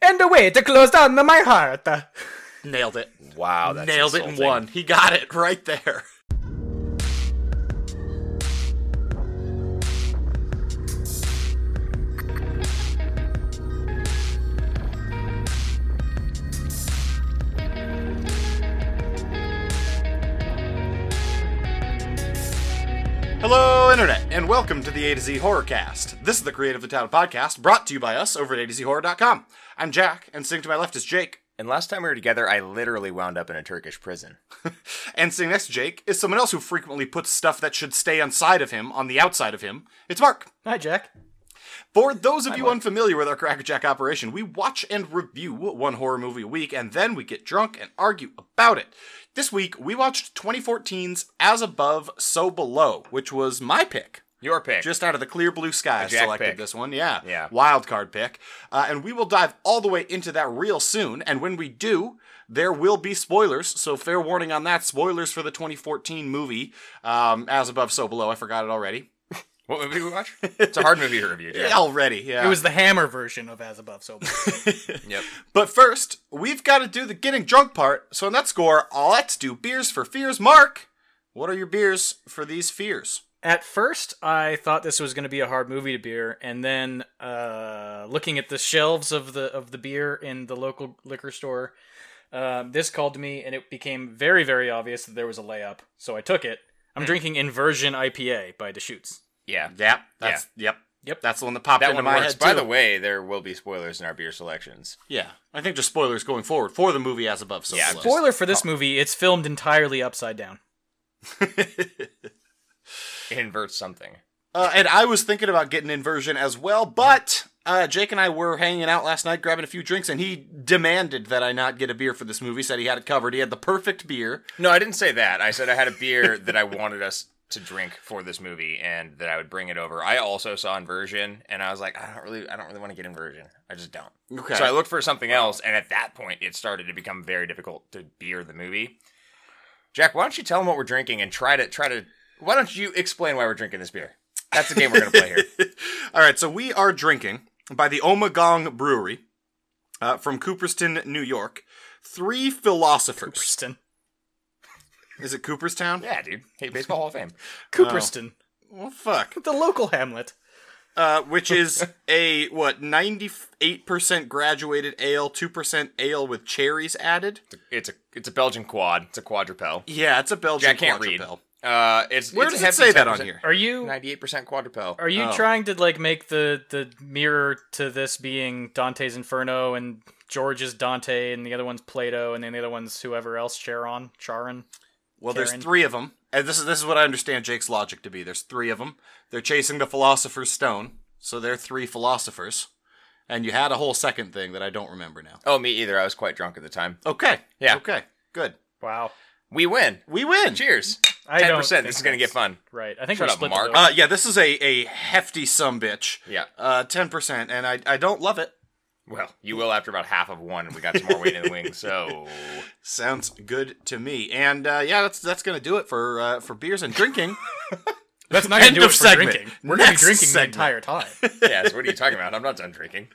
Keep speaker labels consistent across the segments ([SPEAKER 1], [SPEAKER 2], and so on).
[SPEAKER 1] find a way to close down the, my heart.
[SPEAKER 2] Nailed it.
[SPEAKER 3] Wow, that's
[SPEAKER 2] Nailed it in
[SPEAKER 3] insulting.
[SPEAKER 2] one. He got it right there. Hello, Internet, and welcome to the A to Z Horrorcast. This is the Creatively Town podcast brought to you by us over at A to Z Horror.com. I'm Jack, and sitting to my left is Jake.
[SPEAKER 3] And last time we were together, I literally wound up in a Turkish prison.
[SPEAKER 2] And sitting next to Jake is someone else who frequently puts stuff that should stay inside of him on the outside of him. It's Mark.
[SPEAKER 1] Hi, Jack.
[SPEAKER 2] For those of you unfamiliar with our Crackerjack operation, we watch and review one horror movie a week, and then we get drunk and argue about it. This week, we watched 2014's As Above, So Below, which was my pick.
[SPEAKER 3] Your pick.
[SPEAKER 2] Just out of the clear blue sky, I
[SPEAKER 3] Jack
[SPEAKER 2] selected
[SPEAKER 3] pick.
[SPEAKER 2] this one. Yeah.
[SPEAKER 3] Yeah.
[SPEAKER 2] Wild card pick. Uh, and we will dive all the way into that real soon. And when we do, there will be spoilers. So fair warning on that. Spoilers for the 2014 movie, um, As Above, So Below. I forgot it already.
[SPEAKER 3] what movie did we watch? it's a hard movie to review. Jack.
[SPEAKER 2] Already, yeah.
[SPEAKER 1] It was the hammer version of As Above, So Below.
[SPEAKER 3] Yep.
[SPEAKER 2] But first, we've got to do the getting drunk part. So on that score, let's do beers for fears. Mark, what are your beers for these fears?
[SPEAKER 1] At first, I thought this was going to be a hard movie to beer, and then uh, looking at the shelves of the of the beer in the local liquor store, um, this called to me, and it became very very obvious that there was a layup. So I took it. I'm drinking Inversion IPA by Deschutes.
[SPEAKER 3] Yeah.
[SPEAKER 2] Yep. That's yep.
[SPEAKER 1] Yep.
[SPEAKER 2] That's the one that popped
[SPEAKER 3] That
[SPEAKER 2] into
[SPEAKER 3] one
[SPEAKER 2] my
[SPEAKER 3] works.
[SPEAKER 2] head.
[SPEAKER 3] By
[SPEAKER 2] too.
[SPEAKER 3] the way, there will be spoilers in our beer selections.
[SPEAKER 2] Yeah, I think just spoilers going forward for the movie as above. So
[SPEAKER 3] Yeah,
[SPEAKER 2] below.
[SPEAKER 1] Spoiler for this movie: it's filmed entirely upside down.
[SPEAKER 3] It inverts something.
[SPEAKER 2] Uh, and I was thinking about getting inversion as well, but uh, Jake and I were hanging out last night, grabbing a few drinks, and he demanded that I not get a beer for this movie. Said he had it covered. He had the perfect beer.
[SPEAKER 3] No, I didn't say that. I said I had a beer that I wanted us to drink for this movie and that I would bring it over. I also saw Inversion and I was like, I don't really I don't really want to get Inversion. I just don't.
[SPEAKER 2] Okay.
[SPEAKER 3] So I looked for something else and at that point it started to become very difficult to beer the movie. Jack, why don't you tell them what we're drinking and try to try to why don't you explain why we're drinking this beer? That's the game we're going to play here.
[SPEAKER 2] All right, so we are drinking by the Omagong Brewery uh, from Cooperstown, New York. Three philosophers.
[SPEAKER 1] Cooperstown.
[SPEAKER 2] Is it Cooperstown?
[SPEAKER 3] Yeah, dude. Hey, Baseball Hall of Fame.
[SPEAKER 1] Cooperstown,
[SPEAKER 2] Well, fuck.
[SPEAKER 1] the local hamlet.
[SPEAKER 2] Uh, which is a what ninety eight percent graduated ale, two percent ale with cherries added.
[SPEAKER 3] It's a it's a Belgian quad. It's a quadrupel.
[SPEAKER 2] Yeah, it's a Belgian
[SPEAKER 3] Jack can't read.
[SPEAKER 2] quadrupel.
[SPEAKER 3] Uh, it's
[SPEAKER 2] Where
[SPEAKER 3] it's
[SPEAKER 2] does it say that on here?
[SPEAKER 1] Are you
[SPEAKER 3] Ninety-eight percent quadrupel.
[SPEAKER 1] Are you
[SPEAKER 2] Oh.
[SPEAKER 1] trying to like make the the mirror to this being Dante's Inferno and George's Dante and the other one's Plato and then the other one's whoever else Charon Charon?
[SPEAKER 2] Well, there's
[SPEAKER 1] Karen.
[SPEAKER 2] three of them, and this is this is what I understand Jake's logic to be. There's three of them. They're chasing the philosopher's stone, so they're three philosophers. And you had a whole second thing that I don't remember now.
[SPEAKER 3] Oh, me either. I was quite drunk at the time.
[SPEAKER 2] Okay.
[SPEAKER 3] Yeah.
[SPEAKER 2] Okay. Good.
[SPEAKER 1] Wow,
[SPEAKER 3] We win.
[SPEAKER 2] We win.
[SPEAKER 3] Cheers.
[SPEAKER 1] I
[SPEAKER 3] Ten
[SPEAKER 1] don't
[SPEAKER 3] percent.
[SPEAKER 1] think
[SPEAKER 3] This is gonna get
[SPEAKER 1] that's
[SPEAKER 3] fun.
[SPEAKER 1] Right, I think
[SPEAKER 3] Shut
[SPEAKER 1] we
[SPEAKER 3] up,
[SPEAKER 1] split
[SPEAKER 3] Mark.
[SPEAKER 1] Mark.
[SPEAKER 2] Uh, yeah, this is a, a hefty sum bitch.
[SPEAKER 3] Yeah.
[SPEAKER 2] Uh, 10%, and I, I don't love it.
[SPEAKER 3] Well, you will after about half of one. We got some more weight in the wings, so
[SPEAKER 2] Sounds good to me. And uh, yeah, that's that's going to do it for uh, for beers and drinking.
[SPEAKER 1] That's not gonna
[SPEAKER 2] End
[SPEAKER 1] do it
[SPEAKER 2] of
[SPEAKER 1] for
[SPEAKER 2] segment.
[SPEAKER 1] drinking. We're gonna be
[SPEAKER 2] Next
[SPEAKER 1] drinking
[SPEAKER 2] segment.
[SPEAKER 1] the entire time.
[SPEAKER 3] yes. What are you talking about? I'm not done drinking.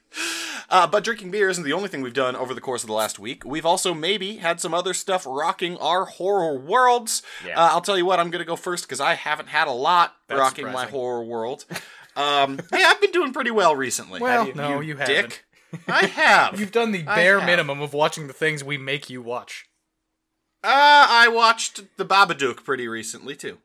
[SPEAKER 2] uh, but drinking beer isn't the only thing we've done over the course of the last week. We've also maybe had some other stuff rocking our horror worlds.
[SPEAKER 3] Yeah.
[SPEAKER 2] Uh, I'll tell you what, I'm going to go first because I haven't had a lot
[SPEAKER 1] That's
[SPEAKER 2] rocking my
[SPEAKER 1] surprising.
[SPEAKER 2] horror world. Um, hey, I've been doing pretty well recently.
[SPEAKER 1] Well,
[SPEAKER 2] Have
[SPEAKER 1] no, you haven't.
[SPEAKER 2] Dick. I have.
[SPEAKER 1] You've done the
[SPEAKER 2] I
[SPEAKER 1] bare
[SPEAKER 2] have.
[SPEAKER 1] minimum of watching the things we make you watch.
[SPEAKER 2] Uh, I watched The Babadook pretty recently too.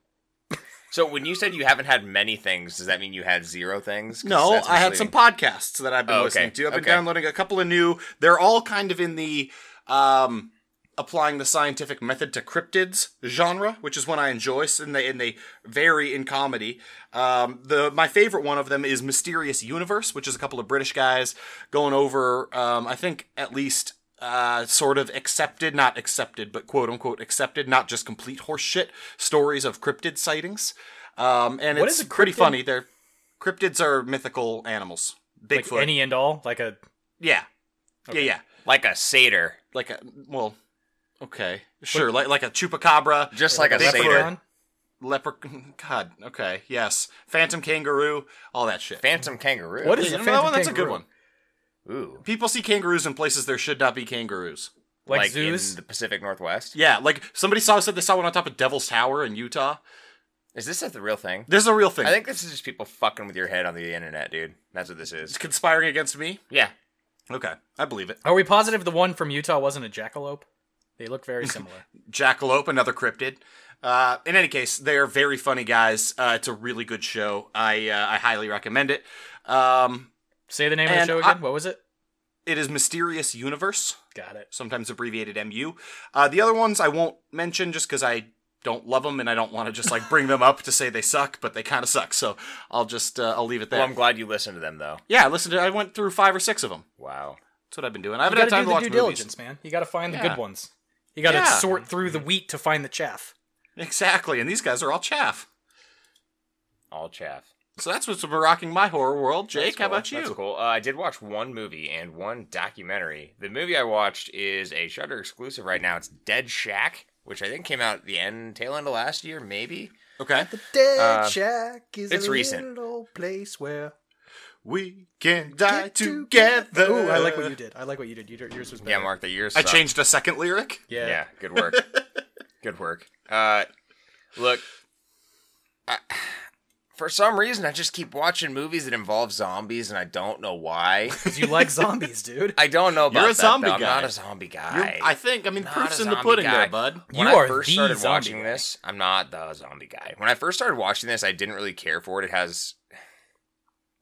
[SPEAKER 3] So when you said you haven't had many things, does that mean you had zero things? 'Cause
[SPEAKER 2] No,
[SPEAKER 3] that's
[SPEAKER 2] I had some
[SPEAKER 3] misleading.
[SPEAKER 2] podcasts that I've been
[SPEAKER 3] Oh, okay.
[SPEAKER 2] listening to. I've been
[SPEAKER 3] Okay.
[SPEAKER 2] downloading a couple of new. They're all kind of in the um, applying the scientific method to cryptids genre, which is one I enjoy, and they and they vary in comedy. Um, the my favorite one of them is Mysterious Universe, which is a couple of British guys going over. Um, I think at least. Uh, sort of accepted, not accepted, but quote unquote accepted, not just complete horseshit stories of cryptid sightings. Um, and
[SPEAKER 1] What
[SPEAKER 2] it's
[SPEAKER 1] is a
[SPEAKER 2] pretty
[SPEAKER 1] cryptid?
[SPEAKER 2] funny. They're cryptids are mythical animals. Bigfoot.
[SPEAKER 1] Like any and all, like a
[SPEAKER 2] yeah. Yeah, yeah.
[SPEAKER 3] like a satyr,
[SPEAKER 2] Like a well, okay, sure. Like like a chupacabra,
[SPEAKER 3] just like, a
[SPEAKER 2] Bigfoot.
[SPEAKER 3] satyr.
[SPEAKER 1] leprechaun.
[SPEAKER 2] leprechaun. God, okay, yes, phantom kangaroo, all that shit.
[SPEAKER 3] Phantom kangaroo.
[SPEAKER 1] What is
[SPEAKER 2] Yeah,
[SPEAKER 1] a
[SPEAKER 2] you know that
[SPEAKER 1] phantom
[SPEAKER 2] one? That's a good
[SPEAKER 1] kangaroo?
[SPEAKER 2] one.
[SPEAKER 3] Ooh.
[SPEAKER 2] People see kangaroos in places there should not be kangaroos.
[SPEAKER 1] Like,
[SPEAKER 3] in
[SPEAKER 1] zoos?
[SPEAKER 3] the Pacific Northwest.
[SPEAKER 2] Yeah, like somebody saw said they saw one on top of Devil's Tower in Utah.
[SPEAKER 3] Is this the real thing?
[SPEAKER 2] This is a real thing.
[SPEAKER 3] I think this is just people fucking with your head on the internet, dude. That's what this is.
[SPEAKER 2] it's conspiring against me.
[SPEAKER 3] Yeah.
[SPEAKER 2] Okay, I believe it.
[SPEAKER 1] Are we positive the one from Utah wasn't a jackalope? They look very similar.
[SPEAKER 2] Jackalope, another cryptid. Uh, in any case, they are very funny guys. Uh, it's a really good show. I uh, I highly recommend it. Um,
[SPEAKER 1] Say the name of the
[SPEAKER 2] And
[SPEAKER 1] show
[SPEAKER 2] I-
[SPEAKER 1] again. what was it?
[SPEAKER 2] it is Mysterious Universe,
[SPEAKER 1] Got it.
[SPEAKER 2] sometimes abbreviated MU. Uh, the other ones I won't mention just because I don't love them and I don't want to just like bring them up to say they suck, but they kind of suck. So I'll just uh, I'll leave it there.
[SPEAKER 3] Well, I'm glad you listened to them, though.
[SPEAKER 2] yeah, listen to I went through five or six of them.
[SPEAKER 3] Wow.
[SPEAKER 2] That's what I've been doing. I haven't
[SPEAKER 1] You
[SPEAKER 2] had
[SPEAKER 1] gotta
[SPEAKER 2] time
[SPEAKER 1] do
[SPEAKER 2] to
[SPEAKER 1] the
[SPEAKER 2] watch
[SPEAKER 1] due
[SPEAKER 2] movies.
[SPEAKER 1] diligence, man. You gotta find the
[SPEAKER 3] Yeah.
[SPEAKER 1] good ones. You gotta
[SPEAKER 2] Yeah.
[SPEAKER 1] sort through the wheat to find the chaff.
[SPEAKER 2] Exactly, and these guys are all chaff.
[SPEAKER 3] All chaff.
[SPEAKER 2] So that's what's been rocking my horror world. Jake,
[SPEAKER 3] That's
[SPEAKER 2] how
[SPEAKER 3] cool.
[SPEAKER 2] about you?
[SPEAKER 3] That's cool. Uh, I did watch one movie and one documentary. The movie I watched is a Shutter exclusive right now. It's Dead Shack, which I think came out at the end, tail end of last year, maybe.
[SPEAKER 2] Okay.
[SPEAKER 1] Dead
[SPEAKER 3] Uh,
[SPEAKER 1] shack is
[SPEAKER 3] it's recent.
[SPEAKER 1] old place where
[SPEAKER 2] We can die together.
[SPEAKER 1] Ooh, I like what you did. I like what you did. You, yours was better.
[SPEAKER 3] Yeah, Mark, the year.
[SPEAKER 2] I
[SPEAKER 3] sucked.
[SPEAKER 2] changed a second lyric.
[SPEAKER 1] Yeah.
[SPEAKER 3] Yeah, good work. good work. Uh, look, I, for some reason, I just keep watching movies that involve zombies, and I don't know why.
[SPEAKER 1] 'Cause you like zombies, dude.
[SPEAKER 3] I don't know about
[SPEAKER 2] You're a
[SPEAKER 3] that,
[SPEAKER 2] zombie
[SPEAKER 3] though. I'm
[SPEAKER 2] guy.
[SPEAKER 3] not a zombie guy.
[SPEAKER 2] You're- I think. I mean,
[SPEAKER 3] Not
[SPEAKER 2] proof's
[SPEAKER 3] a
[SPEAKER 2] in the
[SPEAKER 3] zombie
[SPEAKER 2] pudding
[SPEAKER 3] guy.
[SPEAKER 2] there, bud.
[SPEAKER 3] When
[SPEAKER 1] You
[SPEAKER 3] I
[SPEAKER 1] are
[SPEAKER 3] first
[SPEAKER 1] the
[SPEAKER 3] started
[SPEAKER 1] zombie
[SPEAKER 3] watching
[SPEAKER 1] guy.
[SPEAKER 3] this, I'm not the zombie guy. When I first started watching this, I didn't really care for it. It has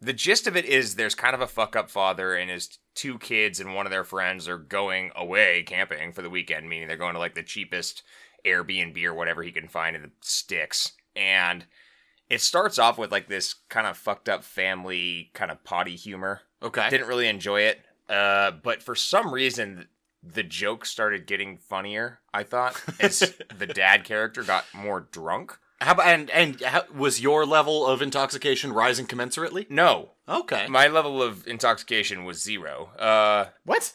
[SPEAKER 3] the gist of it is there's kind of a fuck up father and his two kids and one of their friends are going away camping for the weekend, meaning they're going to like the cheapest Airbnb or whatever he can find in the sticks. And it starts off with like this kind of fucked up family kind of potty humor. I
[SPEAKER 2] Okay.
[SPEAKER 3] didn't really enjoy it. Uh, but for some reason, the joke started getting funnier. I thought as the dad character got more drunk.
[SPEAKER 2] How about and and how, was your level of intoxication rising commensurately?
[SPEAKER 3] No,
[SPEAKER 2] Okay.
[SPEAKER 3] my level of intoxication was zero. Uh,
[SPEAKER 1] What?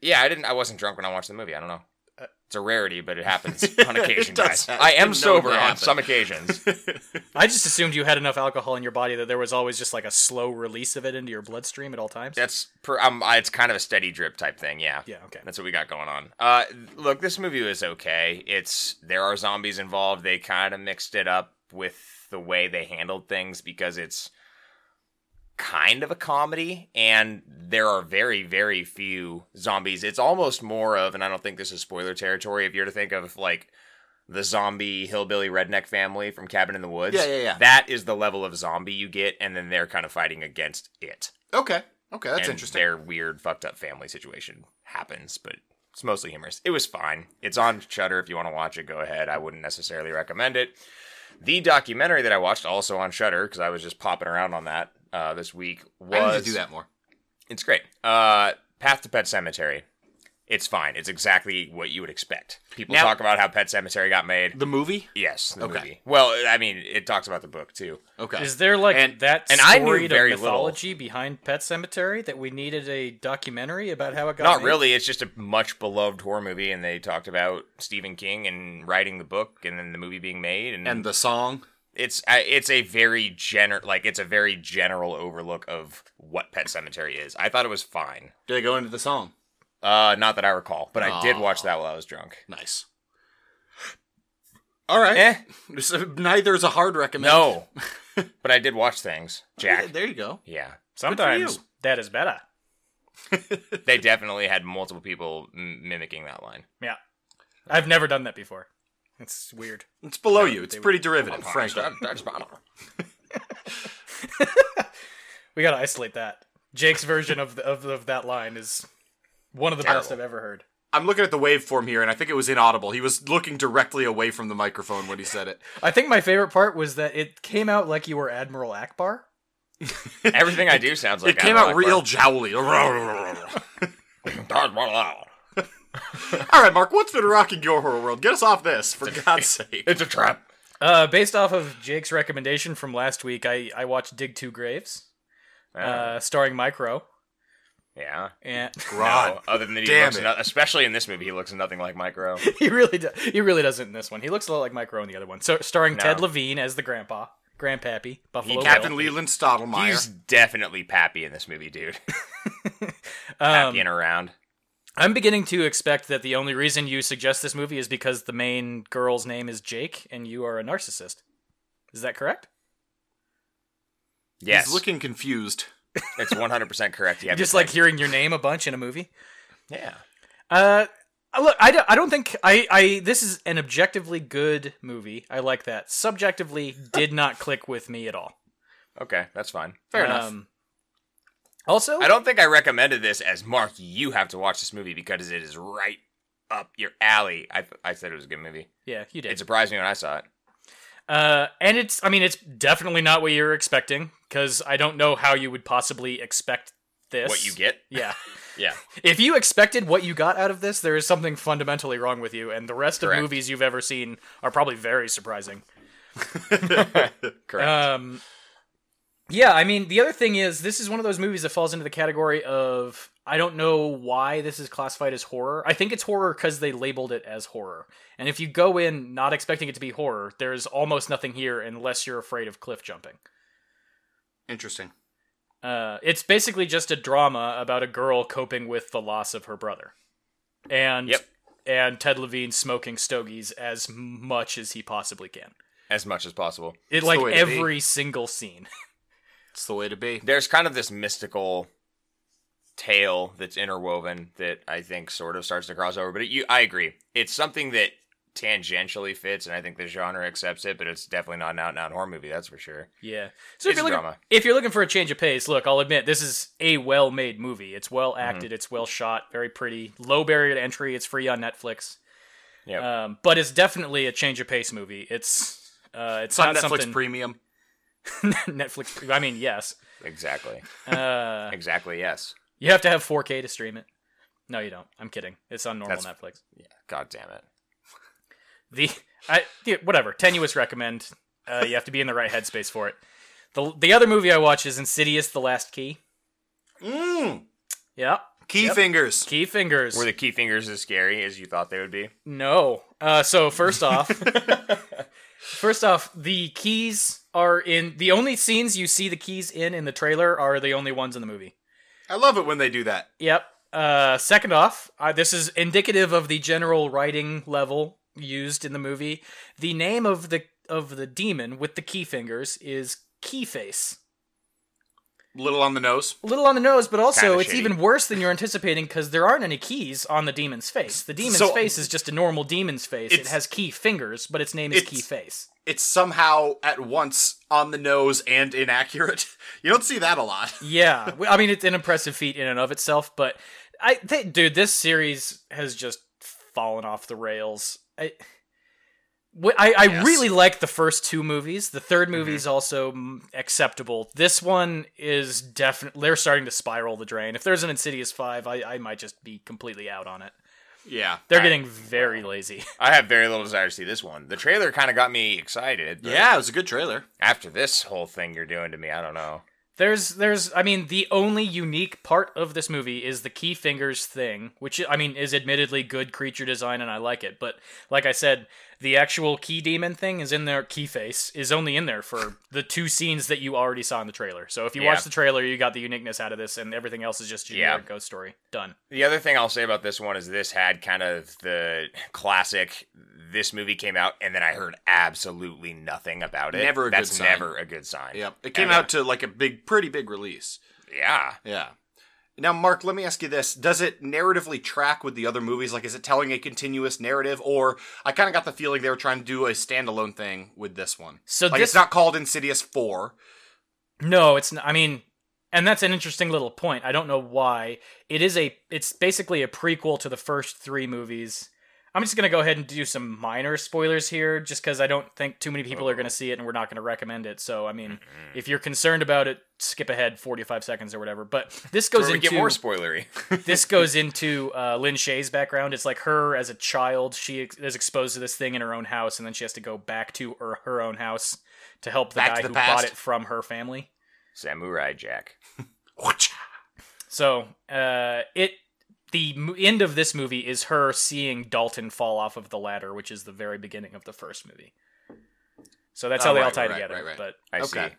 [SPEAKER 3] yeah, I didn't. I wasn't drunk when I watched the movie. I don't know. It's a rarity, but it happens on occasion,
[SPEAKER 2] Uh, It does
[SPEAKER 3] guys.
[SPEAKER 2] happen.
[SPEAKER 3] I am
[SPEAKER 2] Known to
[SPEAKER 3] sober on
[SPEAKER 2] happen.
[SPEAKER 3] some occasions.
[SPEAKER 1] I just assumed you had enough alcohol in your body that there was always just like a slow release of it into your bloodstream at all times.
[SPEAKER 3] That's per, um, I- it's kind of a steady drip type thing. Yeah.
[SPEAKER 1] Yeah, okay.
[SPEAKER 3] That's what we got going on. Uh, look, this movie was okay. It's there are zombies involved. They kind of mixed it up with the way they handled things because it's kind of a comedy and there are very very few zombies. It's almost more of and I don't think this is spoiler territory if you're to think of like the zombie hillbilly redneck family from Cabin in the Woods.
[SPEAKER 2] Yeah, yeah, yeah.
[SPEAKER 3] That is the level of zombie you get and then they're kind of fighting against it
[SPEAKER 2] okay. Okay, that's
[SPEAKER 3] and
[SPEAKER 2] interesting.
[SPEAKER 3] Their weird, fucked up family situation happens, but it's mostly humorous. It was fine. It's on Shutter. If you want to watch it, go ahead. I wouldn't necessarily recommend it. The documentary that I watched, also on Shutter, because I was just popping around on that uh, this week, was
[SPEAKER 2] I need to do that more.
[SPEAKER 3] It's great. Uh, Path to Pet Cemetery. It's fine. It's exactly what you would expect. People
[SPEAKER 2] Now-
[SPEAKER 3] talk about how Pet Cemetery got made.
[SPEAKER 2] The movie.
[SPEAKER 3] Yes, the
[SPEAKER 2] Okay.
[SPEAKER 3] movie. Well, I mean, it talks about the book too.
[SPEAKER 2] Okay.
[SPEAKER 1] Is there like
[SPEAKER 3] And-
[SPEAKER 1] that
[SPEAKER 3] and I knew
[SPEAKER 1] storied
[SPEAKER 3] very
[SPEAKER 1] of
[SPEAKER 3] little.
[SPEAKER 1] mythology behind Pet Cemetery that we needed a documentary about how it got
[SPEAKER 3] Not
[SPEAKER 1] made?
[SPEAKER 3] really. It's just a much beloved horror movie, and they talked about Stephen King and writing the book, and then the movie being made, and,
[SPEAKER 2] and the song.
[SPEAKER 3] it's I- it's a very general, like it's a very general overlook of what Pet Cemetery is. I thought it was fine.
[SPEAKER 2] Did they go into the song?
[SPEAKER 3] Uh, not that I recall, but I did
[SPEAKER 2] Aw.
[SPEAKER 3] watch that while I was drunk.
[SPEAKER 2] Nice. All right.
[SPEAKER 3] Eh,
[SPEAKER 2] So Neither is a hard recommend.
[SPEAKER 3] no, but I did watch things.
[SPEAKER 2] Yeah,
[SPEAKER 3] Jack,
[SPEAKER 2] there you go.
[SPEAKER 3] yeah,
[SPEAKER 1] Sometimes
[SPEAKER 2] you.
[SPEAKER 1] that is better.
[SPEAKER 3] they definitely had multiple people m- mimicking that line.
[SPEAKER 1] Yeah. I've never done that before. It's weird.
[SPEAKER 2] It's below you. It's pretty derivative,
[SPEAKER 3] French,
[SPEAKER 2] frankly.
[SPEAKER 3] that's about
[SPEAKER 1] We gotta isolate that. Jake's version of, the, of of that line is one of the best
[SPEAKER 3] Terrible.
[SPEAKER 1] I've ever heard.
[SPEAKER 2] I'm looking at the waveform here, and I think it was inaudible. He was looking directly away from the microphone when he said it.
[SPEAKER 1] I think my favorite part was that it came out like you were Admiral Akbar.
[SPEAKER 3] everything I do sounds like
[SPEAKER 2] it came out
[SPEAKER 3] Admiral
[SPEAKER 2] real
[SPEAKER 3] Ackbar.
[SPEAKER 2] jowly. All
[SPEAKER 3] It's
[SPEAKER 2] right, Mark, what's been rocking your horror world? Get us off this, for God's sake.
[SPEAKER 3] a trap.
[SPEAKER 1] Uh, based off of Jake's recommendation from last week, I, I watched Dig Two Graves,
[SPEAKER 3] Oh.
[SPEAKER 1] uh, starring Micro.
[SPEAKER 3] yeah.
[SPEAKER 1] And
[SPEAKER 2] God.
[SPEAKER 3] No, other than that, he
[SPEAKER 2] damn
[SPEAKER 3] looks
[SPEAKER 2] it.
[SPEAKER 3] no- especially in this movie, he looks nothing like Micro.
[SPEAKER 1] he really do, he really doesn't in this one. He looks a lot like Micro in the other one. So starring
[SPEAKER 3] No.
[SPEAKER 1] Ted Levine as the grandpa, grandpappy, Buffalo
[SPEAKER 3] He-
[SPEAKER 1] Bill.
[SPEAKER 2] Captain Leland Stottlemyre.
[SPEAKER 3] He's definitely pappy in this movie, dude.
[SPEAKER 2] Um,
[SPEAKER 3] Hacking around.
[SPEAKER 1] I'm beginning to expect that the only reason you suggest this movie is because the main girl's name is Jake and you are a narcissist. Is that correct?
[SPEAKER 3] Yes,
[SPEAKER 2] He's looking confused.
[SPEAKER 3] it's 100 percent correct. Yeah,
[SPEAKER 1] Just like hearing your name a bunch in a movie.
[SPEAKER 3] yeah,
[SPEAKER 1] Uh, look, I don't, I don't think I, I. This is an objectively good movie. I like that. Subjectively, did not click with me at all. Um,
[SPEAKER 3] okay, that's fine.
[SPEAKER 2] Fair enough.
[SPEAKER 1] Also,
[SPEAKER 3] I don't think I recommended this as Mark. You have to watch this movie because it is right up your alley. I I said it was a good movie.
[SPEAKER 1] yeah, you did.
[SPEAKER 3] It surprised me when I saw it.
[SPEAKER 1] Uh, and it's, I mean, it's definitely not what you're expecting because I don't know how you would possibly expect this.
[SPEAKER 3] What you get?
[SPEAKER 1] Yeah.
[SPEAKER 3] Yeah,
[SPEAKER 1] If you expected what you got out of this, there is something fundamentally wrong with you, and the rest of
[SPEAKER 3] Correct.
[SPEAKER 1] movies you've ever seen are probably very surprising.
[SPEAKER 3] correct.
[SPEAKER 1] Um, yeah, I mean, the other thing is, this is one of those movies that falls into the category of I don't know why this is classified as horror. I think it's horror because they labeled it as horror. And if you go in not expecting it to be horror, there's almost nothing here unless you're afraid of cliff jumping.
[SPEAKER 2] Interesting.
[SPEAKER 1] Uh, it's basically just a drama about a girl coping with the loss of her brother, and
[SPEAKER 3] Yep.
[SPEAKER 1] and Ted Levine smoking stogies as much as he possibly can.
[SPEAKER 2] Uh,
[SPEAKER 3] as much as possible.
[SPEAKER 1] It
[SPEAKER 2] the
[SPEAKER 1] like
[SPEAKER 2] way to be.
[SPEAKER 1] every single scene.
[SPEAKER 2] It's the way to be.
[SPEAKER 3] there's kind of this mystical tale that's interwoven that I think sort of starts to cross over. But it, you, I agree, it's something that tangentially fits, and I think the genre accepts it. But it's definitely not an out and out horror movie, that's for sure.
[SPEAKER 1] yeah. So if
[SPEAKER 3] It's
[SPEAKER 1] you're looking
[SPEAKER 3] drama.
[SPEAKER 1] if you're looking for a change of pace, look, I'll admit this is a well made movie. It's
[SPEAKER 2] Mm-hmm.
[SPEAKER 1] well acted. It's well shot. Very pretty. Low barrier to entry. It's free on Netflix.
[SPEAKER 3] Yep.
[SPEAKER 1] Um, but it's definitely a change of pace movie. It's uh, it's
[SPEAKER 2] It's on
[SPEAKER 1] not
[SPEAKER 2] Netflix
[SPEAKER 1] something
[SPEAKER 2] Premium.
[SPEAKER 1] Netflix. pre- I mean, yes.
[SPEAKER 3] Exactly,
[SPEAKER 1] Uh,
[SPEAKER 3] exactly. Yes.
[SPEAKER 1] You have to have 4K to stream it. No, you don't. I'm kidding. It's on normal
[SPEAKER 3] That's-
[SPEAKER 1] Netflix.
[SPEAKER 3] Yeah. God damn it.
[SPEAKER 1] The I yeah, whatever. Tenuous recommend. Uh, you have to be in the right headspace for it. The the other movie I watch is Insidious: The Last Key.
[SPEAKER 2] Mm,
[SPEAKER 1] Yeah,
[SPEAKER 2] key
[SPEAKER 1] Yep.
[SPEAKER 2] fingers.
[SPEAKER 1] key fingers.
[SPEAKER 3] Were the key fingers as scary as you thought they would be?
[SPEAKER 1] No. Uh, so first off, first off, the keys are in the only scenes you see the keys in in the trailer are the only ones in the movie.
[SPEAKER 2] I love it when they do that.
[SPEAKER 1] Yep. Uh, second off, uh, this is indicative of the general writing level used in the movie. The name of the of the demon with the key fingers is Keyface.
[SPEAKER 2] Little on the nose.
[SPEAKER 1] A little on the nose, but also
[SPEAKER 3] Kinda
[SPEAKER 1] it's
[SPEAKER 3] shitty.
[SPEAKER 1] even worse than you're anticipating because there aren't any keys on the demon's face. The demon's
[SPEAKER 2] So-
[SPEAKER 1] face is just a normal demon's face. It
[SPEAKER 2] It's-
[SPEAKER 1] has key fingers, but its name is
[SPEAKER 2] It's-
[SPEAKER 1] Keyface.
[SPEAKER 2] It's somehow at once on the nose and inaccurate. You don't see that a lot.
[SPEAKER 1] Yeah, Well, I mean it's an impressive feat in and of itself, but I they, dude, this series has just fallen off the rails. I wh- I, I
[SPEAKER 2] Yes.
[SPEAKER 1] really like the first two movies. The third movie is also mm, acceptable. This one is definitely they're starting to spiral the drain. If there's an Insidious five, I, I might just be completely out on it.
[SPEAKER 2] Yeah.
[SPEAKER 1] They're
[SPEAKER 3] I-
[SPEAKER 1] getting very lazy.
[SPEAKER 3] I have very little desire to see this one. The trailer kind of got me excited. but
[SPEAKER 2] Yeah, it was a good trailer.
[SPEAKER 3] After this whole thing you're doing to me, I don't know.
[SPEAKER 1] There's there's I mean the only unique part of this movie is the key fingers thing, which I mean is admittedly good creature design and I like it, but like I said, the actual key demon thing is in there key face is only in there for the two scenes that you already saw in the trailer. So if you
[SPEAKER 3] Yeah.
[SPEAKER 1] watch the trailer, you got the uniqueness out of this and everything else is just generic
[SPEAKER 3] Yeah.
[SPEAKER 1] ghost story. Done.
[SPEAKER 3] The other thing I'll say about this one is this had kind of the classic. This movie came out, and then I heard absolutely nothing about it.
[SPEAKER 2] Never a good
[SPEAKER 3] That's
[SPEAKER 2] sign.
[SPEAKER 3] never a good sign.
[SPEAKER 2] Yep. It came
[SPEAKER 3] Ever.
[SPEAKER 2] out to like a big, pretty big release.
[SPEAKER 3] Yeah.
[SPEAKER 2] Yeah. Now, Mark, let me ask you this. Does it narratively track with the other movies? Like, is it telling a continuous narrative? Or I kind of got the feeling they were trying to do a standalone thing with this one.
[SPEAKER 1] So
[SPEAKER 2] like,
[SPEAKER 1] this
[SPEAKER 2] it's not called Insidious 4.
[SPEAKER 1] No, it's not. I mean, and that's an interesting little point. I don't know why it is a. It's basically a prequel to the first three movies. I'm just gonna go ahead and do some minor spoilers here, just because I don't think too many people are gonna see it, and we're not gonna recommend it. So, I mean, if you're concerned about it, skip ahead 45 seconds or whatever. But this goes
[SPEAKER 3] Where we
[SPEAKER 1] into
[SPEAKER 3] get more spoilery.
[SPEAKER 1] this goes into uh, Lynn Shay's background. It's like her as a child, she ex- is exposed to this thing in her own house, and then she has to go back to her, her own house to help the
[SPEAKER 2] Back
[SPEAKER 1] guy
[SPEAKER 2] to the
[SPEAKER 1] who bought
[SPEAKER 2] past.
[SPEAKER 1] it from her family.
[SPEAKER 3] Samurai Jack.
[SPEAKER 1] So, uh, it the mo- end of this movie is her seeing Dalton fall off of the ladder, which is the very beginning of the first movie. So that's
[SPEAKER 2] Oh,
[SPEAKER 1] how they
[SPEAKER 2] right,
[SPEAKER 1] all tie
[SPEAKER 2] right,
[SPEAKER 1] together.
[SPEAKER 2] right, right.
[SPEAKER 1] But
[SPEAKER 3] I
[SPEAKER 2] Okay.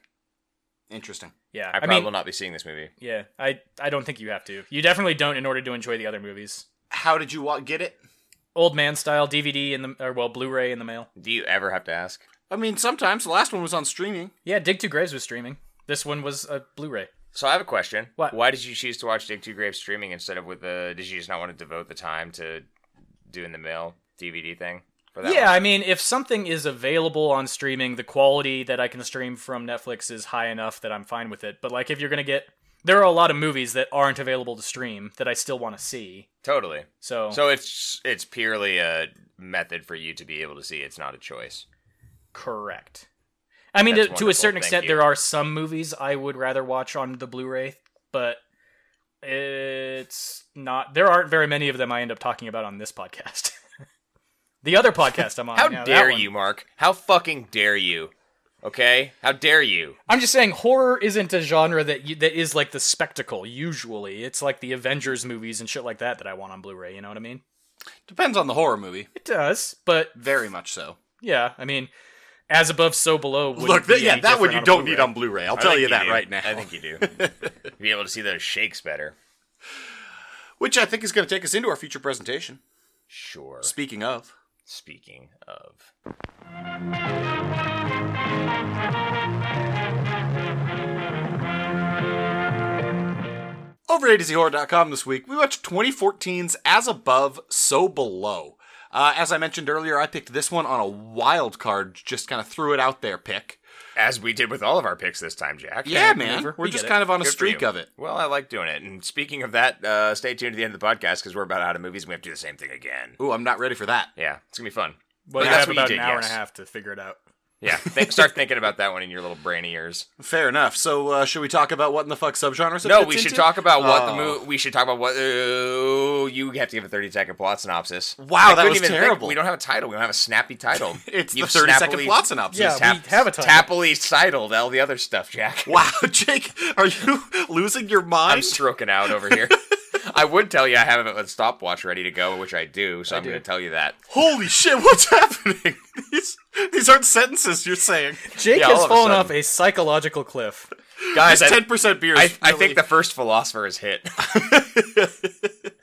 [SPEAKER 3] see.
[SPEAKER 2] Interesting.
[SPEAKER 1] Yeah,
[SPEAKER 3] I
[SPEAKER 1] I,
[SPEAKER 3] probably
[SPEAKER 1] mean,
[SPEAKER 3] will not be seeing this movie.
[SPEAKER 1] yeah, I I don't think you have to. You definitely don't in order to enjoy the other movies.
[SPEAKER 2] How did you wa- get it?
[SPEAKER 1] Old man style DVD in the or well Blu-ray in the mail.
[SPEAKER 3] Do you ever have to ask?
[SPEAKER 2] I mean, sometimes the last one was on streaming.
[SPEAKER 1] Yeah, Dig Two Graves was streaming. This one was a Blu-ray.
[SPEAKER 3] So I have a question.
[SPEAKER 1] What?
[SPEAKER 3] Why did you choose to watch Dig Two Graves streaming instead of with the? Did you just not want to devote the time to doing the mail DVD thing for that?
[SPEAKER 1] Yeah,
[SPEAKER 3] one?
[SPEAKER 1] I mean, if something is available on streaming, the quality that I can stream from Netflix is high enough that I'm fine with it. But like, if you're gonna get, there are a lot of movies that aren't available to stream that I still want to see.
[SPEAKER 3] totally.
[SPEAKER 1] So,
[SPEAKER 3] So it's it's purely a method for you to be able to see. It's not a choice.
[SPEAKER 1] correct. I mean, to,
[SPEAKER 3] That's
[SPEAKER 1] to a
[SPEAKER 3] wonderful,
[SPEAKER 1] certain
[SPEAKER 3] thank
[SPEAKER 1] extent,
[SPEAKER 3] you.
[SPEAKER 1] there are some movies I would rather watch on the Blu-ray, but it's not. There aren't very many of them I end up talking about on this podcast. the other podcast I'm on.
[SPEAKER 3] How
[SPEAKER 1] yeah, that
[SPEAKER 3] dare
[SPEAKER 1] one.
[SPEAKER 3] you, Mark? How fucking dare you? Okay? How dare you?
[SPEAKER 1] I'm just saying horror isn't a genre that you, that is like the spectacle usually. It's like the Avengers movies and shit like that that I want on Blu-ray, you know what I mean?
[SPEAKER 2] Depends on the horror movie.
[SPEAKER 1] It does, but
[SPEAKER 2] Very much so.
[SPEAKER 1] yeah, I mean as above so below wouldn't
[SPEAKER 2] Look,
[SPEAKER 1] be
[SPEAKER 2] yeah,
[SPEAKER 1] any
[SPEAKER 2] that one
[SPEAKER 1] different
[SPEAKER 2] you
[SPEAKER 1] a
[SPEAKER 2] don't need
[SPEAKER 1] Blu-ray.
[SPEAKER 2] on Blu-ray. I'll
[SPEAKER 3] I
[SPEAKER 2] tell
[SPEAKER 3] think
[SPEAKER 2] you, that
[SPEAKER 3] do.
[SPEAKER 2] right now.
[SPEAKER 3] I think you do. be able to see those shakes better.
[SPEAKER 2] Which I think is going to take us into our future presentation.
[SPEAKER 3] Sure.
[SPEAKER 2] Speaking of,
[SPEAKER 3] Speaking of.
[SPEAKER 2] over at ADZHorror.com this week, we watched 2014's As Above, So Below. Uh, as I mentioned earlier, I picked this one on a wild card, just kind of threw it out there pick.
[SPEAKER 3] As we did with all of our picks this time, Jack.
[SPEAKER 2] Yeah, man.
[SPEAKER 1] whatever.
[SPEAKER 2] We're
[SPEAKER 1] We
[SPEAKER 2] just
[SPEAKER 1] get it.
[SPEAKER 2] kind of on a
[SPEAKER 3] Good for
[SPEAKER 2] streak
[SPEAKER 3] you.
[SPEAKER 2] of it.
[SPEAKER 3] Well, I like doing it. And speaking of that, uh, stay tuned to the end of the podcast because we're about out of movies and we have to do the same thing again.
[SPEAKER 2] Ooh, I'm not ready for that.
[SPEAKER 3] Yeah, it's going to be fun.
[SPEAKER 1] Well, you
[SPEAKER 3] That's
[SPEAKER 1] have
[SPEAKER 3] what you
[SPEAKER 1] about
[SPEAKER 3] did,
[SPEAKER 1] an hour
[SPEAKER 3] yes.
[SPEAKER 1] and a half to figure it out.
[SPEAKER 3] Yeah, think, start thinking about that one in your little brain of yours.
[SPEAKER 2] Fair enough. So, uh, should we talk about what in the fuck subgenres? it
[SPEAKER 3] No,
[SPEAKER 2] fits
[SPEAKER 3] we should
[SPEAKER 2] into?
[SPEAKER 3] talk about what the
[SPEAKER 2] Oh.
[SPEAKER 3] movie. We should talk about what. Uh, you have to give a thirty-second plot synopsis.
[SPEAKER 2] Wow,
[SPEAKER 3] I
[SPEAKER 2] that
[SPEAKER 3] couldn't
[SPEAKER 2] was
[SPEAKER 3] even think-
[SPEAKER 2] terrible.
[SPEAKER 3] we don't have a title. We don't have a snappy title.
[SPEAKER 2] It's
[SPEAKER 3] You've
[SPEAKER 2] the 30 second
[SPEAKER 3] snappily-
[SPEAKER 2] plot synopsis.
[SPEAKER 1] Yeah,
[SPEAKER 3] Tap-
[SPEAKER 1] we have a title.
[SPEAKER 3] Tappily sidled all the other stuff, Jack.
[SPEAKER 2] Wow, Jake, are you losing your mind?
[SPEAKER 3] I'm stroking out over here. I would tell you I have a stopwatch ready to go, which I do. So I am
[SPEAKER 1] do.
[SPEAKER 3] going to tell you that.
[SPEAKER 2] Holy shit, what's happening? these, these aren't sentences you're saying.
[SPEAKER 1] Jake
[SPEAKER 3] Yeah, all
[SPEAKER 1] has
[SPEAKER 3] of a
[SPEAKER 1] fallen
[SPEAKER 3] sudden.
[SPEAKER 1] off a psychological cliff.
[SPEAKER 3] Guys, I,
[SPEAKER 2] Ten percent beer. Is
[SPEAKER 3] I, I
[SPEAKER 2] really-
[SPEAKER 3] think the first philosopher is hit.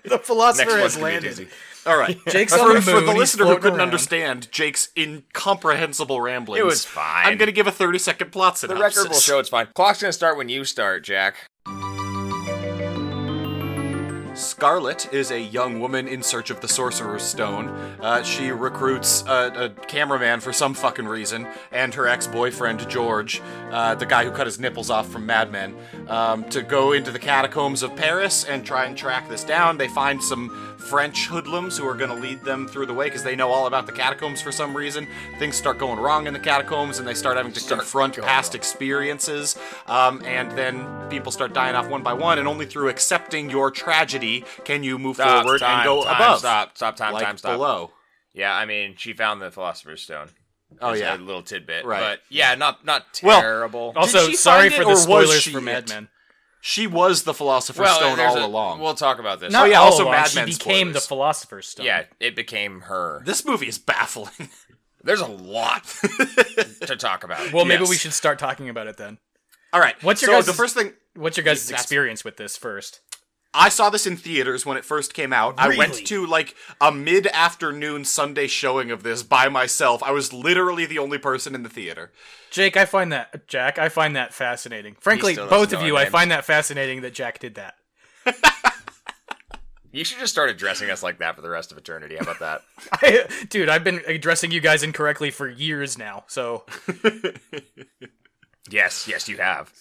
[SPEAKER 1] The philosopher
[SPEAKER 3] Next
[SPEAKER 1] has
[SPEAKER 3] one's going to be a
[SPEAKER 1] landed.
[SPEAKER 3] doozy.
[SPEAKER 2] all right.
[SPEAKER 1] Jake's
[SPEAKER 2] for,
[SPEAKER 1] on the
[SPEAKER 2] for
[SPEAKER 1] moon,
[SPEAKER 2] the
[SPEAKER 1] he's
[SPEAKER 2] listener who
[SPEAKER 1] floating
[SPEAKER 2] couldn't
[SPEAKER 1] around.
[SPEAKER 2] understand Jake's incomprehensible ramblings.
[SPEAKER 3] It was fine.
[SPEAKER 2] I'm gonna give a 30 second plot
[SPEAKER 3] The
[SPEAKER 2] synopsis.
[SPEAKER 3] record will show Oh, it's fine. Clock's going to start when you start, Jack.
[SPEAKER 2] Scarlet is a young woman in search of the Sorcerer's Stone. Uh, she recruits a, a cameraman for some fucking reason, and her ex boyfriend, George, uh, the guy who cut his nipples off from Mad Men, um, to go into the catacombs of Paris and try and track this down. They find some French hoodlums who are going to lead them through the way because they know all about the catacombs for some reason. Things start going wrong in the catacombs, and they start having to confront
[SPEAKER 3] going
[SPEAKER 2] past
[SPEAKER 3] wrong.
[SPEAKER 2] experiences, um, and then people start dying off one by one, and only through accepting your tragedy can you move
[SPEAKER 3] Stop,
[SPEAKER 2] forward
[SPEAKER 3] time,
[SPEAKER 2] and go
[SPEAKER 3] time,
[SPEAKER 2] above,
[SPEAKER 3] Stop, stop, time,
[SPEAKER 2] like
[SPEAKER 3] time, stop.
[SPEAKER 2] below.
[SPEAKER 3] Yeah, I mean, she found the philosopher's stone.
[SPEAKER 2] Oh,
[SPEAKER 3] As
[SPEAKER 2] yeah.
[SPEAKER 3] a little tidbit.
[SPEAKER 2] Right.
[SPEAKER 3] But yeah, not not
[SPEAKER 2] Well,
[SPEAKER 3] terrible.
[SPEAKER 1] Also,
[SPEAKER 2] she
[SPEAKER 1] sorry
[SPEAKER 2] find it,
[SPEAKER 1] for
[SPEAKER 2] or
[SPEAKER 1] the
[SPEAKER 2] was
[SPEAKER 1] spoilers
[SPEAKER 2] she
[SPEAKER 1] for Mad
[SPEAKER 2] it?
[SPEAKER 1] Men.
[SPEAKER 2] She was the Philosopher's Stone
[SPEAKER 3] there's
[SPEAKER 2] all
[SPEAKER 3] a-
[SPEAKER 2] along.
[SPEAKER 3] We'll talk about this.
[SPEAKER 1] Not
[SPEAKER 2] yeah,
[SPEAKER 1] all
[SPEAKER 2] also
[SPEAKER 1] along,
[SPEAKER 2] Mad
[SPEAKER 1] she
[SPEAKER 2] Men
[SPEAKER 1] became the
[SPEAKER 2] spoilers.
[SPEAKER 1] philosopher's stone.
[SPEAKER 3] yeah, it became her.
[SPEAKER 2] this movie is baffling.
[SPEAKER 3] There's a lot to talk about.
[SPEAKER 1] Well, maybe
[SPEAKER 2] Yes.
[SPEAKER 1] we should start talking about it then.
[SPEAKER 2] all right.
[SPEAKER 1] What's your
[SPEAKER 2] so
[SPEAKER 1] guys'
[SPEAKER 2] the first thing
[SPEAKER 1] What's your guys'
[SPEAKER 2] That's-
[SPEAKER 1] experience with this first?
[SPEAKER 2] I saw this in theaters when it first came out. I
[SPEAKER 1] Really?
[SPEAKER 2] went to like a mid-afternoon Sunday showing of this by myself. I was literally the only person in the theater.
[SPEAKER 1] Jake, I find that Jack, I find that fascinating. Frankly,
[SPEAKER 3] still
[SPEAKER 1] both
[SPEAKER 3] doesn't
[SPEAKER 1] of
[SPEAKER 3] know
[SPEAKER 1] you,
[SPEAKER 3] our
[SPEAKER 1] I
[SPEAKER 3] names.
[SPEAKER 1] find that fascinating that Jack did that.
[SPEAKER 3] you should just start addressing us like that for the rest of eternity. How about that?
[SPEAKER 1] I, dude, I've been addressing you guys incorrectly for years now. So
[SPEAKER 3] yes, yes, you have.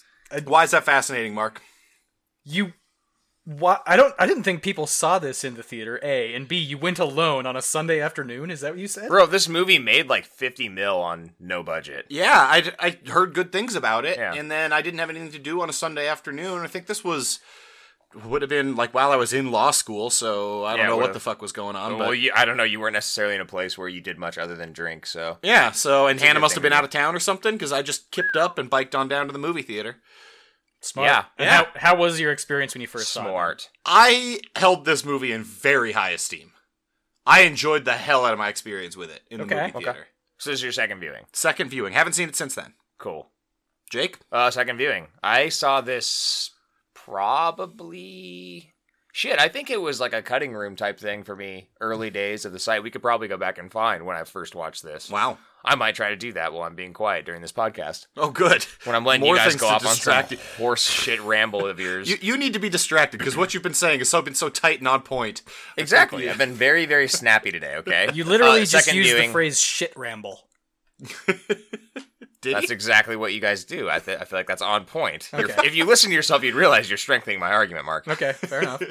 [SPEAKER 2] Why is that fascinating, Mark?
[SPEAKER 1] you, why? I don't. I didn't think people saw this in the theater. A and B. You went alone on a Sunday afternoon. Is that what you said?
[SPEAKER 3] Bro, this movie made like 50 mil on no budget.
[SPEAKER 2] Yeah, I, I heard good things about it,
[SPEAKER 3] Yeah.
[SPEAKER 2] and then I didn't have anything to do on a Sunday afternoon. I think this was would have been like while I was in law school, so I don't
[SPEAKER 3] Yeah,
[SPEAKER 2] know what
[SPEAKER 3] would've.
[SPEAKER 2] the fuck was going on.
[SPEAKER 3] well,
[SPEAKER 2] but
[SPEAKER 3] you, I don't know. You weren't necessarily in a place where you did much other than drink, so.
[SPEAKER 2] yeah, so and
[SPEAKER 3] a
[SPEAKER 2] Hannah
[SPEAKER 3] good
[SPEAKER 2] must
[SPEAKER 3] thing
[SPEAKER 2] have been
[SPEAKER 3] to do.
[SPEAKER 2] out of town or something because I just kipped up and biked on down to the movie theater.
[SPEAKER 1] Smart.
[SPEAKER 3] Yeah,
[SPEAKER 1] And
[SPEAKER 2] yeah.
[SPEAKER 1] How, how was your experience when you first saw it?
[SPEAKER 3] Smart.
[SPEAKER 2] I held this movie in very high esteem. I enjoyed the hell out of my experience with it in the
[SPEAKER 1] Okay.
[SPEAKER 2] movie theater.
[SPEAKER 3] So this is your second viewing.
[SPEAKER 2] Second viewing, haven't seen it since then.
[SPEAKER 3] Cool.
[SPEAKER 2] Jake?
[SPEAKER 3] Uh, second viewing. I saw this probably. Shit, I think it was like a cutting room type thing for me. Early days of the site. We could probably go back and find when I first watched this.
[SPEAKER 2] Wow.
[SPEAKER 3] I might try to do that while I'm being quiet during this podcast.
[SPEAKER 2] Oh, good.
[SPEAKER 3] When I'm letting
[SPEAKER 2] More
[SPEAKER 3] you guys
[SPEAKER 2] things
[SPEAKER 3] go
[SPEAKER 2] to
[SPEAKER 3] off on some
[SPEAKER 2] distract you.
[SPEAKER 3] horse shit ramble of yours.
[SPEAKER 2] You, you need to be distracted because what you've been saying has so been so tight and on point.
[SPEAKER 3] exactly. I've been very, very snappy today, okay?
[SPEAKER 1] You literally
[SPEAKER 3] Uh,
[SPEAKER 1] just
[SPEAKER 3] second
[SPEAKER 1] used
[SPEAKER 3] viewing.
[SPEAKER 1] the phrase "shit ramble."
[SPEAKER 2] Did
[SPEAKER 3] That's
[SPEAKER 2] he?
[SPEAKER 3] exactly what you guys do. I, th- I feel like that's on point. You're- If you listen to yourself, you'd realize you're strengthening my argument, Mark.
[SPEAKER 1] Okay, fair enough.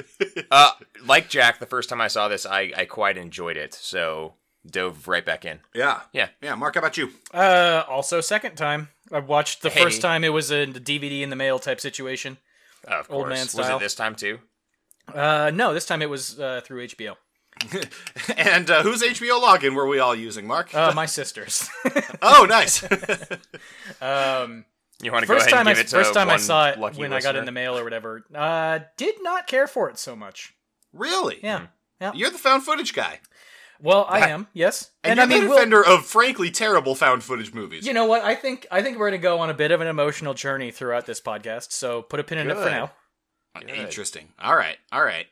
[SPEAKER 3] Uh, like Jack, the first time I saw this, I, I quite enjoyed it, so dove right back in.
[SPEAKER 2] yeah.
[SPEAKER 3] Yeah.
[SPEAKER 2] Yeah. Mark, how about you?
[SPEAKER 1] Uh, also, second time I watched the
[SPEAKER 3] Hey.
[SPEAKER 1] first time it was a DVD in the mail type situation.
[SPEAKER 3] Of
[SPEAKER 1] Old man
[SPEAKER 3] course. Was
[SPEAKER 1] style.
[SPEAKER 3] it this time too?
[SPEAKER 1] Uh, no, this time it was uh, through HBO.
[SPEAKER 2] And uh, whose HBO login were we all using, Mark?
[SPEAKER 1] Uh, my sister's.
[SPEAKER 2] oh, nice.
[SPEAKER 1] um,
[SPEAKER 3] You want to go
[SPEAKER 1] first
[SPEAKER 3] ahead
[SPEAKER 1] time I
[SPEAKER 3] and give it to
[SPEAKER 1] first time I
[SPEAKER 3] one
[SPEAKER 1] saw it when
[SPEAKER 3] lucky
[SPEAKER 1] I got
[SPEAKER 3] listener?
[SPEAKER 1] in the mail or whatever. Uh, did not care for it so much.
[SPEAKER 2] really?
[SPEAKER 1] Yeah.
[SPEAKER 2] You're the found footage guy.
[SPEAKER 1] Well, I am. Yes.
[SPEAKER 2] And,
[SPEAKER 1] I
[SPEAKER 2] you're the
[SPEAKER 1] mean, we'll,
[SPEAKER 2] defender of frankly terrible found footage movies.
[SPEAKER 1] you know what? I think I think we're gonna go on a bit of an emotional journey throughout this podcast. So put a pin in it for
[SPEAKER 3] Good.
[SPEAKER 1] now.
[SPEAKER 2] Interesting. All right. All right.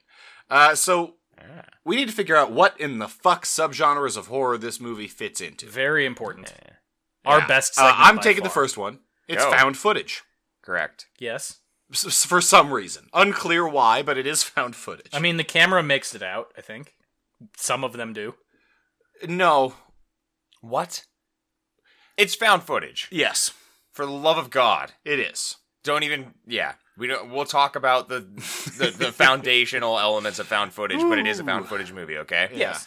[SPEAKER 2] Uh, so
[SPEAKER 3] Yeah.
[SPEAKER 2] we need to figure out what in the fuck subgenres of horror this movie fits into.
[SPEAKER 1] Very important.
[SPEAKER 3] Yeah.
[SPEAKER 1] Our
[SPEAKER 2] Yeah.
[SPEAKER 1] best.
[SPEAKER 2] Uh,
[SPEAKER 1] Segment
[SPEAKER 2] I'm
[SPEAKER 1] by
[SPEAKER 2] taking the
[SPEAKER 1] far.
[SPEAKER 2] first one. It's
[SPEAKER 3] Go.
[SPEAKER 2] found footage.
[SPEAKER 3] Correct.
[SPEAKER 1] Yes.
[SPEAKER 2] S- s- for some reason, unclear why, but it is found footage.
[SPEAKER 1] I mean, the camera makes it out. I think some of them do.
[SPEAKER 2] no.
[SPEAKER 3] What? It's found footage.
[SPEAKER 2] Yes,
[SPEAKER 3] For the love of God,
[SPEAKER 2] it is.
[SPEAKER 3] don't even. Yeah, we don't. We'll talk about the the, the foundational elements of found footage, but it is a found footage movie. Okay.
[SPEAKER 1] Yes.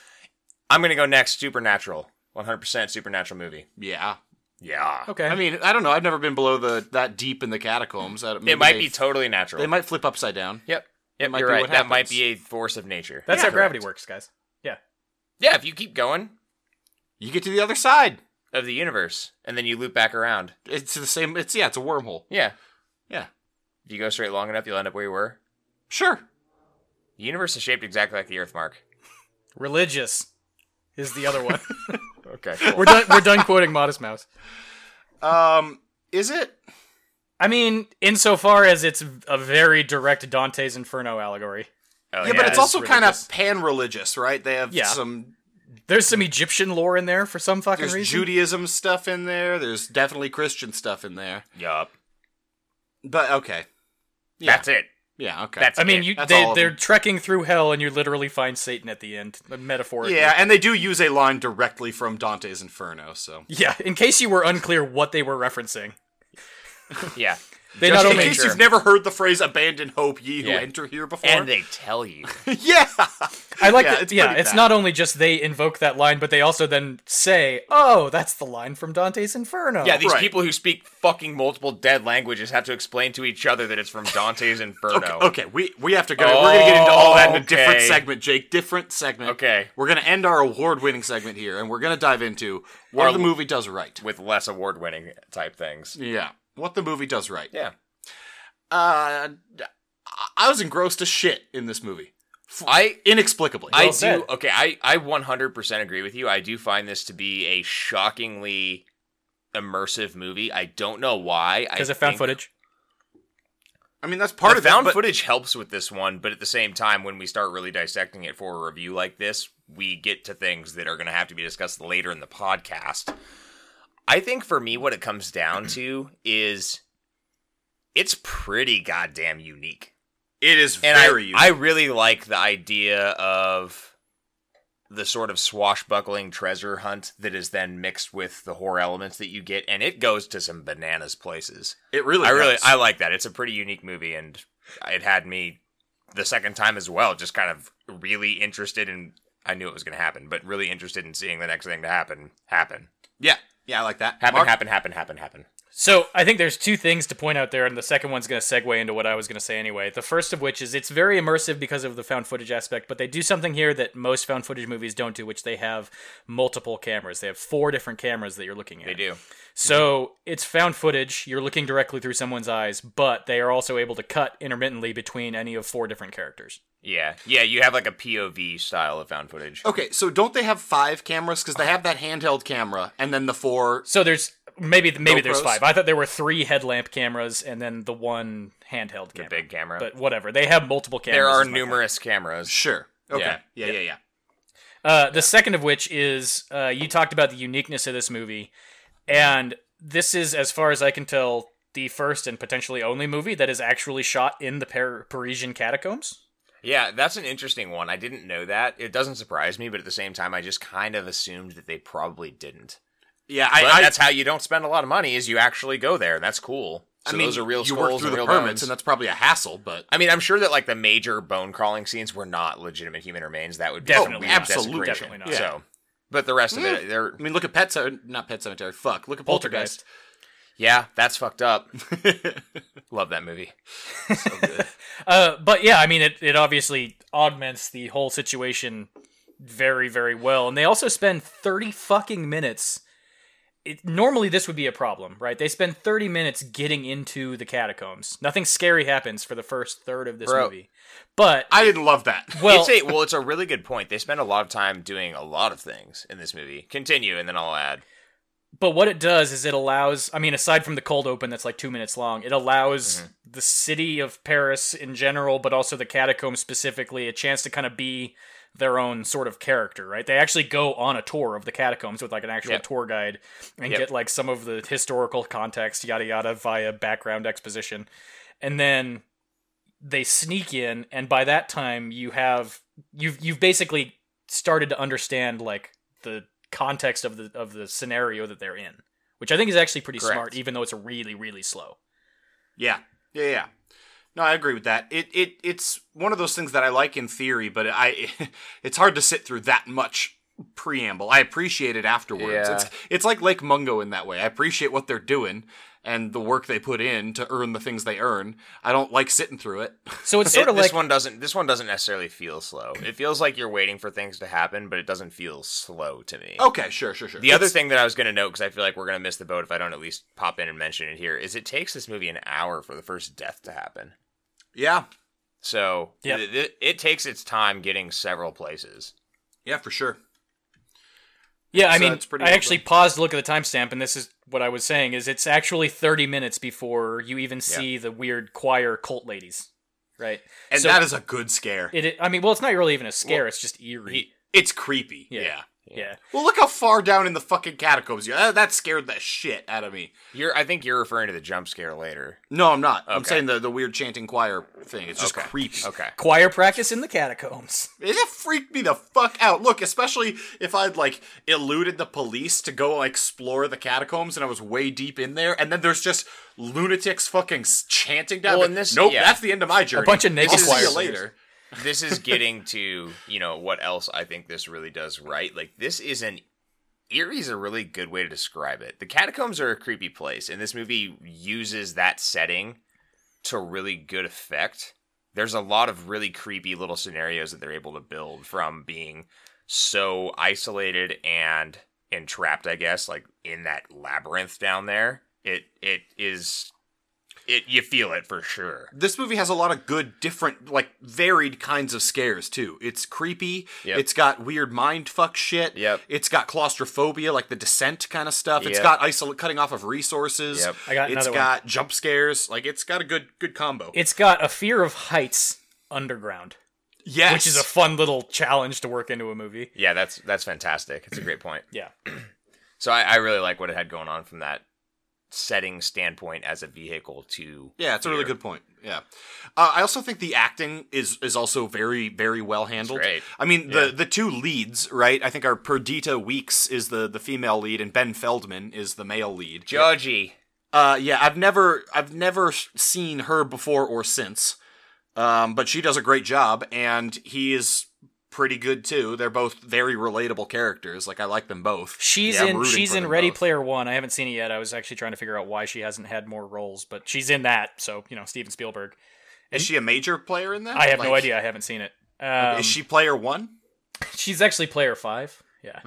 [SPEAKER 3] I'm gonna go next. Supernatural. 100% supernatural movie.
[SPEAKER 2] Yeah.
[SPEAKER 3] Yeah.
[SPEAKER 1] Okay.
[SPEAKER 2] I mean, I don't know. I've never been below the that deep in the catacombs. I,
[SPEAKER 3] It might be totally natural.
[SPEAKER 2] They might flip upside down.
[SPEAKER 3] Yep.
[SPEAKER 2] It
[SPEAKER 3] Yep,
[SPEAKER 2] might
[SPEAKER 3] you're
[SPEAKER 2] be
[SPEAKER 3] right.
[SPEAKER 2] what
[SPEAKER 3] That might
[SPEAKER 2] happens.
[SPEAKER 3] be a force of nature.
[SPEAKER 1] that's
[SPEAKER 2] Yeah,
[SPEAKER 1] how gravity
[SPEAKER 2] correct.
[SPEAKER 1] works, guys.
[SPEAKER 3] Yeah, if you keep going
[SPEAKER 2] You get to the other side.
[SPEAKER 3] of the universe and then you loop back around.
[SPEAKER 2] It's the same. It's yeah. It's a wormhole.
[SPEAKER 3] Yeah.
[SPEAKER 2] Yeah.
[SPEAKER 3] If you go straight long enough, you'll end up where you were.
[SPEAKER 2] Sure.
[SPEAKER 3] The universe is shaped exactly like the Earth, Mark.
[SPEAKER 1] Religious is the other one.
[SPEAKER 3] Okay.
[SPEAKER 1] we're done. We're done quoting Modest Mouse.
[SPEAKER 2] Um, is it?
[SPEAKER 1] I mean, insofar as it's a very direct Dante's Inferno allegory,
[SPEAKER 3] Oh,
[SPEAKER 2] yeah, but it's
[SPEAKER 1] it's
[SPEAKER 2] also kind
[SPEAKER 1] religious.
[SPEAKER 2] of pan-religious, right? They have
[SPEAKER 1] Yeah.
[SPEAKER 2] some.
[SPEAKER 1] there's some Egyptian lore in there for some fucking
[SPEAKER 2] There's
[SPEAKER 1] reason.
[SPEAKER 2] Judaism stuff in there. There's definitely Christian stuff in there.
[SPEAKER 3] Yup.
[SPEAKER 2] But okay. Yeah.
[SPEAKER 3] That's it.
[SPEAKER 2] Yeah. Okay.
[SPEAKER 3] That's
[SPEAKER 1] I mean,
[SPEAKER 3] it.
[SPEAKER 1] you
[SPEAKER 2] That's all
[SPEAKER 1] they,
[SPEAKER 2] of
[SPEAKER 1] they're
[SPEAKER 2] them.
[SPEAKER 1] trekking through hell, and you literally find Satan at the end, metaphorically.
[SPEAKER 2] yeah, and they do use a line directly from Dante's Inferno. So
[SPEAKER 1] Yeah, in case you were unclear what they were referencing.
[SPEAKER 3] Yeah.
[SPEAKER 1] They
[SPEAKER 3] Just
[SPEAKER 1] not
[SPEAKER 3] in
[SPEAKER 2] in
[SPEAKER 1] only
[SPEAKER 2] case
[SPEAKER 3] Sure.
[SPEAKER 2] you've never heard the phrase "abandon hope, ye who
[SPEAKER 3] Yeah.
[SPEAKER 2] enter here" before,
[SPEAKER 3] And they tell you.
[SPEAKER 2] yeah,
[SPEAKER 1] I like
[SPEAKER 2] Yeah,
[SPEAKER 1] that.
[SPEAKER 2] it's
[SPEAKER 1] yeah,
[SPEAKER 2] pretty
[SPEAKER 1] it's
[SPEAKER 2] bad.
[SPEAKER 1] not only just they invoke that line, but they also then say, "Oh, that's the line from Dante's Inferno."
[SPEAKER 3] Yeah, these
[SPEAKER 2] Right.
[SPEAKER 3] people who speak fucking multiple dead languages have to explain to each other that it's from Dante's Inferno.
[SPEAKER 2] okay, we we have to go. We're gonna get into all that in a different
[SPEAKER 3] Okay.
[SPEAKER 2] segment, Jake. Different segment.
[SPEAKER 3] Okay.
[SPEAKER 2] we're gonna end our award-winning segment here, and we're gonna dive into what
[SPEAKER 3] Our-
[SPEAKER 2] the movie does right.
[SPEAKER 3] With less award winning type things.
[SPEAKER 2] Yeah, what the movie does right.
[SPEAKER 3] Yeah.
[SPEAKER 2] Uh, I- I was engrossed as shit in this movie,
[SPEAKER 3] I
[SPEAKER 2] inexplicably.
[SPEAKER 3] I
[SPEAKER 1] Well
[SPEAKER 3] do.
[SPEAKER 1] said.
[SPEAKER 3] Okay, I I 100% agree with you. I do find this to be a shockingly immersive movie. I don't know why.
[SPEAKER 1] because it found
[SPEAKER 3] think
[SPEAKER 1] footage.
[SPEAKER 2] I mean, that's
[SPEAKER 3] the
[SPEAKER 2] part of
[SPEAKER 3] found
[SPEAKER 2] it. but-
[SPEAKER 3] footage helps with this one, but at the same time, when we start really dissecting it for a review like this, we get to things that are going to have to be discussed later in the podcast. I think for me, what it comes down to is it's pretty goddamn unique.
[SPEAKER 2] it is
[SPEAKER 3] and I,
[SPEAKER 2] very.
[SPEAKER 3] I really like the idea of the sort of swashbuckling treasure hunt that is then mixed with the horror elements that you get, and it goes to some bananas places.
[SPEAKER 2] it really.
[SPEAKER 3] I really,
[SPEAKER 2] does.
[SPEAKER 3] I like that. It's a pretty unique movie, and it had me the second time as well, just kind of really interested in. I knew it was going to happen, but really interested in seeing the next thing to happen happen.
[SPEAKER 2] Yeah, yeah, I like that.
[SPEAKER 3] Happen,
[SPEAKER 2] Mark?
[SPEAKER 3] happen, happen, happen, happen.
[SPEAKER 1] So I think there's two things to point out there, and the second one's going to segue into what I was going to say anyway. The first of which is it's very immersive because of the found footage aspect, but they do something here that most found footage movies don't do, which they have multiple cameras. They have four different cameras that you're looking at.
[SPEAKER 3] They do.
[SPEAKER 1] So it's found footage. You're looking directly through someone's eyes, but they are also able to cut intermittently between any of four different characters.
[SPEAKER 3] Yeah. Yeah, you have like a POV style of found
[SPEAKER 2] Oh,
[SPEAKER 3] footage.
[SPEAKER 2] Okay, so don't they have five cameras? Because they have that handheld camera, and then the four.
[SPEAKER 1] So there's Maybe maybe
[SPEAKER 3] GoPros?
[SPEAKER 1] there's five. I thought there were three headlamp cameras and then the one handheld
[SPEAKER 3] The
[SPEAKER 1] camera.
[SPEAKER 3] big camera.
[SPEAKER 1] But whatever, they have multiple cameras.
[SPEAKER 3] there are
[SPEAKER 1] is my point.
[SPEAKER 3] numerous cameras.
[SPEAKER 2] Sure. Okay. Yeah.
[SPEAKER 3] Yeah.
[SPEAKER 2] Yeah. Yeah. Yeah.
[SPEAKER 1] Uh, the second of which is uh, you talked about the uniqueness of this movie, and this is, as far as I can tell, the first and potentially only movie that is actually shot in the Par- Parisian catacombs.
[SPEAKER 3] Yeah, that's an interesting one. I didn't know that. It doesn't surprise me, but at the same time, I just kind of assumed that they probably didn't. But
[SPEAKER 2] I, I,
[SPEAKER 3] that's how you don't spend a lot of money is you actually go there, and that's cool.
[SPEAKER 2] I
[SPEAKER 3] So
[SPEAKER 2] mean,
[SPEAKER 3] those are real
[SPEAKER 2] you
[SPEAKER 3] skulls
[SPEAKER 2] work through
[SPEAKER 3] and
[SPEAKER 2] the
[SPEAKER 3] real
[SPEAKER 2] permits,
[SPEAKER 3] bones.
[SPEAKER 2] and that's probably a hassle, but
[SPEAKER 3] I mean, I'm sure that like the major bone crawling scenes were not legitimate human remains. That would be
[SPEAKER 1] Definitely
[SPEAKER 3] a weird
[SPEAKER 1] not.
[SPEAKER 2] Absolutely.
[SPEAKER 3] desecration.
[SPEAKER 1] Definitely not.
[SPEAKER 2] Yeah.
[SPEAKER 3] So, but the rest of it, they're
[SPEAKER 2] I mean, look at Pet Cemetery. Not Pet Cemetery. Fuck. Look at Poltergeist.
[SPEAKER 3] yeah, that's fucked up. Love that movie.
[SPEAKER 1] Uh, but yeah, I mean, it, it obviously augments the whole situation very, very well. And they also spend 30 fucking minutes. It, normally, this would be a problem, right? They spend 30 minutes getting into the catacombs. Nothing scary happens for the first third of this
[SPEAKER 3] Bro.
[SPEAKER 1] movie. But,
[SPEAKER 2] I didn't love that.
[SPEAKER 1] well,
[SPEAKER 3] it's a, well, it's a really good point. They spend a lot of time doing a lot of things in this movie. Continue, and then I'll add.
[SPEAKER 1] but what it does is it allows i mean aside from the cold open that's like two minutes long it allows the city of paris in general but also the catacombs specifically a chance to kind of be their own sort of character right they actually go on a tour of the catacombs with like an actual
[SPEAKER 3] Yep.
[SPEAKER 1] tour guide and
[SPEAKER 3] Yep.
[SPEAKER 1] get like some of the historical context yada yada via background exposition and then they sneak in and by that time you have you've you've basically started to understand like the context of the of the scenario that they're in which i think is actually pretty
[SPEAKER 3] Correct.
[SPEAKER 1] smart even though it's really really slow
[SPEAKER 2] Yeah. Yeah, yeah. No, I agree with that. It it it's one of those things that I like in theory, but I it's hard to sit through that much preamble. I appreciate it afterwards.
[SPEAKER 3] Yeah.
[SPEAKER 2] It's it's like Lake Mungo in that way. I appreciate what they're doing and the work they put in to earn the things they earn. I don't like sitting through it.
[SPEAKER 1] so it's sort
[SPEAKER 3] It-
[SPEAKER 1] of
[SPEAKER 3] this
[SPEAKER 1] like
[SPEAKER 3] one doesn't. This one doesn't necessarily feel slow. It feels like you're waiting for things to happen, but it doesn't feel slow to me.
[SPEAKER 1] Oh,
[SPEAKER 2] okay, sure, sure, sure.
[SPEAKER 3] The other thing that I was going to note, because I feel like we're going to miss the boat if I don't at least pop in and mention it here, is it takes this movie an hour for the first death to happen.
[SPEAKER 2] Yeah.
[SPEAKER 3] So
[SPEAKER 1] Yep.
[SPEAKER 3] th- th- it takes its time getting several places.
[SPEAKER 2] Yeah, for sure.
[SPEAKER 1] yeah i
[SPEAKER 2] so
[SPEAKER 1] mean
[SPEAKER 2] it's pretty
[SPEAKER 1] i
[SPEAKER 2] well
[SPEAKER 1] actually paused to look at the timestamp and this is what i was saying is it's actually 30 minutes before you even see the weird choir cult ladies right
[SPEAKER 2] And
[SPEAKER 1] So-
[SPEAKER 2] that is a good scare.
[SPEAKER 1] it i mean well it's not really even a scare it's just eerie
[SPEAKER 2] He- it's creepy.
[SPEAKER 1] Yeah.
[SPEAKER 2] yeah.
[SPEAKER 1] yeah
[SPEAKER 2] Well, look how far down in the fucking catacombs you. Uh, that scared the shit out of me.
[SPEAKER 3] You're, I think you're referring to the jump scare later.
[SPEAKER 2] No, I'm not. I'm
[SPEAKER 3] Okay.
[SPEAKER 2] saying the, the weird chanting choir thing. It's just
[SPEAKER 3] Okay.
[SPEAKER 2] creepy.
[SPEAKER 3] Okay.
[SPEAKER 1] choir practice in the catacombs
[SPEAKER 2] It just freaked me the fuck out. Look, especially if I'd like eluded the police to go explore the catacombs and I was way deep in there, and then there's just lunatics fucking s- chanting down.
[SPEAKER 3] Well,
[SPEAKER 2] there.
[SPEAKER 3] and this-
[SPEAKER 2] nope,
[SPEAKER 3] yeah.
[SPEAKER 2] that's the end of my journey.
[SPEAKER 1] bunch of naked
[SPEAKER 2] I'll see
[SPEAKER 1] choir
[SPEAKER 2] you
[SPEAKER 1] singers.
[SPEAKER 2] later.
[SPEAKER 3] this is getting to you know what else I think this really does right. Like this is an eerie is a really good way to describe it. The catacombs are a creepy place, and this movie uses that setting to really good effect. There's a lot of really creepy little scenarios that they're able to build from being so isolated and entrapped, I guess, like in that labyrinth down there. It it is it you feel it for sure.
[SPEAKER 2] This movie has a lot of good, different, like varied kinds of scares too. It's creepy.
[SPEAKER 3] Yep.
[SPEAKER 2] It's got weird mind fuck shit.
[SPEAKER 3] Yep.
[SPEAKER 2] It's got claustrophobia, like the descent kind of stuff. It's
[SPEAKER 3] Yep.
[SPEAKER 2] got isol- cutting off of resources.
[SPEAKER 3] Yep.
[SPEAKER 1] I got
[SPEAKER 2] It's
[SPEAKER 1] another one.
[SPEAKER 2] got jump scares. Like it's got a good good combo.
[SPEAKER 1] it's got a fear of heights underground
[SPEAKER 2] yes.
[SPEAKER 1] which is a fun little challenge to work into a movie.
[SPEAKER 3] Yeah, that's that's fantastic. It's a great point.
[SPEAKER 1] Yeah.
[SPEAKER 3] So I, I really like what it had going on from that setting standpoint as a vehicle to
[SPEAKER 2] yeah, it's a really
[SPEAKER 3] fear.
[SPEAKER 2] good point. Yeah, uh, I also think the acting is is also very very well handled.
[SPEAKER 3] great.
[SPEAKER 2] I mean the the two leads, right? I think our Perdita Weeks is the the female lead, and Ben Feldman is the male lead.
[SPEAKER 3] Georgie.
[SPEAKER 2] Uh, yeah, I've never I've never s- seen her before or since, um, but she does a great job, and he is pretty good too. They're both very relatable characters. Like I like them both.
[SPEAKER 1] She's
[SPEAKER 2] Yeah, I'm
[SPEAKER 1] in
[SPEAKER 2] rooting
[SPEAKER 1] she's
[SPEAKER 2] for
[SPEAKER 1] in
[SPEAKER 2] them
[SPEAKER 1] Ready
[SPEAKER 2] both.
[SPEAKER 1] Player One. I haven't seen it yet. I was actually trying to figure out why she hasn't had more roles, but she's in that. So you know Steven Spielberg.
[SPEAKER 2] Is she a major player in that?
[SPEAKER 1] I have no
[SPEAKER 2] Like,
[SPEAKER 1] idea. I haven't seen it. Um,
[SPEAKER 2] Is she player one?
[SPEAKER 1] she's actually player five. Yeah.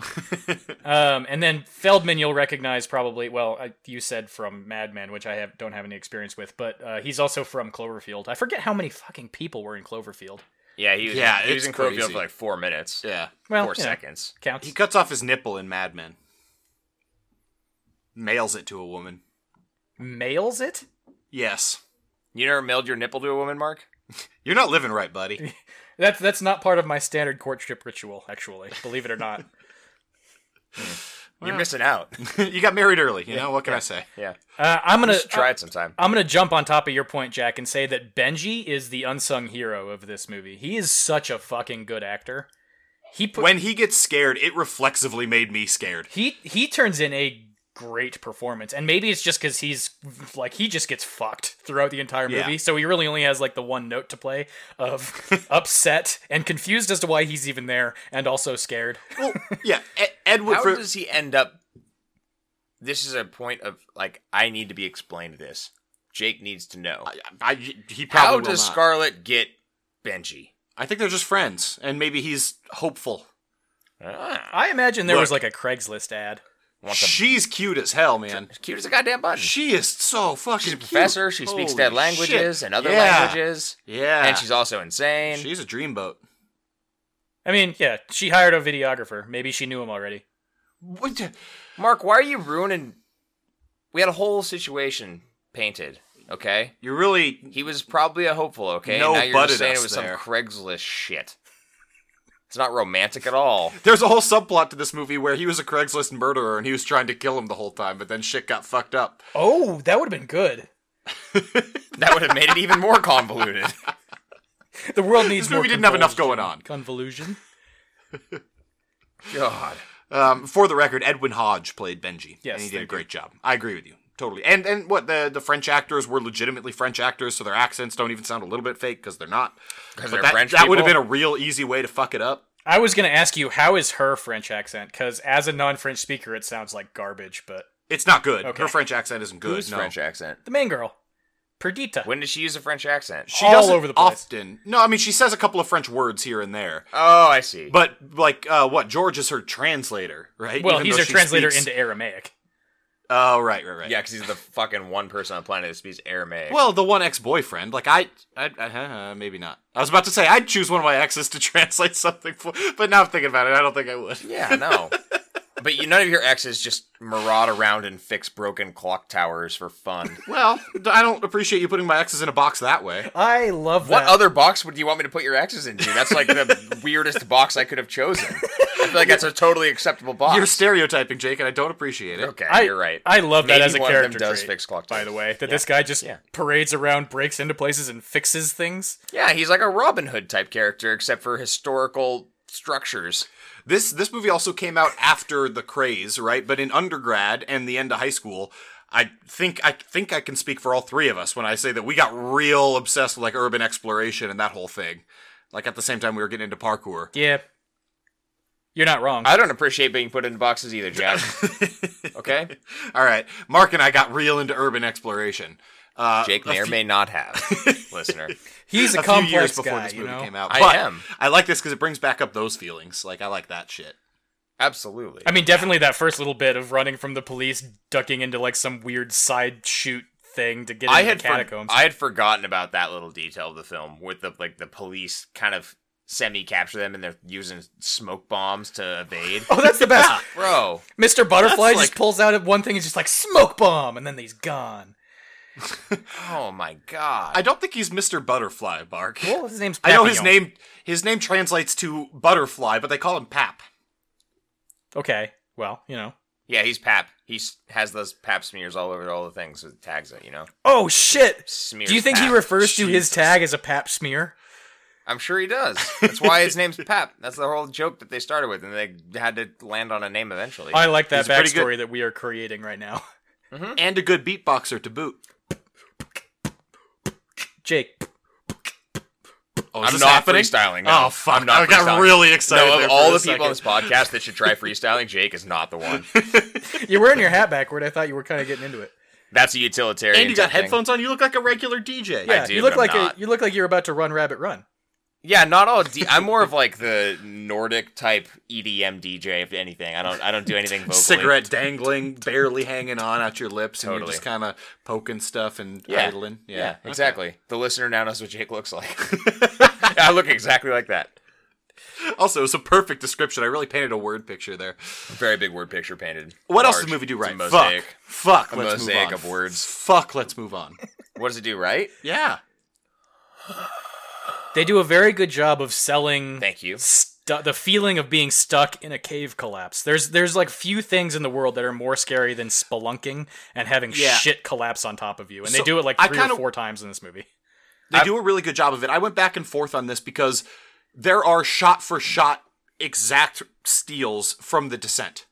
[SPEAKER 1] um, and then Feldman, you'll recognize probably. Well, I, you said from Mad Men, which I have don't have any experience with, but uh, he's also from Cloverfield. I forget how many fucking people were in Cloverfield.
[SPEAKER 3] Yeah, he was,
[SPEAKER 2] Yeah,
[SPEAKER 3] he
[SPEAKER 2] it's
[SPEAKER 3] was in Cloverfield
[SPEAKER 2] crazy.
[SPEAKER 3] for like four minutes.
[SPEAKER 2] Yeah.
[SPEAKER 1] Well,
[SPEAKER 3] four
[SPEAKER 1] you know,
[SPEAKER 3] seconds.
[SPEAKER 1] counts.
[SPEAKER 2] He cuts off his nipple in Mad Men. mails it to a woman.
[SPEAKER 1] Mails it?
[SPEAKER 2] Yes.
[SPEAKER 3] You never mailed your nipple to a woman, Mark?
[SPEAKER 2] You're not living right, buddy.
[SPEAKER 1] That's that's not part of my standard courtship ritual, actually. Believe it or not.
[SPEAKER 3] You're missing out.
[SPEAKER 2] you got married early, you know? What can I say?
[SPEAKER 3] yeah.
[SPEAKER 1] Uh, I'm gonna
[SPEAKER 3] Just try it sometime.
[SPEAKER 2] uh,
[SPEAKER 1] I'm gonna jump on top of your point, Jack, and say that Benji is the unsung hero of this movie. He is such a fucking good actor. He put,
[SPEAKER 2] When he gets scared, it reflexively made me scared.
[SPEAKER 1] he he turns in a great performance, and maybe it's just because he's like he just gets fucked throughout the entire
[SPEAKER 2] Yeah.
[SPEAKER 1] movie, so he really only has like the one note to play of upset and confused as to why he's even there, and also scared.
[SPEAKER 2] Well, yeah, Ed- Edward.
[SPEAKER 3] How
[SPEAKER 2] for-
[SPEAKER 3] does he end up? This is a point of like I need to be explained. This Jake needs to know.
[SPEAKER 2] I, I, he probably
[SPEAKER 3] How
[SPEAKER 2] will
[SPEAKER 3] does
[SPEAKER 2] not.
[SPEAKER 3] Scarlet get Benji?
[SPEAKER 2] I think they're just friends, and maybe he's hopeful.
[SPEAKER 3] Ah,
[SPEAKER 1] I imagine there was
[SPEAKER 2] Look.
[SPEAKER 1] like a Craigslist ad.
[SPEAKER 3] wants a-
[SPEAKER 2] She's cute as hell, man.
[SPEAKER 3] as cute as a goddamn button.
[SPEAKER 2] She is so fucking.
[SPEAKER 3] she's a
[SPEAKER 2] cute.
[SPEAKER 3] professor. She speaks
[SPEAKER 2] Holy
[SPEAKER 3] dead languages
[SPEAKER 2] shit.
[SPEAKER 3] and other
[SPEAKER 2] Yeah.
[SPEAKER 3] languages,
[SPEAKER 2] Yeah,
[SPEAKER 3] and she's also insane.
[SPEAKER 2] she's a dreamboat.
[SPEAKER 1] I mean, yeah, she hired a videographer. Maybe she knew him already.
[SPEAKER 2] What the-
[SPEAKER 3] Mark, why are you ruining? We had a whole situation painted. Okay,
[SPEAKER 2] You're really
[SPEAKER 3] he was probably a hopeful. Okay,
[SPEAKER 2] No
[SPEAKER 3] now you're
[SPEAKER 2] butted
[SPEAKER 3] just saying
[SPEAKER 2] us
[SPEAKER 3] it was
[SPEAKER 2] there.
[SPEAKER 3] some Craigslist shit. It's not romantic at all.
[SPEAKER 2] There's a whole subplot to this movie where he was a Craigslist murderer and he was trying to kill him the whole time, but then shit got fucked up.
[SPEAKER 1] Oh, that would have been good.
[SPEAKER 3] That would have made it even more convoluted.
[SPEAKER 1] The world needs
[SPEAKER 2] This movie
[SPEAKER 1] more
[SPEAKER 2] didn't have enough
[SPEAKER 1] convolution.
[SPEAKER 2] going on.
[SPEAKER 1] Convolution.
[SPEAKER 3] God.
[SPEAKER 2] Um, for the record, Edwin Hodge played Benji.
[SPEAKER 1] Yes,
[SPEAKER 2] and he
[SPEAKER 1] thank
[SPEAKER 2] did a
[SPEAKER 1] you.
[SPEAKER 2] great job. I agree with you totally. And and what the the French actors were legitimately French actors, so their accents don't even sound a little bit fake because they're not.
[SPEAKER 3] 'Cause
[SPEAKER 2] But
[SPEAKER 3] they're
[SPEAKER 2] that,
[SPEAKER 3] French
[SPEAKER 2] That would have
[SPEAKER 3] people?
[SPEAKER 2] been a real easy way to fuck it up.
[SPEAKER 1] I was going to ask you how is her French accent cuz as a non-French speaker it sounds like garbage, but
[SPEAKER 2] It's not good.
[SPEAKER 1] Okay.
[SPEAKER 2] Her French accent isn't good.
[SPEAKER 3] Who's
[SPEAKER 2] no.
[SPEAKER 3] French accent?
[SPEAKER 1] the main girl, Perdita.
[SPEAKER 3] When does she use a French accent?
[SPEAKER 2] She
[SPEAKER 1] All
[SPEAKER 2] does it
[SPEAKER 1] over the place.
[SPEAKER 2] Often, no. I mean, she says a couple of French words here and there,
[SPEAKER 3] Oh, I see.
[SPEAKER 2] but like uh, what? George is her translator, right?
[SPEAKER 1] well,
[SPEAKER 2] e- Even
[SPEAKER 1] he's
[SPEAKER 2] though
[SPEAKER 1] her
[SPEAKER 2] she
[SPEAKER 1] translator
[SPEAKER 2] speaks-
[SPEAKER 1] into Aramaic.
[SPEAKER 2] Oh, right, right, right.
[SPEAKER 3] yeah, because he's the fucking one person on the planet that speaks Aramaic.
[SPEAKER 2] Well, the one ex-boyfriend, like I, I, I uh, maybe not. I was about to say I'd choose one of my exes to translate something for, but now I'm thinking about it, I don't think I would.
[SPEAKER 3] yeah, no. but you, none of your exes just maraud around and fix broken clock towers for fun.
[SPEAKER 2] Well, I don't appreciate you putting my exes in a box that way.
[SPEAKER 1] I love
[SPEAKER 3] What
[SPEAKER 1] that.
[SPEAKER 3] other box would you want me to put your exes into? That's like the weirdest box I could have chosen. I feel like that's a totally acceptable box.
[SPEAKER 2] You're stereotyping, Jake, and I don't appreciate it.
[SPEAKER 3] okay,
[SPEAKER 1] I,
[SPEAKER 3] you're right.
[SPEAKER 1] I love that
[SPEAKER 3] Maybe
[SPEAKER 1] as a
[SPEAKER 3] one
[SPEAKER 1] character
[SPEAKER 3] of them does
[SPEAKER 1] trait,
[SPEAKER 3] fix clock towers.
[SPEAKER 1] by the way, that this guy just
[SPEAKER 3] Yeah.
[SPEAKER 1] parades around, breaks into places and fixes things.
[SPEAKER 3] Yeah, he's like a Robin Hood type character, except for historical structures.
[SPEAKER 2] This this movie also came out after the craze, right? But in undergrad and the end of high school, I think I think I can speak for all three of us when I say that we got real obsessed with like urban exploration and that whole thing. Like at the same time we were getting into parkour.
[SPEAKER 1] Yeah. You're not wrong.
[SPEAKER 3] I don't appreciate being put into boxes either, Jack. Okay?
[SPEAKER 2] All right, Mark and I got real into urban exploration. Uh,
[SPEAKER 3] Jake may or may not have, listener.
[SPEAKER 1] He's a,
[SPEAKER 2] a few
[SPEAKER 1] complex
[SPEAKER 2] years before
[SPEAKER 1] guy,
[SPEAKER 2] this movie
[SPEAKER 1] you know?
[SPEAKER 2] came out.
[SPEAKER 3] I
[SPEAKER 2] but
[SPEAKER 3] am.
[SPEAKER 2] I like this because it brings back up those feelings. Like I like that shit.
[SPEAKER 3] Absolutely.
[SPEAKER 1] I mean, definitely that first little bit of running from the police, ducking into like some weird side shoot thing to get into
[SPEAKER 3] I had
[SPEAKER 1] the
[SPEAKER 3] for-
[SPEAKER 1] catacombs.
[SPEAKER 3] I had forgotten about that little detail of the film with the like the police kind of semi capture them and they're using smoke bombs to evade.
[SPEAKER 1] oh, that's the best.
[SPEAKER 3] Bro,
[SPEAKER 1] Mr. Butterfly
[SPEAKER 2] That's
[SPEAKER 1] just
[SPEAKER 2] like-
[SPEAKER 1] pulls out at one thing and just like smoke bomb, and then he's gone.
[SPEAKER 3] oh my god.
[SPEAKER 2] I don't think he's Mr. Butterfly, Mark.
[SPEAKER 1] Well, his name's.
[SPEAKER 2] I know his
[SPEAKER 1] Papillon.
[SPEAKER 2] name. His name translates to butterfly, but they call him Pap.
[SPEAKER 1] Okay. Well, you know.
[SPEAKER 3] yeah, he's Pap. He has those Pap smears all over all the things with tags it, you know.
[SPEAKER 1] Oh shit!
[SPEAKER 3] Smears
[SPEAKER 1] Do you think he
[SPEAKER 3] Pap.
[SPEAKER 1] refers to his
[SPEAKER 3] Jesus.
[SPEAKER 1] tag as a pap smear?
[SPEAKER 3] I'm sure he does. That's why his name's Pap. That's the whole joke that they started with, and they had to land on a name eventually.
[SPEAKER 1] I like that
[SPEAKER 2] He's a pretty good-
[SPEAKER 1] backstory that we are creating right now.
[SPEAKER 2] and a good beatboxer to boot.
[SPEAKER 1] Jake,
[SPEAKER 2] Oh,
[SPEAKER 3] I'm not freestyling. No.
[SPEAKER 2] Oh fuck!
[SPEAKER 3] I'm not
[SPEAKER 2] I got
[SPEAKER 3] freestyling.
[SPEAKER 2] really excited.
[SPEAKER 3] No,
[SPEAKER 2] there for
[SPEAKER 3] of all
[SPEAKER 2] a
[SPEAKER 3] the people on this
[SPEAKER 2] second.
[SPEAKER 3] podcast that should try freestyling, Jake is not the one.
[SPEAKER 1] you're wearing your hat backward. I thought you were kind of getting into it.
[SPEAKER 3] That's a utilitarian.
[SPEAKER 2] and you got
[SPEAKER 3] type thing.
[SPEAKER 2] headphones on. You look like a regular DJ.
[SPEAKER 1] Yeah,
[SPEAKER 3] do,
[SPEAKER 1] you look
[SPEAKER 3] but I'm
[SPEAKER 1] like a,
[SPEAKER 3] not.
[SPEAKER 1] you look like you're about to run Rabbit Run.
[SPEAKER 3] Yeah, not all. D- I'm more of like the Nordic type E EDM DJ. If anything, I don't. I don't do anything vocally.
[SPEAKER 2] Cigarette dangling, barely hanging on out your lips, and you're
[SPEAKER 3] Totally.
[SPEAKER 2] just kind of poking stuff and
[SPEAKER 3] Yeah.
[SPEAKER 2] idling.
[SPEAKER 3] Yeah,
[SPEAKER 2] Yeah,
[SPEAKER 3] exactly. The listener now knows what Jake looks like. I look exactly like that.
[SPEAKER 2] Also, it's a perfect description. I really painted a word picture there.
[SPEAKER 3] Very big word picture painted.
[SPEAKER 2] What else
[SPEAKER 3] Large.
[SPEAKER 2] did the movie do
[SPEAKER 3] It's a
[SPEAKER 2] right?
[SPEAKER 3] mosaic.
[SPEAKER 2] Fuck. Fuck.
[SPEAKER 3] A
[SPEAKER 2] let's
[SPEAKER 3] mosaic
[SPEAKER 2] move on.
[SPEAKER 3] of words.
[SPEAKER 2] Fuck. Let's move on.
[SPEAKER 3] What does it do right?
[SPEAKER 2] Yeah.
[SPEAKER 1] They do a very good job of selling
[SPEAKER 3] Thank you.
[SPEAKER 1] stu- the feeling of being stuck in a cave collapse. There's there's like few things in the world that are more scary than spelunking and having
[SPEAKER 2] Yeah.
[SPEAKER 1] shit collapse on top of you. And
[SPEAKER 2] So,
[SPEAKER 1] they do it like
[SPEAKER 2] I
[SPEAKER 1] three
[SPEAKER 2] kinda-
[SPEAKER 1] or four times in this movie.
[SPEAKER 2] They do a really good job of it. I went back and forth on this because there are shot for shot exact steals from the descent.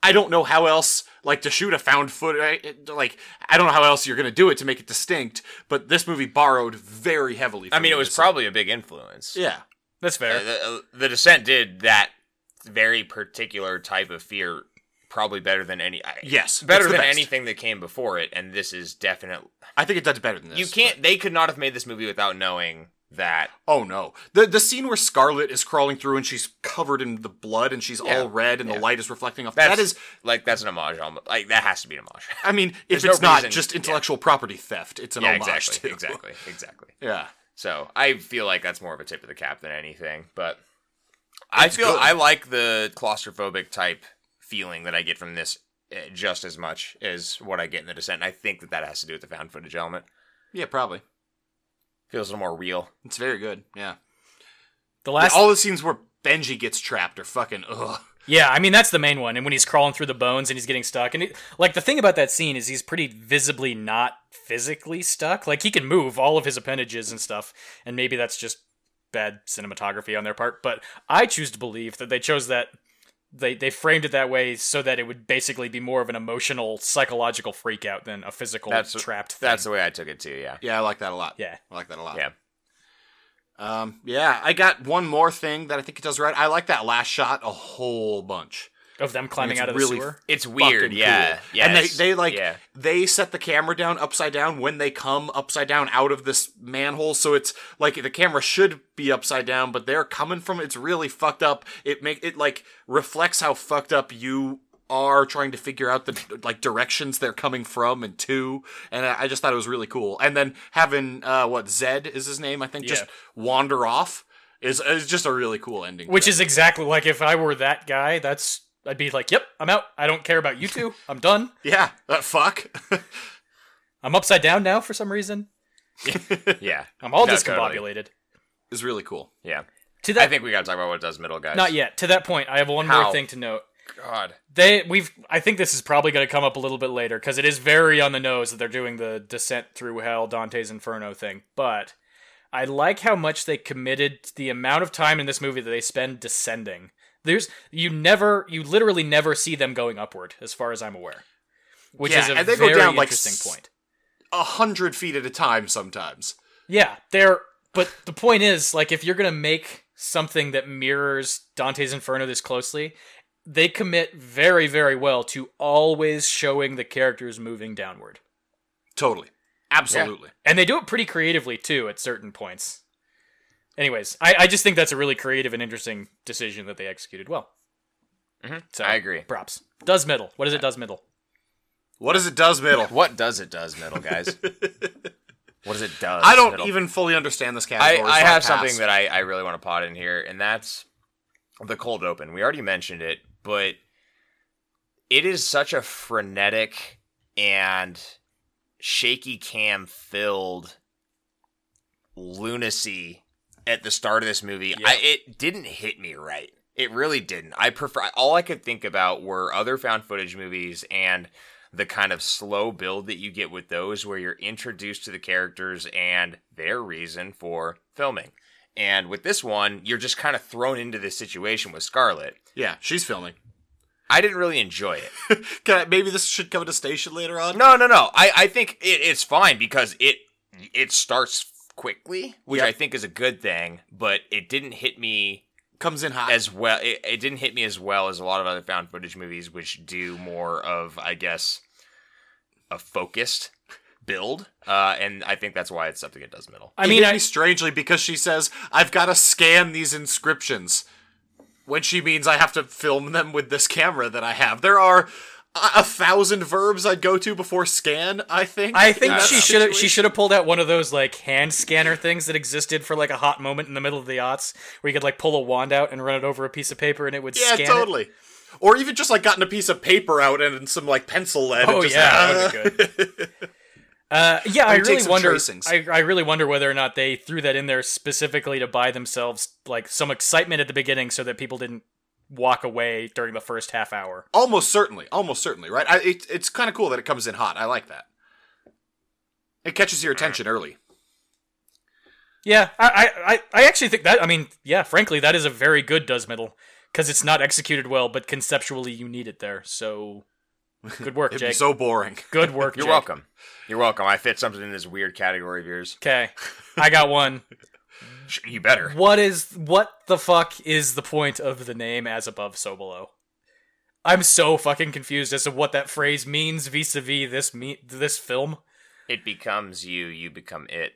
[SPEAKER 2] I don't know how else, like, to shoot a found foot, I- it- like, I don't know how else you're going to do it to make it distinct, but this movie borrowed very heavily from
[SPEAKER 3] I mean, it
[SPEAKER 2] The
[SPEAKER 3] was
[SPEAKER 2] Descent.
[SPEAKER 3] probably a big influence.
[SPEAKER 2] Yeah.
[SPEAKER 1] That's fair.
[SPEAKER 3] Uh, the, uh, the Descent did that very particular type of fear probably better than any. I-
[SPEAKER 2] Yes.
[SPEAKER 3] Better
[SPEAKER 2] it's the
[SPEAKER 3] than
[SPEAKER 2] best.
[SPEAKER 3] anything that came before it, and this is definitely.
[SPEAKER 2] I think it does better than this.
[SPEAKER 3] You can't. They could not have made this movie without knowing that.
[SPEAKER 2] Oh no. The the scene where Scarlet is crawling through and she's covered in the blood and she's
[SPEAKER 3] Yeah,
[SPEAKER 2] all red and
[SPEAKER 3] yeah.
[SPEAKER 2] the light is reflecting off.
[SPEAKER 3] That's,
[SPEAKER 2] that is
[SPEAKER 3] like that's an homage. almo- Like that has to be an homage.
[SPEAKER 2] I mean, if
[SPEAKER 3] There's no
[SPEAKER 2] it's not
[SPEAKER 3] reason-
[SPEAKER 2] just
[SPEAKER 3] yeah.
[SPEAKER 2] intellectual property theft, it's an
[SPEAKER 3] yeah,
[SPEAKER 2] homage
[SPEAKER 3] exactly,
[SPEAKER 2] too.
[SPEAKER 3] exactly, exactly.
[SPEAKER 2] Yeah.
[SPEAKER 3] So I feel like that's more of a tip of the cap than anything. But I feel
[SPEAKER 2] good.
[SPEAKER 3] I like the claustrophobic type feeling that I get from this eh, just as much as what I get in the descent. And I think that that has to do with the found footage element.
[SPEAKER 2] Yeah, probably.
[SPEAKER 3] Feels a little more real.
[SPEAKER 2] It's very good. Yeah.
[SPEAKER 1] the last
[SPEAKER 2] all the scenes where Benji gets trapped are fucking ugh.
[SPEAKER 1] Yeah, I mean that's the main one, and when he's crawling through the bones and he's getting stuck, and it, like the thing about that scene is he's pretty visibly not physically stuck. Like he can move all of his appendages and stuff, and maybe that's just bad cinematography on their part. But I choose to believe that they chose that they they framed it that way so that it would basically be more of an emotional, psychological freak out than a physical
[SPEAKER 3] That's-
[SPEAKER 1] trapped. Thing.
[SPEAKER 3] That's the way I took it too. Yeah.
[SPEAKER 2] Yeah, I like that a lot.
[SPEAKER 1] yeah.
[SPEAKER 2] I like that a lot.
[SPEAKER 3] Yeah.
[SPEAKER 2] Um, yeah, I got one more thing that I think it does right. I like that last shot a whole bunch.
[SPEAKER 1] Of them climbing
[SPEAKER 2] it's
[SPEAKER 1] out of
[SPEAKER 2] really
[SPEAKER 1] the sewer.
[SPEAKER 3] It's weird.
[SPEAKER 2] fucking
[SPEAKER 3] Yeah.
[SPEAKER 2] cool.
[SPEAKER 3] Yeah.
[SPEAKER 2] And they,
[SPEAKER 3] it's-
[SPEAKER 2] they like
[SPEAKER 3] yeah.
[SPEAKER 2] they set the camera down upside down when they come upside down out of this manhole. So it's like the camera should be upside down, but they're coming from it's really fucked up. It make it like reflects how fucked up you are trying to figure out the like directions they're coming from and to and I, I just thought it was really cool and then having uh what zed is his name i think just
[SPEAKER 1] Yeah.
[SPEAKER 2] wander off is, is just a really cool ending to
[SPEAKER 1] Which
[SPEAKER 2] it.
[SPEAKER 1] is exactly like if I were that guy, that's I'd be like, "Yep, I'm out. I don't care about you two. I'm done.
[SPEAKER 2] yeah uh, fuck
[SPEAKER 1] I'm upside down now for some reason.
[SPEAKER 3] Yeah.
[SPEAKER 1] I'm all
[SPEAKER 3] No,
[SPEAKER 1] discombobulated.
[SPEAKER 3] totally.
[SPEAKER 2] is really cool
[SPEAKER 3] Yeah.
[SPEAKER 1] To that,
[SPEAKER 3] I think we got to talk about what it does middle guys.
[SPEAKER 1] not yet. To that point, I have one
[SPEAKER 3] How?
[SPEAKER 1] more thing to note.
[SPEAKER 3] God.
[SPEAKER 1] They, we've, I think this is probably going to come up a little bit later because it is very on the nose that they're doing the descent through hell, Dante's Inferno thing. But I like how much they committed to the amount of time in this movie that they spend descending. There's you never, you literally never see them going upward, as far as I'm aware. Which
[SPEAKER 2] Yeah,
[SPEAKER 1] is a
[SPEAKER 2] and they go
[SPEAKER 1] very
[SPEAKER 2] down, like,
[SPEAKER 1] interesting
[SPEAKER 2] s-
[SPEAKER 1] point.
[SPEAKER 2] a hundred feet at a time sometimes
[SPEAKER 1] Yeah, they're but the point is, like, if you're gonna make something that mirrors Dante's Inferno this closely, they commit very, very well to always showing the characters moving downward.
[SPEAKER 2] Totally. Absolutely.
[SPEAKER 1] And they do it pretty creatively too at certain points. Anyways, I, I just think that's a really creative and interesting decision that they executed well. So
[SPEAKER 3] Mm-hmm. I agree.
[SPEAKER 1] Props. Does middle. What is it does middle?
[SPEAKER 2] What does it does middle?
[SPEAKER 3] What does it does middle guys? what does it does?
[SPEAKER 2] I don't
[SPEAKER 3] middle?
[SPEAKER 2] even fully understand this
[SPEAKER 3] I,
[SPEAKER 2] category.
[SPEAKER 3] I have something that I, I really want to pot in here, and that's the cold open. We already mentioned it, but it is such a frenetic and shaky cam filled lunacy at the start of this movie.
[SPEAKER 1] Yeah.
[SPEAKER 3] I, it didn't hit me right. It really didn't. I prefer all I could think about were other found footage movies and the kind of slow build that you get with those where you're introduced to the characters and their reason for filming. And with this one, you're just kind of thrown into this situation with Scarlett.
[SPEAKER 2] Yeah, she's filming.
[SPEAKER 3] I didn't really enjoy it.
[SPEAKER 2] Can I, maybe this should come to station later on.
[SPEAKER 3] No, no, no. I, I think it, it's fine because it it starts quickly, which
[SPEAKER 2] Yep.
[SPEAKER 3] I think is a good thing, but it didn't hit me
[SPEAKER 2] Comes in hot.
[SPEAKER 3] as well. It, it didn't hit me as well as a lot of other found footage movies, which do more of, I guess, a focused build. Uh, and I think that's why it's something it does middle.
[SPEAKER 1] I mean,
[SPEAKER 2] hit
[SPEAKER 1] I,
[SPEAKER 2] me strangely because she says I've got to scan these inscriptions, when she means I have to film them with this camera that I have. There are a thousand verbs I'd go to before scan. I think.
[SPEAKER 1] I think
[SPEAKER 2] in that
[SPEAKER 1] she should have she
[SPEAKER 2] situation.
[SPEAKER 1] should have pulled out one of those like hand scanner things that existed for like a hot moment in the middle of the aughts, where you could like pull a wand out and run it over a piece of paper and it would
[SPEAKER 2] Yeah,
[SPEAKER 1] scan. it.
[SPEAKER 2] totally. Or even just like gotten a piece of paper out and, and some like pencil lead. and
[SPEAKER 1] Oh
[SPEAKER 2] just,
[SPEAKER 1] yeah,
[SPEAKER 2] uh,
[SPEAKER 1] that would be good. Uh, yeah, I
[SPEAKER 2] Let me take
[SPEAKER 1] really
[SPEAKER 2] some
[SPEAKER 1] wonder.
[SPEAKER 2] tracings.
[SPEAKER 1] I, I really wonder whether or not they threw that in there specifically to buy themselves like some excitement at the beginning, so that people didn't walk away during the first half hour.
[SPEAKER 2] almost certainly, almost certainly, right? I, it, it's kind of cool that it comes in hot. I like that. It catches your attention early.
[SPEAKER 1] Yeah, I I, I- I actually think that. I mean, yeah, frankly, that is a very good does middle because it's not executed well, but conceptually you need it there. So good work,
[SPEAKER 2] It'd be
[SPEAKER 1] Jake.
[SPEAKER 2] so boring.
[SPEAKER 1] good work.
[SPEAKER 3] You're
[SPEAKER 1] Jake.
[SPEAKER 3] welcome. You're welcome. I fit something in this weird category of yours.
[SPEAKER 1] Okay, I got one.
[SPEAKER 3] Sh- You better.
[SPEAKER 1] What is what the fuck is the point of the name as above so below? I'm so fucking confused as to what that phrase means vis-a-vis this me- this film.
[SPEAKER 3] It becomes you. You become it.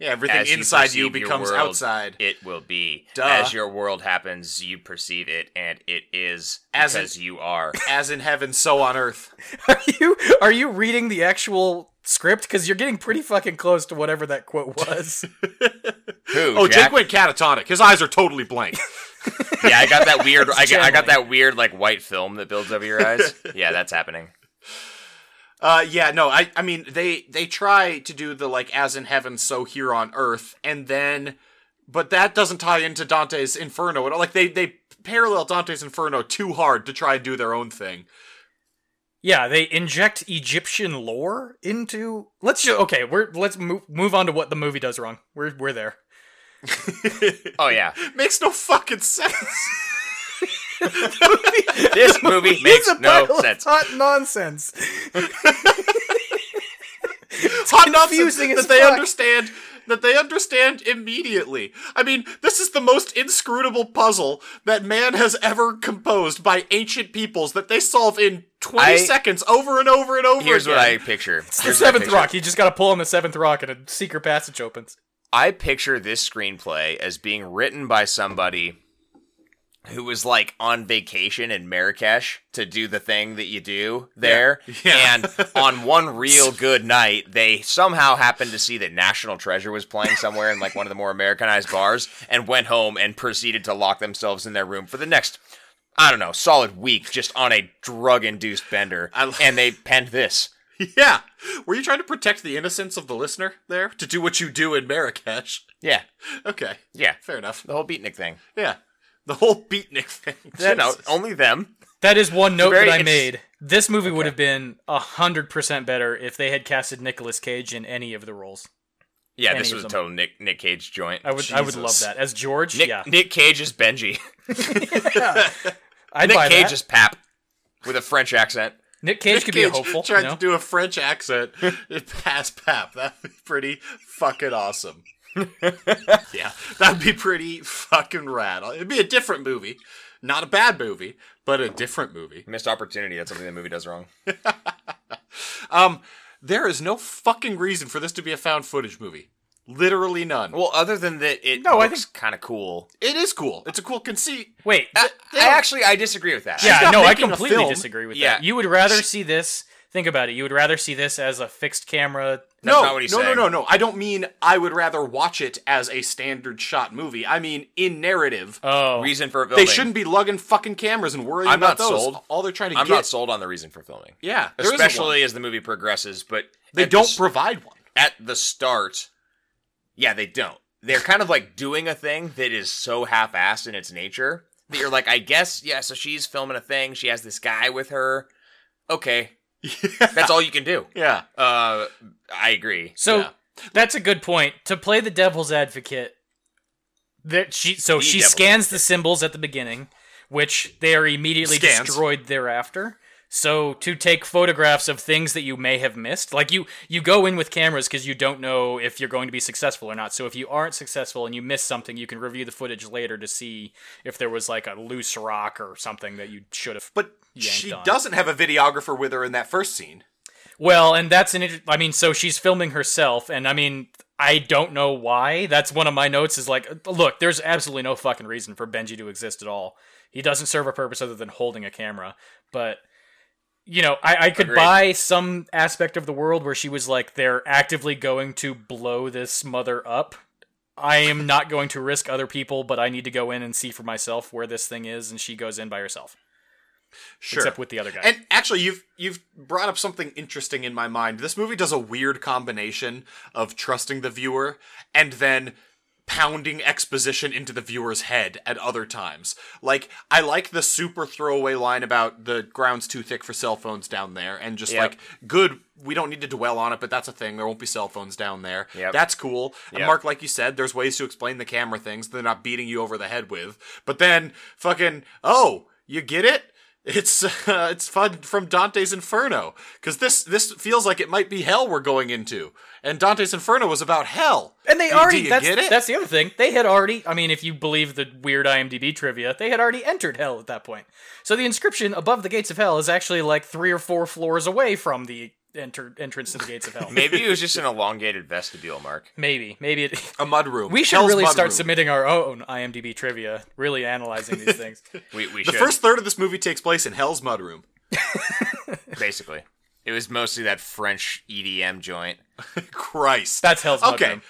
[SPEAKER 2] Yeah, everything
[SPEAKER 3] As you
[SPEAKER 2] inside you,
[SPEAKER 3] perceive your
[SPEAKER 2] becomes
[SPEAKER 3] world,
[SPEAKER 2] outside.
[SPEAKER 3] It will be.
[SPEAKER 2] Duh.
[SPEAKER 3] As your world happens, you perceive it, and it is
[SPEAKER 2] As
[SPEAKER 3] as because you are.
[SPEAKER 2] As in heaven, so on earth.
[SPEAKER 1] Are you are you reading the actual script cuz you're getting pretty fucking close to whatever that quote was.
[SPEAKER 3] Who?
[SPEAKER 2] Oh,
[SPEAKER 3] Jack?
[SPEAKER 2] Jake went catatonic. His eyes are totally blank.
[SPEAKER 3] Yeah, I got that weird. I, got, I got
[SPEAKER 1] channeling.
[SPEAKER 3] that weird like white film that builds over your eyes. Yeah, that's happening.
[SPEAKER 2] Uh, yeah, no, I, I mean, they, they try to do the like as in heaven, so here on earth, and then, but that doesn't tie into Dante's Inferno at all. Like they, they parallel Dante's Inferno too hard to try and do their own thing.
[SPEAKER 1] yeah, they inject Egyptian lore into Let's just okay, we're let's move move on to what the movie does wrong. We're we're there.
[SPEAKER 3] Oh yeah,
[SPEAKER 2] Makes no fucking sense.
[SPEAKER 3] this movie
[SPEAKER 1] It's
[SPEAKER 3] makes
[SPEAKER 1] a Oh
[SPEAKER 3] no
[SPEAKER 1] pile of
[SPEAKER 3] sense.
[SPEAKER 1] Hot nonsense.
[SPEAKER 2] Hot nonsense
[SPEAKER 1] confusing
[SPEAKER 2] that
[SPEAKER 1] as
[SPEAKER 2] they
[SPEAKER 1] fuck.
[SPEAKER 2] understand that they understand immediately. I mean, this is the most inscrutable puzzle that man has ever composed by ancient peoples that they solve in 20
[SPEAKER 3] I-
[SPEAKER 2] seconds over and over and over
[SPEAKER 3] Here's
[SPEAKER 2] again.
[SPEAKER 3] what I picture.
[SPEAKER 1] the
[SPEAKER 3] Here's what I
[SPEAKER 1] seventh
[SPEAKER 3] picture.
[SPEAKER 1] rock. You just got to pull on the seventh rock, and a secret passage opens.
[SPEAKER 3] I picture this screenplay as being written by somebody who was like on vacation in Marrakesh to do the thing that you do there.
[SPEAKER 2] Yeah.
[SPEAKER 3] And on one real good night, they somehow happened to see that National Treasure was playing somewhere in like one of the more Americanized bars and went home and proceeded to lock themselves in their room for the next. I don't know, solid week just on a drug induced bender.
[SPEAKER 2] I lo-
[SPEAKER 3] and they penned this.
[SPEAKER 2] Yeah. Were you trying to protect the innocence of the listener there to do what you do in Marrakesh?
[SPEAKER 3] Yeah.
[SPEAKER 2] Okay.
[SPEAKER 3] Yeah.
[SPEAKER 2] Fair enough.
[SPEAKER 3] The whole beatnik thing.
[SPEAKER 2] Yeah. The whole beatnik thing.
[SPEAKER 3] You know,
[SPEAKER 2] Jesus.
[SPEAKER 3] only them.
[SPEAKER 1] That is one note
[SPEAKER 3] very-
[SPEAKER 1] that I
[SPEAKER 3] it's-
[SPEAKER 1] made. This movie would have been hundred percent better if they had casted Nicolas Cage in any of the roles.
[SPEAKER 3] Yeah,
[SPEAKER 1] Any
[SPEAKER 3] this
[SPEAKER 1] of
[SPEAKER 3] was a
[SPEAKER 1] them.
[SPEAKER 3] total Nick Nick Cage joint.
[SPEAKER 1] I would, I would love
[SPEAKER 2] Jesus.
[SPEAKER 1] that as George.
[SPEAKER 3] Nick
[SPEAKER 1] yeah,
[SPEAKER 3] Nick Cage is Benji.
[SPEAKER 1] I'd
[SPEAKER 3] Nick
[SPEAKER 1] buy
[SPEAKER 3] Cage
[SPEAKER 1] that.
[SPEAKER 3] is Pap with a French accent.
[SPEAKER 1] Nick Cage could be a
[SPEAKER 2] Cage
[SPEAKER 1] hopeful.
[SPEAKER 2] Trying
[SPEAKER 1] you know?
[SPEAKER 2] to do a French accent past Pap. That'd be pretty fucking awesome. yeah, that'd be pretty fucking rad. It'd be a different movie. Not a bad movie, but a different movie.
[SPEAKER 3] Missed opportunity. That's something the movie does wrong.
[SPEAKER 2] Um, there is no fucking reason for this to be a found footage movie. Literally none.
[SPEAKER 3] Well, other than that, it
[SPEAKER 1] No, I
[SPEAKER 3] looks kind of cool.
[SPEAKER 2] It is cool. It's a cool conceit.
[SPEAKER 1] Wait,
[SPEAKER 3] I,
[SPEAKER 2] they
[SPEAKER 3] I
[SPEAKER 2] don't-
[SPEAKER 3] actually I disagree with that.
[SPEAKER 1] yeah,
[SPEAKER 2] not
[SPEAKER 1] no, I
[SPEAKER 2] making a
[SPEAKER 1] completely
[SPEAKER 2] film.
[SPEAKER 1] disagree with
[SPEAKER 3] Yeah.
[SPEAKER 1] that. You would rather see this. Think about it. You would rather see this as a fixed camera.
[SPEAKER 3] That's
[SPEAKER 2] no,
[SPEAKER 3] not what he's
[SPEAKER 2] no,
[SPEAKER 3] saying.
[SPEAKER 2] no, no, no. I don't mean I would rather watch it as a standard shot movie. I mean in narrative.
[SPEAKER 1] Oh,
[SPEAKER 3] Reason for
[SPEAKER 2] they
[SPEAKER 3] filming.
[SPEAKER 2] shouldn't be lugging fucking cameras and worrying
[SPEAKER 3] Uh, I'm
[SPEAKER 2] about
[SPEAKER 3] not
[SPEAKER 2] those.
[SPEAKER 3] sold.
[SPEAKER 2] All they're trying to
[SPEAKER 3] I'm
[SPEAKER 2] get.
[SPEAKER 3] not sold on the reason for filming.
[SPEAKER 2] Yeah, there isn't one.
[SPEAKER 3] especially as the movie progresses. But
[SPEAKER 2] They
[SPEAKER 3] at the
[SPEAKER 2] don't
[SPEAKER 3] s-
[SPEAKER 2] provide one.
[SPEAKER 3] at the start. Yeah, they don't. They're kind of like doing a thing that is so half-assed in its nature that you're like, I guess, yeah. So she's filming a thing. She has this guy with her. Okay, that's all you can do.
[SPEAKER 2] Yeah.
[SPEAKER 3] Uh, I agree.
[SPEAKER 1] So
[SPEAKER 2] Yeah.
[SPEAKER 1] that's a good point. To play the devil's advocate, that she so
[SPEAKER 3] The
[SPEAKER 1] she
[SPEAKER 3] devil's
[SPEAKER 1] scans the symbols at the beginning, which they are immediately
[SPEAKER 2] Scans.
[SPEAKER 1] destroyed thereafter. So to take photographs of things that you may have missed, like you you go in with cameras because you don't know if you're going to be successful or not. So if you aren't successful and you miss something, you can review the footage later to see if there was like a loose rock or something that you should have.
[SPEAKER 2] But
[SPEAKER 1] Yanked
[SPEAKER 2] she
[SPEAKER 1] on.
[SPEAKER 2] doesn't have a videographer with her in that first scene.
[SPEAKER 1] Well, and that's an. Inter- I mean, so she's filming herself, and I mean, I don't know why. That's one of my notes. Is like, look, there's absolutely no fucking reason for Benji to exist at all. He doesn't serve a purpose other than holding a camera. But you know, I, I could
[SPEAKER 3] Agreed.
[SPEAKER 1] buy some aspect of the world where she was like, they're actively going to blow this mother up. I am not going to risk other people, but I need to go in and see for myself where this thing is, and she goes in by herself,
[SPEAKER 2] Sure.
[SPEAKER 1] except with the other guy.
[SPEAKER 2] And actually, you've you've brought up something interesting in my mind. This movie does a weird combination of trusting the viewer and then pounding exposition into the viewer's head at other times. Like I like the super throwaway line about the ground's too thick for cell phones down there, and just
[SPEAKER 3] Yep.
[SPEAKER 2] like good. We don't need to dwell on it, but that's a thing. There won't be cell phones down there.
[SPEAKER 3] Yep.
[SPEAKER 2] That's cool. And
[SPEAKER 3] Yep.
[SPEAKER 2] Mark, like you said, there's ways to explain the camera things they're not beating you over the head with. But then, fucking, oh, you get it? It's uh, it's fun from Dante's Inferno because this this feels like it might be hell we're going into, and Dante's Inferno was about hell.
[SPEAKER 1] And they
[SPEAKER 2] Do-
[SPEAKER 1] already
[SPEAKER 2] do you
[SPEAKER 1] that's
[SPEAKER 2] get it?
[SPEAKER 1] that's the other thing. They had already I mean if you believe the weird IMDb trivia, they had already entered hell at that point. So the inscription above the gates of hell is actually like 3 or 4 floors away from the enter- entrance to the gates of hell.
[SPEAKER 3] Maybe it was just an elongated vestibule, Mark.
[SPEAKER 1] maybe maybe it
[SPEAKER 2] a mud room.
[SPEAKER 1] We should
[SPEAKER 2] Hell's
[SPEAKER 1] really
[SPEAKER 2] mud
[SPEAKER 1] start
[SPEAKER 2] room.
[SPEAKER 1] submitting our own IMDb trivia, really analyzing these things.
[SPEAKER 3] We, we
[SPEAKER 2] The
[SPEAKER 3] should,
[SPEAKER 2] first third of this movie takes place in Hell's mud room.
[SPEAKER 3] basically. It was mostly that French EDM joint.
[SPEAKER 2] Christ,
[SPEAKER 1] That's Hell's Mud
[SPEAKER 2] okay.
[SPEAKER 1] Room.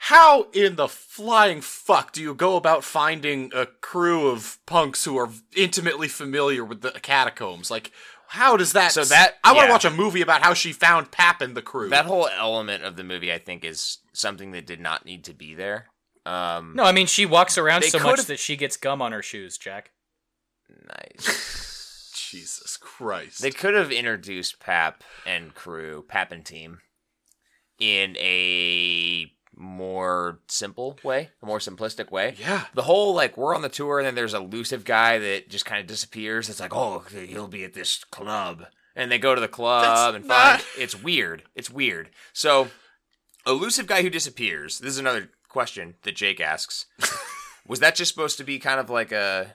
[SPEAKER 2] How in the flying fuck do you go about finding a crew of punks who are intimately familiar with the catacombs? Like, how does that?
[SPEAKER 3] So that-
[SPEAKER 2] I want to
[SPEAKER 3] yeah.
[SPEAKER 2] watch a movie about how she found Pap and the crew.
[SPEAKER 3] That whole element of the movie, I think, is something that did not need to be there. Um,
[SPEAKER 1] No, I mean she walks around
[SPEAKER 3] They
[SPEAKER 1] so much
[SPEAKER 3] could've-
[SPEAKER 1] that she gets gum on her shoes, Jack.
[SPEAKER 3] Nice.
[SPEAKER 2] Jesus Christ!
[SPEAKER 3] They could have introduced Pap and crew, Pap and team, in a more simple way, a more simplistic way.
[SPEAKER 2] Yeah.
[SPEAKER 3] The whole like we're on the tour and then there's elusive guy that just kind of disappears. It's like, oh, he'll be at this club, and they go to the club
[SPEAKER 2] That's
[SPEAKER 3] and
[SPEAKER 2] not-
[SPEAKER 3] find. It's weird. It's weird. So, elusive guy who disappears. This is another question that Jake asks. Was that just supposed to be kind of like a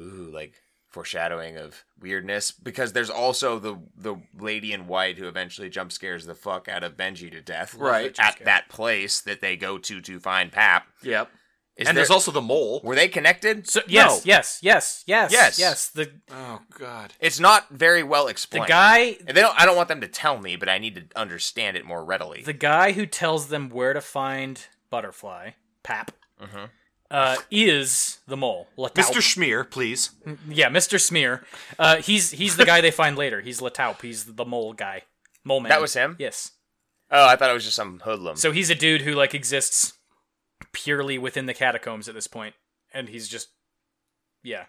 [SPEAKER 3] ooh, like foreshadowing of weirdness because there's also the the lady in white who eventually jump scares the fuck out of Benji to death
[SPEAKER 1] Love
[SPEAKER 2] Right.
[SPEAKER 1] that jump
[SPEAKER 3] at
[SPEAKER 1] scare.
[SPEAKER 3] that place that they go to to find Pap.
[SPEAKER 2] Yep.
[SPEAKER 3] Is
[SPEAKER 2] and
[SPEAKER 3] there,
[SPEAKER 2] there's also the mole.
[SPEAKER 3] were they connected?
[SPEAKER 1] So yes,
[SPEAKER 3] No.
[SPEAKER 1] yes, yes, yes,
[SPEAKER 3] Yes.
[SPEAKER 1] yes. The
[SPEAKER 2] Oh God.
[SPEAKER 3] It's not very well
[SPEAKER 1] the
[SPEAKER 3] explained.
[SPEAKER 1] guy
[SPEAKER 3] and they don't I don't want them to tell me, but I need to understand it more readily.
[SPEAKER 1] the guy who tells them where to find Butterfly, Pap,
[SPEAKER 3] Mhm.
[SPEAKER 1] uh, is the mole. Lataupe.
[SPEAKER 2] Mr. Schmear, please.
[SPEAKER 1] yeah, Mr. Smear. Uh, he's he's the guy they find later. He's Lataupe. He's the mole guy. Mole man.
[SPEAKER 3] That was him?
[SPEAKER 1] Yes.
[SPEAKER 3] Oh, I thought it was just some hoodlum.
[SPEAKER 1] So he's a dude who like exists purely within the catacombs at this point, and he's just yeah.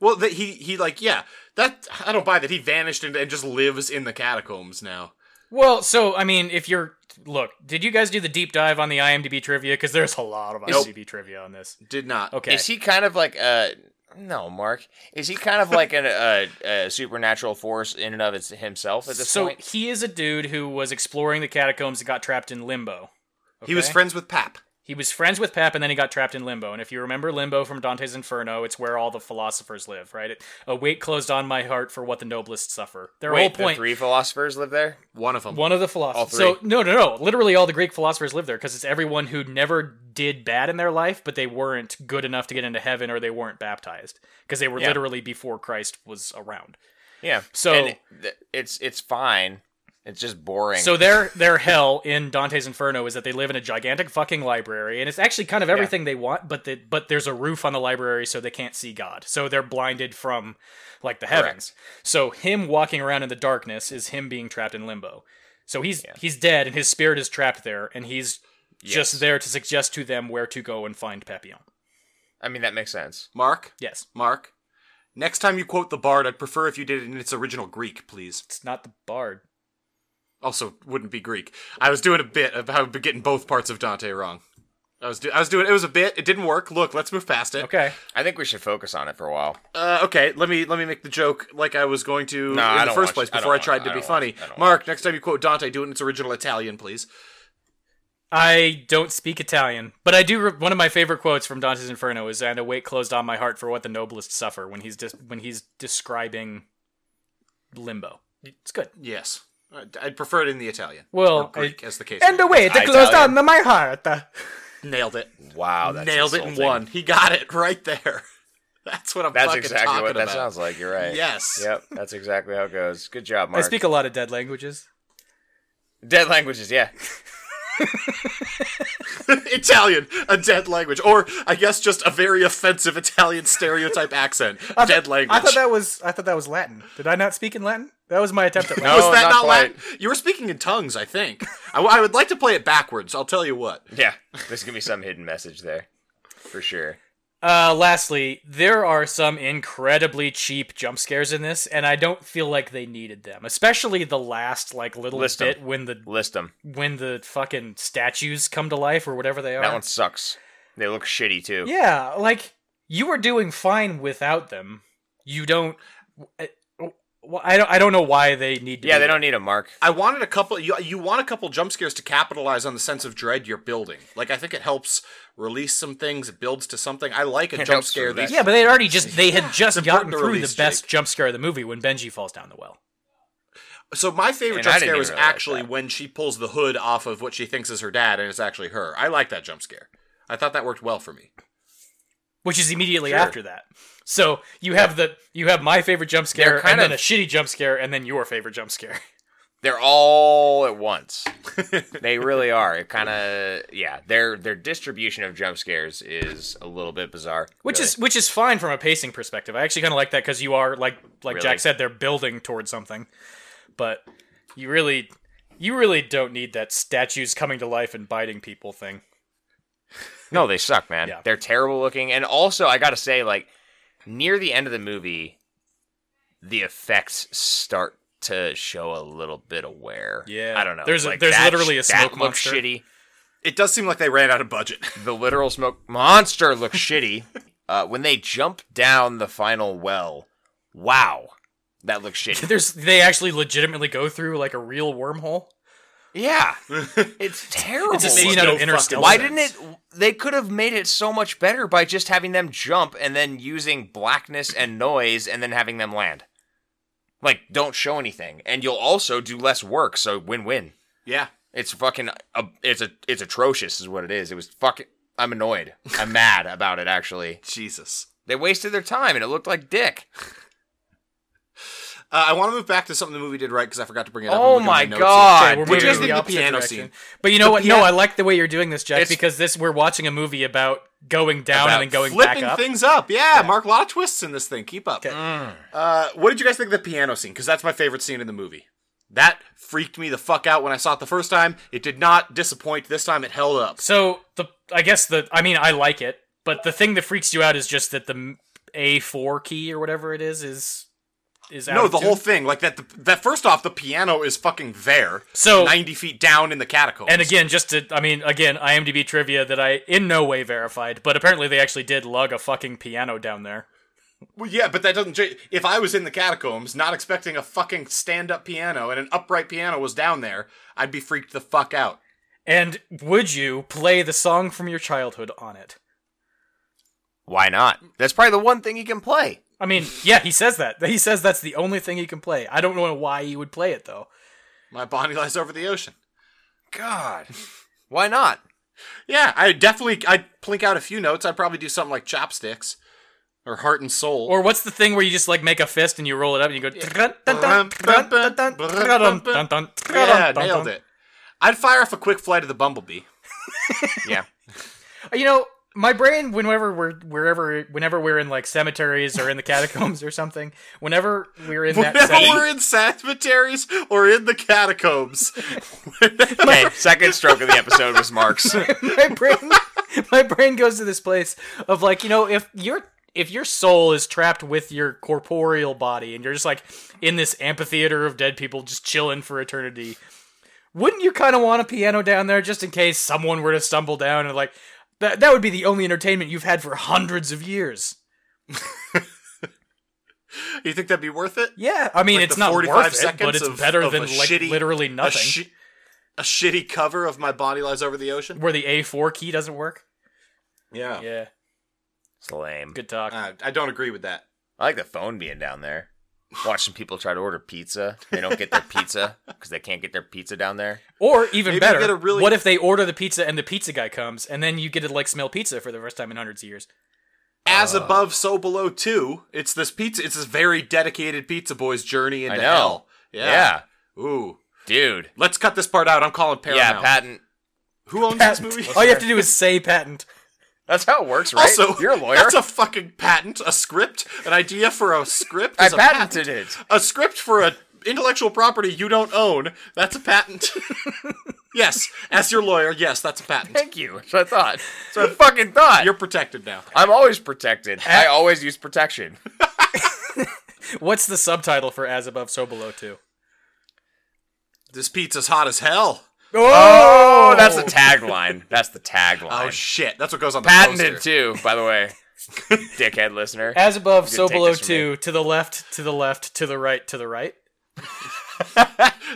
[SPEAKER 2] Well, that he he like yeah. That I don't buy that he vanished and, and just lives in the catacombs now.
[SPEAKER 1] Well, so I mean, if you're look, did you guys do the deep dive on the IMDb trivia? Because there's a lot of
[SPEAKER 2] Nope.
[SPEAKER 1] IMDb trivia on this.
[SPEAKER 2] Did not.
[SPEAKER 1] Okay.
[SPEAKER 3] Is he kind of like uh no, Mark. Is he kind of like an, a, a supernatural force in and of it's himself at this
[SPEAKER 1] so
[SPEAKER 3] point?
[SPEAKER 1] he is a dude who was exploring the catacombs and got trapped in limbo.
[SPEAKER 2] He was
[SPEAKER 1] okay?
[SPEAKER 2] friends with Pap.
[SPEAKER 1] He was friends with Pep, and then he got trapped in limbo. And if you remember limbo from Dante's Inferno, it's where all the philosophers live, right? It, a weight closed on my heart for what the noblest suffer. Their
[SPEAKER 3] Wait,
[SPEAKER 1] whole point.
[SPEAKER 3] the three philosophers live there.
[SPEAKER 2] One of them.
[SPEAKER 1] One of the philosophers.
[SPEAKER 3] All
[SPEAKER 1] So no, no, no. Literally, all the Greek philosophers live there because it's everyone who never did bad in their life, but they weren't good enough to get into heaven, or they weren't baptized because they were
[SPEAKER 3] Yeah.
[SPEAKER 1] literally before Christ was around.
[SPEAKER 3] Yeah.
[SPEAKER 1] So-
[SPEAKER 3] And it- th- it's it's fine. It's just boring.
[SPEAKER 1] So their their hell in Dante's Inferno is that they live in a gigantic fucking library, and it's actually kind of everything they want, but the, but there's a roof on the library, so they can't see God, so they're blinded from like the heavens. So him walking around in the darkness is him being trapped in limbo. So he's he's dead, and his spirit is trapped there, and he's just there to suggest to them where to go and find Papillon.
[SPEAKER 3] I mean that makes sense.
[SPEAKER 2] Mark.
[SPEAKER 1] Yes,
[SPEAKER 2] Mark. Next time you quote the bard, I'd prefer if you did it in its original Greek, please.
[SPEAKER 1] it's not the bard.
[SPEAKER 2] Also, wouldn't be Greek. I was doing a bit about getting both parts of Dante wrong. I was do- I was doing it was a bit. It didn't work. Look, let's move past it.
[SPEAKER 1] Okay,
[SPEAKER 3] I think we should focus on it for a while.
[SPEAKER 2] Uh, okay, let me let me make the joke like I was going to
[SPEAKER 3] No, I
[SPEAKER 2] in the
[SPEAKER 3] don't
[SPEAKER 2] first
[SPEAKER 3] watch-
[SPEAKER 2] place
[SPEAKER 3] I don't
[SPEAKER 2] before I,
[SPEAKER 3] watch-
[SPEAKER 2] tried
[SPEAKER 3] I
[SPEAKER 2] to be
[SPEAKER 3] don't
[SPEAKER 2] funny.
[SPEAKER 3] watch- I don't
[SPEAKER 2] Mark, next time you quote Dante, do it in its original Italian, please.
[SPEAKER 1] I don't speak Italian, but I do. Re- one of my favorite quotes from Dante's Inferno is "And a weight closed on my heart for what the noblest suffer." When he's dis- when he's describing limbo, it's good.
[SPEAKER 2] Yes, I'd, I'd prefer it in the Italian.
[SPEAKER 1] Well,
[SPEAKER 2] or Greek, as the case.
[SPEAKER 1] and
[SPEAKER 2] may
[SPEAKER 1] a weight
[SPEAKER 3] Italian.
[SPEAKER 1] closed on my heart.
[SPEAKER 2] be. nailed it.
[SPEAKER 3] Wow, that's
[SPEAKER 2] nailed it in
[SPEAKER 3] insulting.
[SPEAKER 2] one. He got it right there. That's what I'm
[SPEAKER 3] That's
[SPEAKER 2] fucking
[SPEAKER 3] exactly
[SPEAKER 2] talking
[SPEAKER 3] what that
[SPEAKER 2] about.
[SPEAKER 3] sounds like. You're right.
[SPEAKER 2] Yes.
[SPEAKER 3] Yep. That's exactly how it goes. Good job,
[SPEAKER 1] I
[SPEAKER 3] Mark.
[SPEAKER 1] speak a lot of dead languages.
[SPEAKER 3] Dead languages. Yeah.
[SPEAKER 2] Italian, a dead language, or I guess just a very offensive Italian stereotype accent. dead language.
[SPEAKER 1] I thought that was I thought that was Latin. Did I not speak in Latin? That was my attempt at Latin.
[SPEAKER 3] No,
[SPEAKER 2] was that Oh,
[SPEAKER 3] not
[SPEAKER 2] not,
[SPEAKER 3] quite.
[SPEAKER 2] Latin? You were speaking in tongues, I think. I, I would like to play it backwards. I'll tell you what.
[SPEAKER 3] Yeah. There's gonna be some hidden message there, for sure.
[SPEAKER 1] Uh, lastly, there are some incredibly cheap jump scares in this, and I don't feel like they needed them, especially the last like little
[SPEAKER 3] List 'em.
[SPEAKER 1] bit when the
[SPEAKER 3] List them.
[SPEAKER 1] when the fucking statues come to life or whatever they are.
[SPEAKER 3] That one sucks. They look shitty too.
[SPEAKER 1] Yeah, like you were doing fine without them. You don't. I, I don't. I don't know why they need. To
[SPEAKER 3] Yeah,
[SPEAKER 1] be
[SPEAKER 3] they
[SPEAKER 1] there.
[SPEAKER 3] don't need a mark.
[SPEAKER 2] I wanted a couple. You, you want a couple jump scares to capitalize on the sense of dread you're building. Like I think it helps release some things. It builds to something. I like a
[SPEAKER 3] It
[SPEAKER 2] jump
[SPEAKER 3] helps
[SPEAKER 2] scare.
[SPEAKER 3] release
[SPEAKER 2] That,
[SPEAKER 1] Yeah, but they already just. They had just
[SPEAKER 2] it's
[SPEAKER 1] gotten
[SPEAKER 2] important to
[SPEAKER 1] through
[SPEAKER 2] release
[SPEAKER 1] the best jump scare of the movie when Benji falls down the well.
[SPEAKER 2] So my favorite
[SPEAKER 3] And I
[SPEAKER 2] jump
[SPEAKER 3] didn't
[SPEAKER 2] scare
[SPEAKER 3] even
[SPEAKER 2] was
[SPEAKER 3] really like
[SPEAKER 2] actually
[SPEAKER 3] that.
[SPEAKER 2] when she pulls the hood off of what she thinks is her dad, and it's actually her. I like that jump scare. I thought that worked well for me.
[SPEAKER 1] which is immediately
[SPEAKER 3] Sure.
[SPEAKER 1] after that. So you have the you have my favorite jump
[SPEAKER 3] They're
[SPEAKER 1] scare,
[SPEAKER 3] kind
[SPEAKER 1] and then a
[SPEAKER 3] of-
[SPEAKER 1] shitty jump scare, and then your favorite jump scare.
[SPEAKER 3] They're all at once. they really are. It kind of yeah. Their their distribution of jump scares is a little bit bizarre.
[SPEAKER 1] Which
[SPEAKER 3] really.
[SPEAKER 1] is which is fine from a pacing perspective. I actually kind of like that because you are like like
[SPEAKER 3] Really?
[SPEAKER 1] Jack said, they're building towards something, but you really you really don't need that statues coming to life and biting people thing.
[SPEAKER 3] No, they suck, man.
[SPEAKER 1] Yeah.
[SPEAKER 3] They're terrible looking. And also, I gotta say, like near the end of the movie, the effects start to show a little bit of wear.
[SPEAKER 1] Yeah.
[SPEAKER 3] I don't know.
[SPEAKER 1] There's a-
[SPEAKER 3] like,
[SPEAKER 1] there's
[SPEAKER 3] that-
[SPEAKER 1] literally a
[SPEAKER 3] that
[SPEAKER 1] smoke
[SPEAKER 3] looks
[SPEAKER 1] monster.
[SPEAKER 3] Shitty.
[SPEAKER 2] It does seem like they ran out of budget.
[SPEAKER 3] The literal smoke monster looks shitty. Uh, when they jump down the final well, wow, that looks shitty.
[SPEAKER 1] There's they actually legitimately go through like a real wormhole.
[SPEAKER 3] yeah, it's terrible.
[SPEAKER 1] It's a
[SPEAKER 2] makes
[SPEAKER 1] scene out
[SPEAKER 2] no
[SPEAKER 1] of Interstellar.
[SPEAKER 2] fucking
[SPEAKER 3] Why
[SPEAKER 2] sense.
[SPEAKER 3] didn't it? They could have made it so much better by just having them jump and then using blackness and noise and then having them land. Like, don't show anything, and you'll also do less work. So win-win.
[SPEAKER 2] yeah.
[SPEAKER 3] It's fucking. Uh, it's a. It's atrocious, is what it is. It was fucking. I'm annoyed. I'm mad about it. Actually,
[SPEAKER 2] Jesus.
[SPEAKER 3] they wasted their time, and it looked like dick.
[SPEAKER 2] Uh, I want to move back to something the movie did right because I forgot to bring it up. I'm
[SPEAKER 3] Oh
[SPEAKER 2] looking at
[SPEAKER 3] my
[SPEAKER 2] notes
[SPEAKER 3] god!
[SPEAKER 1] Okay, we're
[SPEAKER 3] dude.
[SPEAKER 1] moving
[SPEAKER 2] just
[SPEAKER 1] in
[SPEAKER 2] did the
[SPEAKER 1] opposite
[SPEAKER 2] piano
[SPEAKER 1] direction.
[SPEAKER 2] scene.
[SPEAKER 1] But you know
[SPEAKER 2] The
[SPEAKER 1] what?
[SPEAKER 2] piano-
[SPEAKER 1] no, I like the way you're doing this, Jack,
[SPEAKER 3] It's-
[SPEAKER 1] because this we're watching a movie about going down
[SPEAKER 3] About
[SPEAKER 1] and then going back
[SPEAKER 2] Flipping
[SPEAKER 1] up.
[SPEAKER 2] things up, yeah, Mark. A lot of twists in this thing. Keep up.
[SPEAKER 1] Okay.
[SPEAKER 3] Mm.
[SPEAKER 2] Uh, what did you guys think of the piano scene? Because that's my favorite scene in the movie. That freaked me the fuck out when I saw it the first time. It did not disappoint. This time, it held up.
[SPEAKER 1] So the I guess the I mean I like it, but the thing that freaks you out is just that the A four key or whatever it is is is out
[SPEAKER 2] No,
[SPEAKER 1] of
[SPEAKER 2] the
[SPEAKER 1] tune.
[SPEAKER 2] whole thing, like that. That first off, the piano is fucking there,
[SPEAKER 1] So-
[SPEAKER 2] ninety feet down in the catacombs.
[SPEAKER 1] And again, just to I mean again, IMDb trivia that I in no way verified, but apparently they actually did lug a fucking piano down there.
[SPEAKER 2] Well, yeah, but that doesn't. cha- If I was in the catacombs, not expecting a fucking stand-up piano and an upright piano was down there, I'd be freaked the fuck out.
[SPEAKER 1] And would you play the song from your childhood on it?
[SPEAKER 3] Why not? That's probably the one thing he can play.
[SPEAKER 1] I mean, yeah, he says that. He says that's the only thing he can play. I don't know why he would play it though.
[SPEAKER 2] My body lies over the ocean.
[SPEAKER 3] God, why not?
[SPEAKER 2] Yeah, I definitely. I'd plink out a few notes. I'd probably do something like chopsticks or heart and soul.
[SPEAKER 1] Or what's the thing where you just like make a fist and you roll it up and you go?
[SPEAKER 2] yeah,
[SPEAKER 1] Yeah,
[SPEAKER 2] nailed it. I'd fire off a quick flight of the bumblebee.
[SPEAKER 3] Yeah.
[SPEAKER 1] You know, my brain, whenever we're wherever, whenever we're in like cemeteries or in the catacombs or something, whenever we're in that
[SPEAKER 2] Whenever we're
[SPEAKER 1] setting,
[SPEAKER 2] in cemeteries or in the catacombs,
[SPEAKER 3] Okay. Second stroke of the episode was Mark's.
[SPEAKER 1] my brain, my brain goes to this place of like, you know, if your if your soul is trapped with your corporeal body and you're just like in this amphitheater of dead people just chilling for eternity, wouldn't you kind of want a piano down there just in case someone were to stumble down and like that that would be the only entertainment you've had for hundreds of years.
[SPEAKER 2] you think that'd be worth it?
[SPEAKER 1] Yeah, I mean
[SPEAKER 2] Like
[SPEAKER 1] it's
[SPEAKER 2] the
[SPEAKER 1] not
[SPEAKER 2] 45
[SPEAKER 1] worth it,
[SPEAKER 2] seconds
[SPEAKER 1] but it's
[SPEAKER 2] of-
[SPEAKER 1] better
[SPEAKER 2] of
[SPEAKER 1] than
[SPEAKER 2] a
[SPEAKER 1] like
[SPEAKER 2] shitty-
[SPEAKER 1] literally
[SPEAKER 2] A,
[SPEAKER 1] nothing.
[SPEAKER 2] shi- a shitty cover of "My Body Lies Over the Ocean."
[SPEAKER 1] where the A4 key doesn't work. Yeah,
[SPEAKER 3] It's lame.
[SPEAKER 1] good talk.
[SPEAKER 2] Uh, I don't agree with that.
[SPEAKER 3] I like the phone being down there. Watch some people try to order pizza. They don't get their pizza because they can't get their pizza down there.
[SPEAKER 1] or even
[SPEAKER 2] maybe
[SPEAKER 1] better,
[SPEAKER 2] get a really-
[SPEAKER 1] what if they order the pizza and the pizza guy comes, and then you get to like smell pizza for the first time in hundreds of years?
[SPEAKER 3] Uh.
[SPEAKER 2] As above, so below too. It's this pizza. It's this very dedicated pizza boy's journey into
[SPEAKER 3] know.
[SPEAKER 2] hell.
[SPEAKER 3] Yeah,
[SPEAKER 2] Yeah. Ooh.
[SPEAKER 3] dude.
[SPEAKER 2] Let's cut this part out. I'm calling Paramount.
[SPEAKER 3] Yeah, patent.
[SPEAKER 2] Who owns this movie?
[SPEAKER 1] All you have to do is say patent.
[SPEAKER 3] That's how it works, right?
[SPEAKER 2] Also,
[SPEAKER 3] you're a lawyer.
[SPEAKER 2] That's a fucking patent. A script. An idea for a script.
[SPEAKER 3] I
[SPEAKER 2] Is a patent.
[SPEAKER 3] patented it.
[SPEAKER 2] a script for a intellectual property you don't own. That's a patent. yes, as your lawyer, yes, that's a patent.
[SPEAKER 3] Thank you. So I thought. So I fucking thought.
[SPEAKER 2] You're protected now.
[SPEAKER 3] I'm always protected. I always use protection.
[SPEAKER 2] Oh.
[SPEAKER 1] What's the subtitle for As Above, So Below too?
[SPEAKER 2] This pizza's hot as hell.
[SPEAKER 1] Oh,
[SPEAKER 3] Oh, that's the tagline. That's the tagline.
[SPEAKER 2] Oh shit, that's what goes on the
[SPEAKER 3] patented
[SPEAKER 2] poster.
[SPEAKER 3] too, by the way. Dickhead listener.
[SPEAKER 1] As above, so
[SPEAKER 3] take
[SPEAKER 1] below
[SPEAKER 3] this from me.
[SPEAKER 1] two, to the left, to the left, to the right, to the right.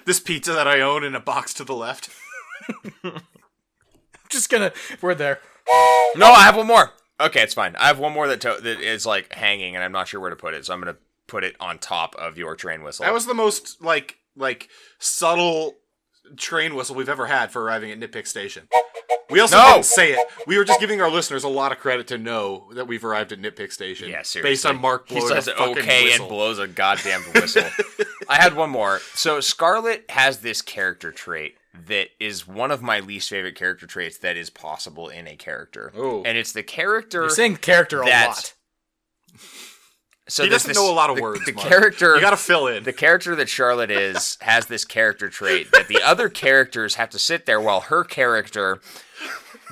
[SPEAKER 2] This pizza that I own in a box to the left.
[SPEAKER 1] Just gonna, we're there.
[SPEAKER 3] No, I have one more. Okay, it's fine. I have one more that to- that is like hanging, and I'm not sure where to put it, so I'm gonna put it on top of your train whistle.
[SPEAKER 2] That was the most like like subtle train whistle we've ever had for arriving at Nitpick Station. We also
[SPEAKER 3] No!
[SPEAKER 2] didn't say it. We were just giving our listeners a lot of credit to know that we've arrived at Nitpick Station.
[SPEAKER 3] yeah, seriously.
[SPEAKER 2] Based on Mark
[SPEAKER 3] he
[SPEAKER 2] blowing a
[SPEAKER 3] says
[SPEAKER 2] fucking
[SPEAKER 3] okay
[SPEAKER 2] whistle.
[SPEAKER 3] and blows a goddamn whistle. I had one more. So Scarlet has this character trait that is one of my least favorite character traits that is possible in a character,
[SPEAKER 2] Oh.
[SPEAKER 3] and it's the character.
[SPEAKER 1] You're saying character a
[SPEAKER 3] That's-
[SPEAKER 1] lot.
[SPEAKER 3] so
[SPEAKER 2] he
[SPEAKER 3] there's
[SPEAKER 2] doesn't
[SPEAKER 3] this-
[SPEAKER 2] know a lot of
[SPEAKER 3] the-
[SPEAKER 2] words.
[SPEAKER 3] The
[SPEAKER 2] Mark.
[SPEAKER 3] character
[SPEAKER 2] you got to fill in.
[SPEAKER 3] the character that Charlotte is has this character trait that the other characters have to sit there while her character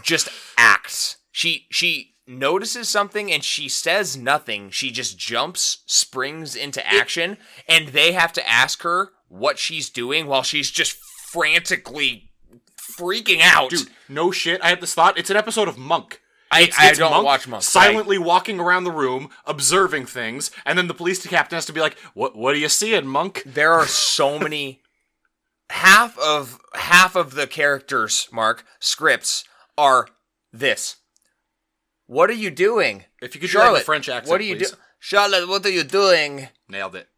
[SPEAKER 3] just acts. She she notices something and she says nothing. She just jumps, springs into action, and they have to ask her what she's doing while she's just frantically freaking out.
[SPEAKER 2] Dude, no shit. I had this thought. It's an episode of Monk.
[SPEAKER 3] I,
[SPEAKER 2] It's-
[SPEAKER 3] I
[SPEAKER 2] it's
[SPEAKER 3] don't watch Monk. I-
[SPEAKER 2] Silently walking around the room, observing things, and then the police captain has to be like, "What? What are you seeing, Monk?"
[SPEAKER 3] there are so many half of half of the characters mark scripts are this what are you doing
[SPEAKER 2] If you could do that in a
[SPEAKER 3] charlotte
[SPEAKER 2] French accent,
[SPEAKER 3] what are you
[SPEAKER 2] please.
[SPEAKER 3] doing charlotte what are you doing
[SPEAKER 2] Nailed it.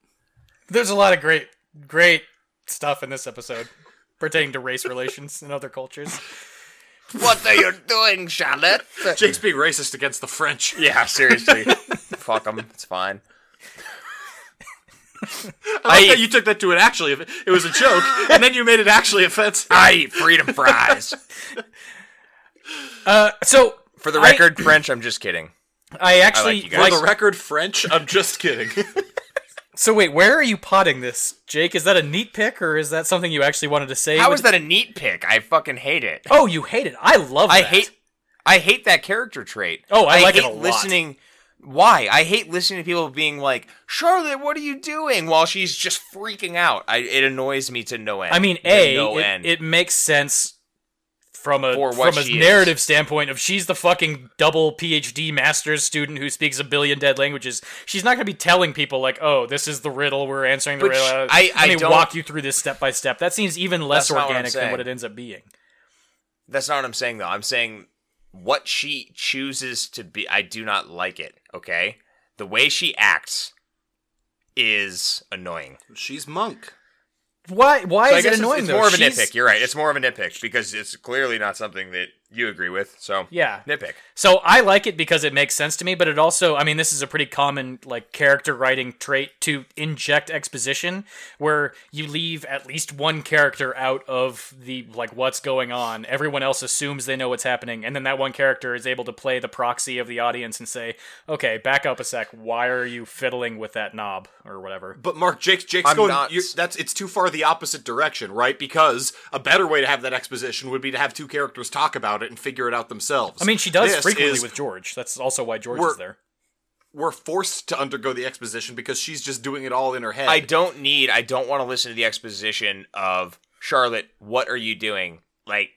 [SPEAKER 1] There's a lot of great, great stuff in this episode pertaining to race relations and other cultures.
[SPEAKER 3] what are you doing charlotte
[SPEAKER 2] Jake's being racist against the French.
[SPEAKER 3] yeah seriously fuck them it's fine
[SPEAKER 2] I like
[SPEAKER 3] I-
[SPEAKER 2] that you took that to an actually. It was a joke, and then you made it actually offensive.
[SPEAKER 3] i eat freedom fries
[SPEAKER 1] Uh, so
[SPEAKER 3] for the
[SPEAKER 1] I-
[SPEAKER 3] record french i'm just kidding
[SPEAKER 1] I, actually
[SPEAKER 3] like you
[SPEAKER 2] For
[SPEAKER 3] guys.
[SPEAKER 2] the record, French. I'm just kidding.
[SPEAKER 1] So wait, where are you potting this, Jake? Is that a neat pick, or is that something you actually wanted to say?
[SPEAKER 3] how
[SPEAKER 1] with-
[SPEAKER 3] is that a neat pick i fucking hate it
[SPEAKER 1] Oh, you hate it. I love.
[SPEAKER 3] I
[SPEAKER 1] that.
[SPEAKER 3] hate I hate that character trait.
[SPEAKER 1] Oh, I like it
[SPEAKER 3] hate
[SPEAKER 1] a lot.
[SPEAKER 3] listening why? I hate listening to people being like, "Charlotte, what are you doing?" while she's just freaking out. I, it annoys me to no end.
[SPEAKER 1] I mean,
[SPEAKER 3] To
[SPEAKER 1] a
[SPEAKER 3] no
[SPEAKER 1] it,
[SPEAKER 3] end.
[SPEAKER 1] it makes sense from a
[SPEAKER 3] For what
[SPEAKER 1] from a
[SPEAKER 3] she is.
[SPEAKER 1] narrative standpoint of she's the fucking double PhD master's student who speaks a billion dead languages. She's not going to be telling people like, "Oh, this is the riddle. We're answering the
[SPEAKER 3] But
[SPEAKER 1] riddle."
[SPEAKER 3] sh-
[SPEAKER 1] Let
[SPEAKER 3] I- I
[SPEAKER 1] me
[SPEAKER 3] don't-
[SPEAKER 1] walk you through this step by step. That seems even less
[SPEAKER 3] That's not what I'm
[SPEAKER 1] organic than what
[SPEAKER 3] saying.
[SPEAKER 1] it ends up being.
[SPEAKER 3] That's not what I'm saying though. I'm saying what she chooses to be. I do not like it. Okay, the way she acts is annoying.
[SPEAKER 2] She's monk.
[SPEAKER 1] Why? Why
[SPEAKER 3] So I
[SPEAKER 1] is
[SPEAKER 3] guess
[SPEAKER 1] it
[SPEAKER 3] it's-
[SPEAKER 1] annoying
[SPEAKER 3] It's
[SPEAKER 1] though?
[SPEAKER 3] more of a
[SPEAKER 1] She's-
[SPEAKER 3] nitpick. You're right. It's more of a nitpick because it's clearly not something that you agree with. So
[SPEAKER 1] Yeah.
[SPEAKER 3] nitpick.
[SPEAKER 1] So I like it because it makes sense to me, but it also, I mean, this is a pretty common like character writing trait to inject exposition where you leave at least one character out of the like what's going on. Everyone else assumes they know what's happening, and then that one character is able to play the proxy of the audience and say, "Okay, back up a sec. Why are you fiddling with that knob or whatever?"
[SPEAKER 2] But Mark, Jake, Jake's
[SPEAKER 3] I'm
[SPEAKER 2] going.
[SPEAKER 3] not-
[SPEAKER 2] you that's it's too far the opposite direction, right? Because a better way to have that exposition would be to have two characters talk about it and figure it out themselves.
[SPEAKER 1] I mean, she does
[SPEAKER 2] This
[SPEAKER 1] frequently
[SPEAKER 2] is-
[SPEAKER 1] with George. That's also why George
[SPEAKER 2] We're-
[SPEAKER 1] is there.
[SPEAKER 2] We're forced to undergo the exposition because she's just doing it all in her head.
[SPEAKER 3] I don't need. I don't want to listen to the exposition of Charlotte. What are you doing? Like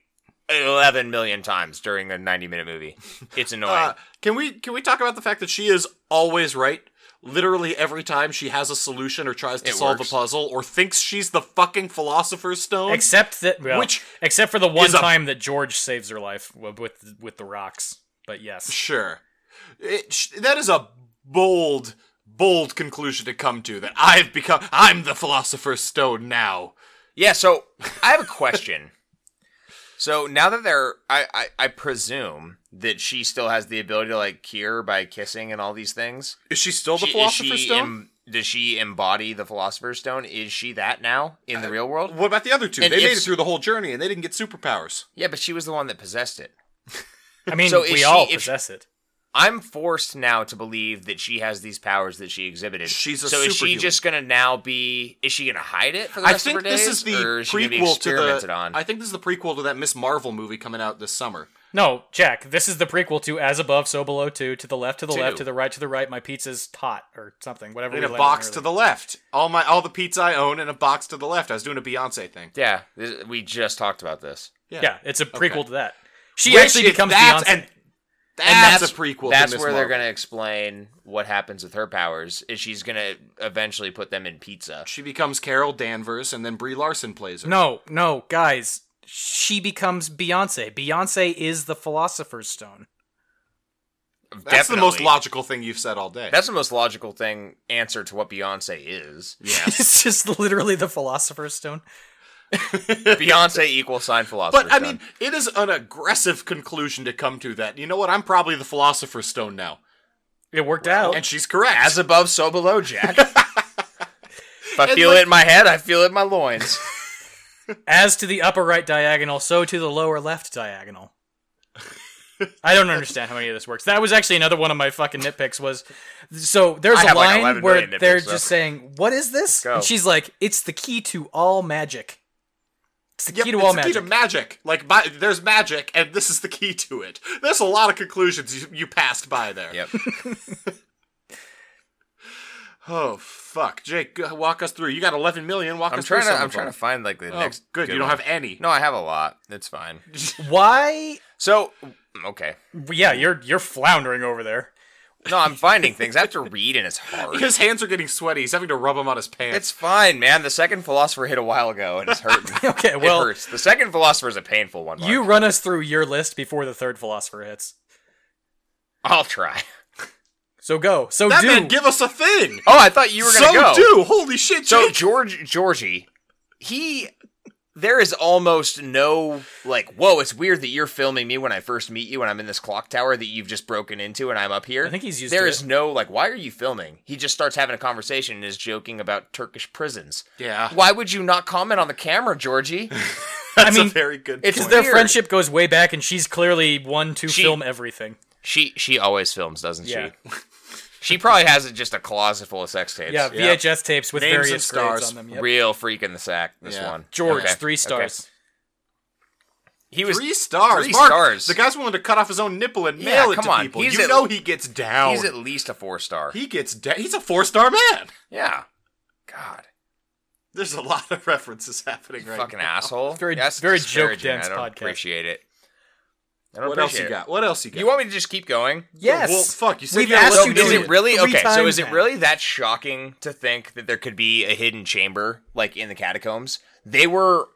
[SPEAKER 3] eleven million times during the ninety-minute movie. It's annoying.
[SPEAKER 2] Uh, can we can we talk about the fact that she is always right? Literally every time she has a solution or tries to
[SPEAKER 3] It
[SPEAKER 2] solve
[SPEAKER 3] works.
[SPEAKER 2] a puzzle or thinks she's the fucking philosopher's stone.
[SPEAKER 1] Except that, well,
[SPEAKER 2] Which
[SPEAKER 1] except for the one
[SPEAKER 2] is a-
[SPEAKER 1] time that George saves her life w- with with the rocks. But yes.
[SPEAKER 2] sure, it, sh- that is a bold, bold conclusion to come to. That I've become. I'm the philosopher's stone now.
[SPEAKER 3] yeah. So I have a question. so now that they're, I, I I presume that she still has the ability to like cure by kissing and all these things?
[SPEAKER 2] Is she still the
[SPEAKER 3] She- is
[SPEAKER 2] Philosopher's
[SPEAKER 3] she
[SPEAKER 2] Stone?
[SPEAKER 3] em- does she embody the Philosopher's Stone? Is she that now in
[SPEAKER 2] Uh,
[SPEAKER 3] the real world?
[SPEAKER 2] What about the other two?
[SPEAKER 3] And
[SPEAKER 2] they made
[SPEAKER 3] if-
[SPEAKER 2] it through the whole journey and they didn't get superpowers.
[SPEAKER 3] Yeah, but she was the one that possessed it.
[SPEAKER 1] I mean,
[SPEAKER 3] So is
[SPEAKER 1] we
[SPEAKER 3] she-
[SPEAKER 1] all
[SPEAKER 3] if she-
[SPEAKER 1] possess it.
[SPEAKER 3] I'm forced now to believe that she has these powers that she exhibited.
[SPEAKER 2] She's a
[SPEAKER 3] so is she
[SPEAKER 2] superhuman.
[SPEAKER 3] just gonna now be? Is she gonna hide it for the
[SPEAKER 2] I
[SPEAKER 3] rest
[SPEAKER 2] think
[SPEAKER 3] of her days,
[SPEAKER 2] this is the
[SPEAKER 3] or is she gonna be
[SPEAKER 2] prequel to
[SPEAKER 3] experimented
[SPEAKER 2] the.
[SPEAKER 3] on?
[SPEAKER 2] I think this is the prequel to that Miss Marvel movie coming out this summer.
[SPEAKER 1] No, Jack, this is the prequel to As Above, So Below 2, to the left, to the
[SPEAKER 2] Two.
[SPEAKER 1] left, to the right, to the right, my pizza's tot, or something, whatever.
[SPEAKER 2] In
[SPEAKER 1] we
[SPEAKER 2] a
[SPEAKER 1] landed
[SPEAKER 2] box
[SPEAKER 1] earlier.
[SPEAKER 2] to the left, all my all the pizza I own in a box to the left. I was doing a Beyonce thing.
[SPEAKER 3] yeah, this, we just talked about this.
[SPEAKER 1] Yeah, it's a prequel
[SPEAKER 2] Okay.
[SPEAKER 1] to that. She
[SPEAKER 2] Which
[SPEAKER 1] actually
[SPEAKER 2] is-
[SPEAKER 1] becomes
[SPEAKER 2] that's,
[SPEAKER 1] Beyonce.
[SPEAKER 2] And that's, a prequel.
[SPEAKER 3] That's
[SPEAKER 2] to Miss
[SPEAKER 3] where they're
[SPEAKER 2] Marvel.
[SPEAKER 3] gonna explain what happens with her powers. Is she's gonna eventually put them in pizza?
[SPEAKER 2] She becomes Carol Danvers, and then Brie Larson plays her.
[SPEAKER 3] Mm,
[SPEAKER 1] No, no, guys. She becomes Beyonce. Beyonce is the Philosopher's Stone.
[SPEAKER 2] that's the most
[SPEAKER 3] Definitely.
[SPEAKER 2] logical thing you've said all day.
[SPEAKER 3] That's the most logical thing answer to what Beyonce is.
[SPEAKER 2] yeah.
[SPEAKER 1] it's just literally the Philosopher's Stone.
[SPEAKER 3] Beyonce equals sign philosopher.
[SPEAKER 2] But I
[SPEAKER 3] Stone.
[SPEAKER 2] mean, it is an aggressive conclusion to come to that. You know what? I'm probably the Philosopher's Stone now,
[SPEAKER 1] It worked out.
[SPEAKER 2] and she's correct.
[SPEAKER 3] as above, so below, Jack. if I
[SPEAKER 2] And
[SPEAKER 3] feel
[SPEAKER 2] like-
[SPEAKER 3] it in my head, I feel it in my loins.
[SPEAKER 1] As to the upper right diagonal, so to the lower left diagonal. I don't understand how any of this works. That was actually another one of my fucking nitpicks. Was so there's
[SPEAKER 3] I
[SPEAKER 1] a
[SPEAKER 3] have like
[SPEAKER 1] line
[SPEAKER 3] 11
[SPEAKER 1] where
[SPEAKER 3] million nitpicks,
[SPEAKER 1] they're
[SPEAKER 3] though.
[SPEAKER 1] just saying, "What is this?"
[SPEAKER 3] go.
[SPEAKER 1] And she's like, "It's the key to all magic. It's the
[SPEAKER 2] Yep,
[SPEAKER 1] key to
[SPEAKER 2] it's
[SPEAKER 1] all
[SPEAKER 2] the
[SPEAKER 1] magic."
[SPEAKER 2] key to magic. Like, bi- there's magic, and this is the key to it. There's a lot of conclusions you, you passed by there.
[SPEAKER 3] Yep.
[SPEAKER 2] Oh fuck, Jake, go- walk us through. You got 11 million. Walk
[SPEAKER 3] I'm
[SPEAKER 2] us through.
[SPEAKER 3] trying to.
[SPEAKER 2] some
[SPEAKER 3] I'm
[SPEAKER 2] of
[SPEAKER 3] trying
[SPEAKER 2] them.
[SPEAKER 3] to find like the
[SPEAKER 2] Oh,
[SPEAKER 3] next.
[SPEAKER 2] good. You don't
[SPEAKER 3] one.
[SPEAKER 2] have any.
[SPEAKER 3] No, I have a lot. It's fine.
[SPEAKER 1] Why?
[SPEAKER 3] So okay.
[SPEAKER 1] Yeah, you're you're floundering over there.
[SPEAKER 3] No, I'm finding things. I have to read, and it's hard.
[SPEAKER 2] His hands are getting sweaty. He's having to rub them on his pants.
[SPEAKER 3] It's fine, man. The second philosopher hit a while ago, and it's hurting.
[SPEAKER 1] Okay,
[SPEAKER 3] It
[SPEAKER 1] well,
[SPEAKER 3] hurts. The second philosopher is a painful one. Mark.
[SPEAKER 1] you run us through your list before the third philosopher hits.
[SPEAKER 3] I'll try.
[SPEAKER 1] So go. So
[SPEAKER 2] that
[SPEAKER 1] do.
[SPEAKER 2] man, give us a thing.
[SPEAKER 3] Oh, I thought you were gonna
[SPEAKER 2] so
[SPEAKER 3] go.
[SPEAKER 2] do. Holy shit,
[SPEAKER 3] So
[SPEAKER 2] Jake.
[SPEAKER 3] George Georgie, he there is almost no like, whoa, it's weird that you're filming me when I first meet you and I'm in this clock tower that you've just broken into and I'm up here.
[SPEAKER 1] I think he's used
[SPEAKER 3] There
[SPEAKER 1] to
[SPEAKER 3] is
[SPEAKER 1] it.
[SPEAKER 3] no like, why are you filming? He just starts having a conversation and is joking about Turkish prisons.
[SPEAKER 2] yeah,
[SPEAKER 3] Why would you not comment on the camera, Georgie?
[SPEAKER 2] that's
[SPEAKER 1] mean,
[SPEAKER 2] a very good.
[SPEAKER 3] it's
[SPEAKER 1] Because
[SPEAKER 2] point.
[SPEAKER 1] their
[SPEAKER 3] Weird.
[SPEAKER 1] friendship goes way back, and she's clearly one to
[SPEAKER 3] She-
[SPEAKER 1] film everything.
[SPEAKER 3] she she always films, doesn't
[SPEAKER 1] Yeah.
[SPEAKER 3] she? She probably has just a closet full of sex tapes.
[SPEAKER 1] Yeah,
[SPEAKER 2] Yeah.
[SPEAKER 1] VHS tapes with
[SPEAKER 2] Names and
[SPEAKER 1] various grades
[SPEAKER 2] stars.
[SPEAKER 1] on them. Yep.
[SPEAKER 3] Real freak in the sack, this
[SPEAKER 2] Yeah.
[SPEAKER 3] one.
[SPEAKER 1] George,
[SPEAKER 3] Okay,
[SPEAKER 1] three
[SPEAKER 3] okay.
[SPEAKER 1] stars.
[SPEAKER 3] He was
[SPEAKER 2] Three stars.
[SPEAKER 3] Three
[SPEAKER 2] Mark,
[SPEAKER 3] stars.
[SPEAKER 2] The guy's willing to cut off his own nipple and
[SPEAKER 3] Yeah,
[SPEAKER 2] mail it
[SPEAKER 3] come
[SPEAKER 2] to
[SPEAKER 3] on.
[SPEAKER 2] people.
[SPEAKER 3] He's
[SPEAKER 2] you
[SPEAKER 3] at-
[SPEAKER 2] know he gets down.
[SPEAKER 3] he's at least a four star.
[SPEAKER 2] he gets down. He's a four star man.
[SPEAKER 3] Yeah. God.
[SPEAKER 2] There's a lot of references happening right
[SPEAKER 3] Fucking
[SPEAKER 2] now.
[SPEAKER 3] asshole.
[SPEAKER 1] Very-
[SPEAKER 3] That's
[SPEAKER 1] very
[SPEAKER 3] disparaging.
[SPEAKER 1] joke-dense
[SPEAKER 3] I don't
[SPEAKER 1] podcast.
[SPEAKER 3] appreciate it. I don't
[SPEAKER 2] What else you
[SPEAKER 3] appreciate it.
[SPEAKER 2] got? What else you got?
[SPEAKER 3] You want me to just keep going?
[SPEAKER 1] Yes.
[SPEAKER 2] Well, fuck. You said
[SPEAKER 1] We've
[SPEAKER 2] you had
[SPEAKER 1] asked
[SPEAKER 2] a
[SPEAKER 1] Let's
[SPEAKER 3] So
[SPEAKER 1] you
[SPEAKER 2] little
[SPEAKER 1] do
[SPEAKER 3] is
[SPEAKER 1] million.
[SPEAKER 3] it really
[SPEAKER 1] Three
[SPEAKER 3] okay? So
[SPEAKER 1] times
[SPEAKER 3] is it
[SPEAKER 1] now.
[SPEAKER 3] really that shocking to think that there could be a hidden chamber like in the catacombs? They were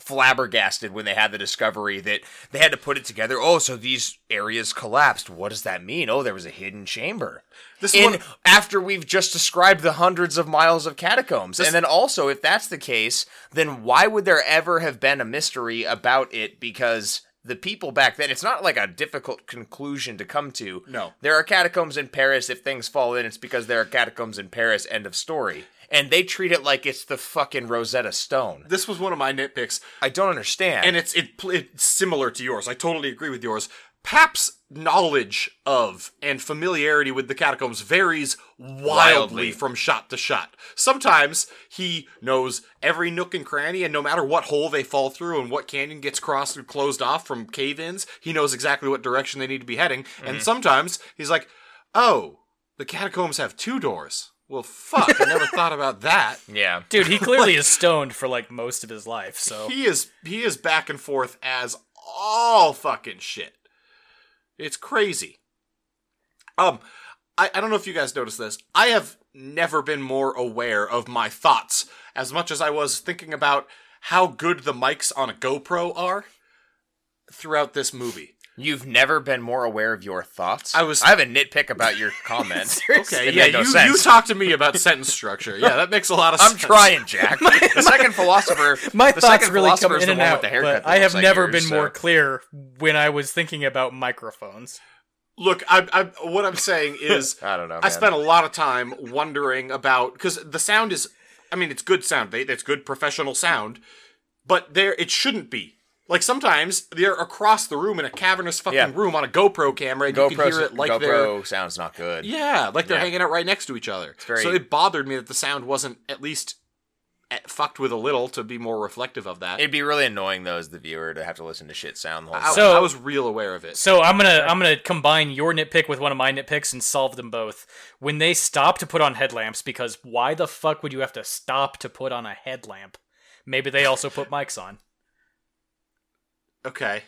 [SPEAKER 3] flabbergasted when they had the discovery that they had to put it together. Oh, so these areas collapsed. What does that mean? Oh, there was a hidden chamber.
[SPEAKER 2] This is
[SPEAKER 3] in
[SPEAKER 2] one-
[SPEAKER 3] after we've just described the hundreds of miles of catacombs.
[SPEAKER 2] This-
[SPEAKER 3] and then also, if that's the case, then why would there ever have been a mystery about it? Because the people back then, it's not like a difficult conclusion to come to.
[SPEAKER 2] No.
[SPEAKER 3] There are catacombs in Paris. If things fall in, it's because there are catacombs in Paris. End of story. And they treat it like it's the fucking Rosetta Stone.
[SPEAKER 2] This was one of my nitpicks,
[SPEAKER 3] I don't understand.
[SPEAKER 2] and it's it, pl- it's similar to yours. I totally agree with yours. Pap's knowledge of and familiarity with the catacombs varies wildly,
[SPEAKER 3] Wildly.
[SPEAKER 2] from shot to shot. Sometimes he knows every nook and cranny, and no matter what hole they fall through and what canyon gets crossed or closed off from cave ins, he knows exactly what direction they need to be heading. And sometimes he's like, oh, the catacombs have two doors. Well, fuck, I never thought about that.
[SPEAKER 3] yeah.
[SPEAKER 1] Dude, he clearly is stoned for like most of his life. So
[SPEAKER 2] He is he is back and forth as all fucking shit. It's crazy. Um, I, I don't know if you guys noticed this. I have never been more aware of my thoughts as much as I was thinking about how good the mics on a GoPro are throughout this movie.
[SPEAKER 3] You've never been more aware of your thoughts.
[SPEAKER 2] I was-
[SPEAKER 3] I have a nitpick about your comment.
[SPEAKER 2] Okay,
[SPEAKER 3] It
[SPEAKER 2] yeah,
[SPEAKER 3] made no
[SPEAKER 2] you,
[SPEAKER 3] sense.
[SPEAKER 2] you talk to me about sentence structure. Yeah, that makes a lot of
[SPEAKER 3] I'm
[SPEAKER 2] sense.
[SPEAKER 3] trying, Jack. the second philosopher.
[SPEAKER 1] My
[SPEAKER 3] the
[SPEAKER 1] thoughts
[SPEAKER 3] second
[SPEAKER 1] really
[SPEAKER 3] philosopher
[SPEAKER 1] come in
[SPEAKER 3] is the
[SPEAKER 1] and
[SPEAKER 3] one
[SPEAKER 1] out.
[SPEAKER 3] with the haircut
[SPEAKER 1] but
[SPEAKER 3] that
[SPEAKER 1] I have
[SPEAKER 3] looks like
[SPEAKER 1] never
[SPEAKER 3] yours,
[SPEAKER 1] been
[SPEAKER 3] so-
[SPEAKER 1] more clear when I was thinking about microphones.
[SPEAKER 2] Look, I, I, what I'm saying is,
[SPEAKER 3] I don't know.
[SPEAKER 2] I
[SPEAKER 3] Oh, man.
[SPEAKER 2] spent a lot of time wondering about because the sound is, I mean, it's good sound. They, it's good professional sound, but there it shouldn't be. Like sometimes they're across the room in a cavernous fucking
[SPEAKER 3] Yeah.
[SPEAKER 2] room on a GoPro camera, and you can
[SPEAKER 3] GoPro.
[SPEAKER 2] hear it like they're
[SPEAKER 3] GoPro sounds not good.
[SPEAKER 2] yeah, like they're
[SPEAKER 3] Yeah.
[SPEAKER 2] hanging out right next to each other.
[SPEAKER 3] very-
[SPEAKER 2] So it bothered me that the sound wasn't at least eh, fucked with a little to be more reflective of that.
[SPEAKER 3] It'd be really annoying though, as the viewer, to have to listen to shit sound the whole
[SPEAKER 2] I,
[SPEAKER 3] time.
[SPEAKER 1] So-
[SPEAKER 2] I was real aware of it.
[SPEAKER 1] So I'm gonna I'm gonna combine your nitpick with one of my nitpicks and solve them both. When they stop to put on headlamps, because why the fuck would you have to stop to put on a headlamp? Maybe they also put mics on.
[SPEAKER 2] Okay.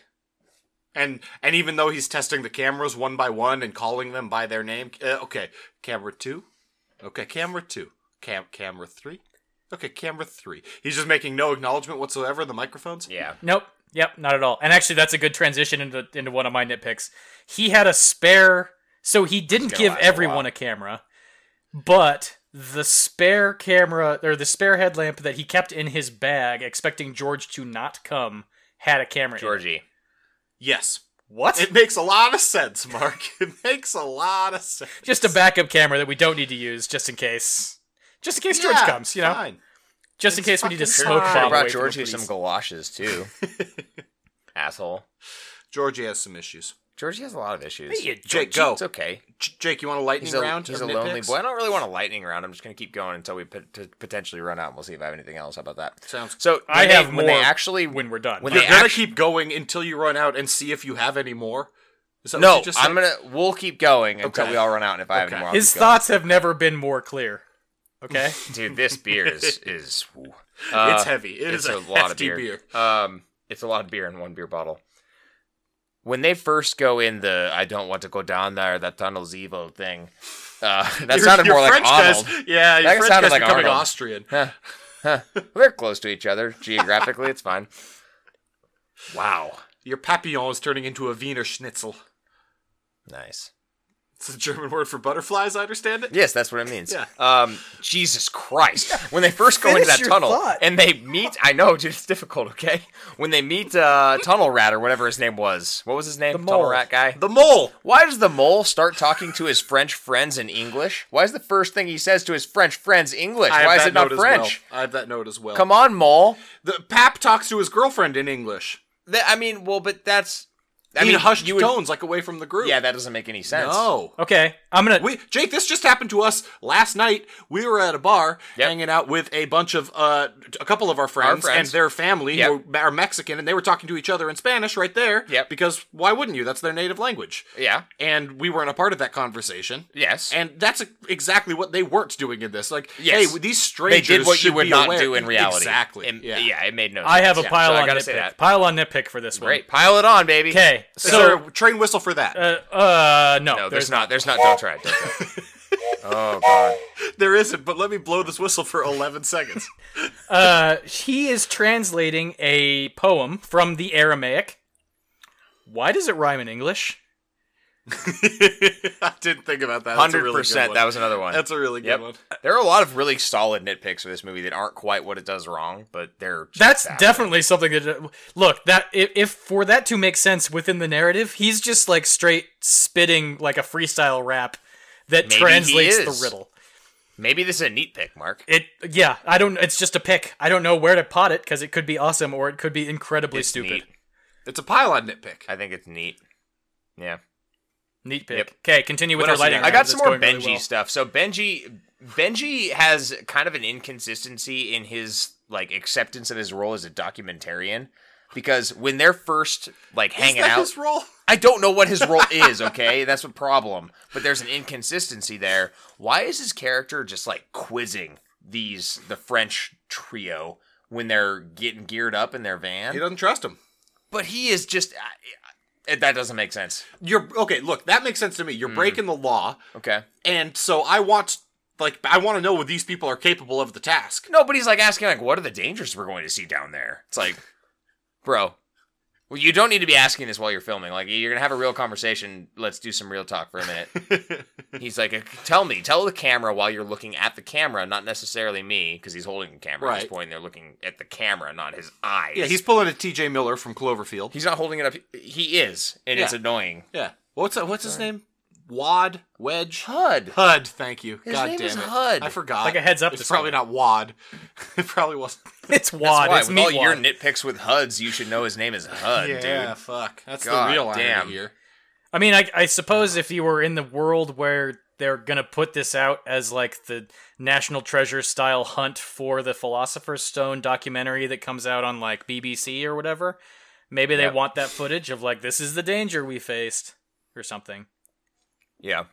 [SPEAKER 2] And and even though he's testing the cameras one by one and calling them by their name, uh, okay, camera two, okay, camera two, cam camera three, okay, camera three. He's just making no acknowledgement whatsoever. of The microphones.
[SPEAKER 3] yeah.
[SPEAKER 1] Nope. Yep, not at all. And actually, that's a good transition into into one of my nitpicks. He had a spare, so he didn't
[SPEAKER 3] gonna
[SPEAKER 1] give
[SPEAKER 3] last a
[SPEAKER 1] everyone
[SPEAKER 3] while.
[SPEAKER 1] a camera, but the spare camera or the spare headlamp that he kept in his bag, expecting George to not come, had a camera. in it.
[SPEAKER 3] Georgie.
[SPEAKER 2] Yes.
[SPEAKER 1] what?
[SPEAKER 2] It makes a lot of sense, Mark. It makes a lot of sense.
[SPEAKER 1] just a backup camera that we don't need to use, just in case, just in case George
[SPEAKER 2] Yeah,
[SPEAKER 1] comes. You know,
[SPEAKER 2] fine.
[SPEAKER 1] just in
[SPEAKER 2] It's
[SPEAKER 1] case we need to
[SPEAKER 2] fucking
[SPEAKER 1] smoke
[SPEAKER 2] fine.
[SPEAKER 1] bomb away
[SPEAKER 2] Should've
[SPEAKER 3] brought
[SPEAKER 1] from
[SPEAKER 3] Georgie
[SPEAKER 1] the
[SPEAKER 3] some
[SPEAKER 1] police.
[SPEAKER 3] galoshes too. Asshole.
[SPEAKER 2] Georgie has some issues.
[SPEAKER 3] Georgie has a lot of issues.
[SPEAKER 1] Hey, you Georgie.
[SPEAKER 2] Jake, go.
[SPEAKER 3] It's okay.
[SPEAKER 2] J- Jake, you want a lightning
[SPEAKER 3] He's a,
[SPEAKER 2] round?
[SPEAKER 3] he's
[SPEAKER 2] of
[SPEAKER 3] a lonely
[SPEAKER 2] nitpicks?
[SPEAKER 3] boy. I don't really want a lightning round. I'm just gonna keep going until we pot- t- potentially run out. We'll see if I have anything else. How about that?
[SPEAKER 2] Sounds-
[SPEAKER 3] So when
[SPEAKER 1] I
[SPEAKER 3] they-
[SPEAKER 1] have
[SPEAKER 3] when they
[SPEAKER 1] more
[SPEAKER 3] actually
[SPEAKER 1] when we're done.
[SPEAKER 3] when
[SPEAKER 2] You're
[SPEAKER 3] they
[SPEAKER 2] gonna
[SPEAKER 3] actu-
[SPEAKER 2] keep going until you run out and see if you have any more. Is that what
[SPEAKER 3] no,
[SPEAKER 2] you just said?
[SPEAKER 3] I'm gonna we'll keep going until
[SPEAKER 2] Okay.
[SPEAKER 3] we all run out. And if I have
[SPEAKER 2] Okay.
[SPEAKER 3] any more, I'll
[SPEAKER 1] His
[SPEAKER 3] keep going.
[SPEAKER 1] thoughts have never been more clear. Okay.
[SPEAKER 3] dude. This beer is is whew.
[SPEAKER 2] it's
[SPEAKER 3] Uh,
[SPEAKER 2] heavy. It is
[SPEAKER 3] it's
[SPEAKER 2] a,
[SPEAKER 3] a, lot of
[SPEAKER 2] hefty
[SPEAKER 3] beer. Um, it's a lot of beer in one beer bottle. When they first go in the "I don't want to go down there," that tunnel's evil thing. Uh, that
[SPEAKER 2] Your-
[SPEAKER 3] sounded
[SPEAKER 2] your
[SPEAKER 3] more like
[SPEAKER 2] French
[SPEAKER 3] Arnold.
[SPEAKER 2] Guys, yeah, your
[SPEAKER 3] That
[SPEAKER 2] French
[SPEAKER 3] sounded
[SPEAKER 2] guys
[SPEAKER 3] like
[SPEAKER 2] becoming
[SPEAKER 3] Arnold.
[SPEAKER 2] Austrian.
[SPEAKER 3] Huh. Huh. Well, they're close to each other geographically. it's fine. Wow.
[SPEAKER 2] Your papillon is turning into a Wiener Schnitzel.
[SPEAKER 3] Nice.
[SPEAKER 2] It's a German word for butterflies. I understand it.
[SPEAKER 3] Yes, that's what it means.
[SPEAKER 2] Yeah.
[SPEAKER 3] Um, Jesus Christ. When they first go into
[SPEAKER 1] Finish
[SPEAKER 3] that
[SPEAKER 1] your
[SPEAKER 3] tunnel
[SPEAKER 1] thought.
[SPEAKER 3] and they meet, I know, dude, it's difficult, okay? When they meet uh, Tunnel Rat or whatever his name was. What was his name?
[SPEAKER 1] The
[SPEAKER 3] tunnel
[SPEAKER 1] mole.
[SPEAKER 3] Rat guy?
[SPEAKER 2] The mole.
[SPEAKER 3] Why does the mole start talking to his French friends in English? Why is the first thing he says to his French friends English?
[SPEAKER 2] I have
[SPEAKER 3] Why is
[SPEAKER 2] that
[SPEAKER 3] it not
[SPEAKER 2] note as
[SPEAKER 3] French?
[SPEAKER 2] well. I have that note as well.
[SPEAKER 3] Come on, mole.
[SPEAKER 2] The pap talks to his girlfriend in English.
[SPEAKER 3] Th- I mean, well, but that's. I
[SPEAKER 2] in
[SPEAKER 3] mean,
[SPEAKER 2] hushed
[SPEAKER 3] you would-
[SPEAKER 2] tones, like away from the group.
[SPEAKER 3] Yeah, that doesn't make any sense.
[SPEAKER 2] No.
[SPEAKER 1] Okay. I'm gonna.
[SPEAKER 2] We, Jake, this just happened to us last night. We were at a bar
[SPEAKER 3] Yep.
[SPEAKER 2] hanging out with a bunch of uh, a couple of our friends, and
[SPEAKER 3] friends.
[SPEAKER 2] their family
[SPEAKER 3] Yep.
[SPEAKER 2] who are Mexican, and they were talking to each other in Spanish right there.
[SPEAKER 3] Yep.
[SPEAKER 2] Because why wouldn't you? That's their native language.
[SPEAKER 3] Yeah.
[SPEAKER 2] And we weren't a part of that conversation.
[SPEAKER 3] Yes.
[SPEAKER 2] And that's e-, exactly what they weren't doing in this. Like,
[SPEAKER 3] Yes.
[SPEAKER 2] hey, these
[SPEAKER 3] they
[SPEAKER 2] strangers
[SPEAKER 3] did what you
[SPEAKER 2] should
[SPEAKER 3] would
[SPEAKER 2] be
[SPEAKER 3] not
[SPEAKER 2] aware-
[SPEAKER 3] do in reality.
[SPEAKER 2] Exactly.
[SPEAKER 3] It-
[SPEAKER 2] yeah.
[SPEAKER 3] yeah. it made no sense.
[SPEAKER 1] I have a
[SPEAKER 3] Yeah,
[SPEAKER 1] pile
[SPEAKER 3] so I
[SPEAKER 1] on
[SPEAKER 3] gotta
[SPEAKER 1] nitpick.
[SPEAKER 3] say that.
[SPEAKER 1] Pile on nitpick for this
[SPEAKER 3] Great. Pile it on, baby.
[SPEAKER 1] one. Okay.
[SPEAKER 2] Is there
[SPEAKER 1] So
[SPEAKER 2] a train whistle for that?
[SPEAKER 1] uh, uh no,
[SPEAKER 3] No, there's not. There's not. Don't try it. Don't try it. oh, God.
[SPEAKER 2] there isn't, but let me blow this whistle for 11 seconds.
[SPEAKER 1] Uh, he is translating a poem from the Aramaic. Why does it rhyme in English?
[SPEAKER 2] I didn't think about that. That's a
[SPEAKER 3] Hundred
[SPEAKER 2] really good
[SPEAKER 3] percent.
[SPEAKER 2] one.
[SPEAKER 3] That was another one.
[SPEAKER 2] That's a really good
[SPEAKER 3] Yep.
[SPEAKER 2] one.
[SPEAKER 3] There are a lot of really solid nitpicks for this movie that aren't quite what it does wrong, but they're just
[SPEAKER 1] That's
[SPEAKER 3] that.
[SPEAKER 1] definitely something that look that if, if for that to make sense within the narrative, he's just like straight spitting like a freestyle rap that
[SPEAKER 3] he
[SPEAKER 1] translates the
[SPEAKER 3] is.
[SPEAKER 1] riddle.
[SPEAKER 3] Maybe this is a neat pick, Mark.
[SPEAKER 1] It yeah, I don't. It's just a pick. I don't know where to pot it because it could be awesome or it could be incredibly
[SPEAKER 3] It's
[SPEAKER 1] stupid.
[SPEAKER 3] neat.
[SPEAKER 1] Neat,
[SPEAKER 2] It's a pylon nitpick.
[SPEAKER 3] I think it's neat. Yeah.
[SPEAKER 1] pick.
[SPEAKER 3] Yep.
[SPEAKER 1] Okay, continue with
[SPEAKER 2] What
[SPEAKER 1] our
[SPEAKER 2] else you
[SPEAKER 1] lighting.
[SPEAKER 2] got?
[SPEAKER 3] I
[SPEAKER 1] round.
[SPEAKER 3] got
[SPEAKER 1] That's
[SPEAKER 3] some more
[SPEAKER 1] going really
[SPEAKER 3] Benji
[SPEAKER 1] well.
[SPEAKER 3] stuff. So Benji Benji has kind of an inconsistency in his like acceptance of his role as a documentarian because when they're first like hanging
[SPEAKER 2] Is that
[SPEAKER 3] out
[SPEAKER 2] his role?
[SPEAKER 3] I don't know what his role is, okay? That's a problem. But there's an inconsistency there. Why is his character just like quizzing these the French trio when they're getting geared up in their
[SPEAKER 2] He
[SPEAKER 3] van?
[SPEAKER 2] doesn't trust him.
[SPEAKER 3] But he is just I- I- that doesn't make sense.
[SPEAKER 2] You're okay. Look, that makes sense to me. You're
[SPEAKER 3] Hmm.
[SPEAKER 2] breaking the law,
[SPEAKER 3] Okay.
[SPEAKER 2] and so I want, like, I want to know what these people are capable of the task.
[SPEAKER 3] No, but he's like asking like what are the dangers we're going to see down there? It's like, bro, Well, you don't need to be asking this while you're filming. Like, you're gonna have a real conversation. Let's do some real talk for a minute. he's like, "Tell me, tell the camera while you're looking at the camera, not necessarily me, because he's holding the camera at
[SPEAKER 2] Right.
[SPEAKER 3] this point. They're looking at the camera, not his eyes.
[SPEAKER 2] Yeah, he's pulling a T.J. Miller from Cloverfield.
[SPEAKER 3] he's not holding it up. He is, and it's
[SPEAKER 2] Yeah.
[SPEAKER 3] annoying.
[SPEAKER 2] Yeah. What's that, what's his name? Wad Wedge
[SPEAKER 3] Hud.
[SPEAKER 2] Hud. Thank you.
[SPEAKER 3] His
[SPEAKER 2] God
[SPEAKER 3] name
[SPEAKER 2] damn
[SPEAKER 3] is
[SPEAKER 2] it.
[SPEAKER 3] Hud.
[SPEAKER 2] I forgot.
[SPEAKER 1] Like a heads up
[SPEAKER 2] It's
[SPEAKER 1] this
[SPEAKER 2] probably
[SPEAKER 1] morning.
[SPEAKER 2] not Wad. it probably wasn't.
[SPEAKER 1] It's
[SPEAKER 3] That's
[SPEAKER 1] Wad.
[SPEAKER 3] why, Oh,
[SPEAKER 1] it's
[SPEAKER 3] with all
[SPEAKER 1] meat
[SPEAKER 3] your
[SPEAKER 1] wad.
[SPEAKER 3] nitpicks with Huds, you should know his name is Hud,
[SPEAKER 2] yeah,
[SPEAKER 3] dude.
[SPEAKER 2] fuck. That's
[SPEAKER 3] God
[SPEAKER 2] the real irony
[SPEAKER 3] damn.
[SPEAKER 2] here.
[SPEAKER 1] I mean, I, I suppose if you were in the world where they're gonna put this out as like the national treasure style hunt for the philosopher's stone documentary that comes out on like BBC or whatever, maybe they
[SPEAKER 3] Yep.
[SPEAKER 1] want that footage of like this is the danger we faced or something.
[SPEAKER 3] Yeah.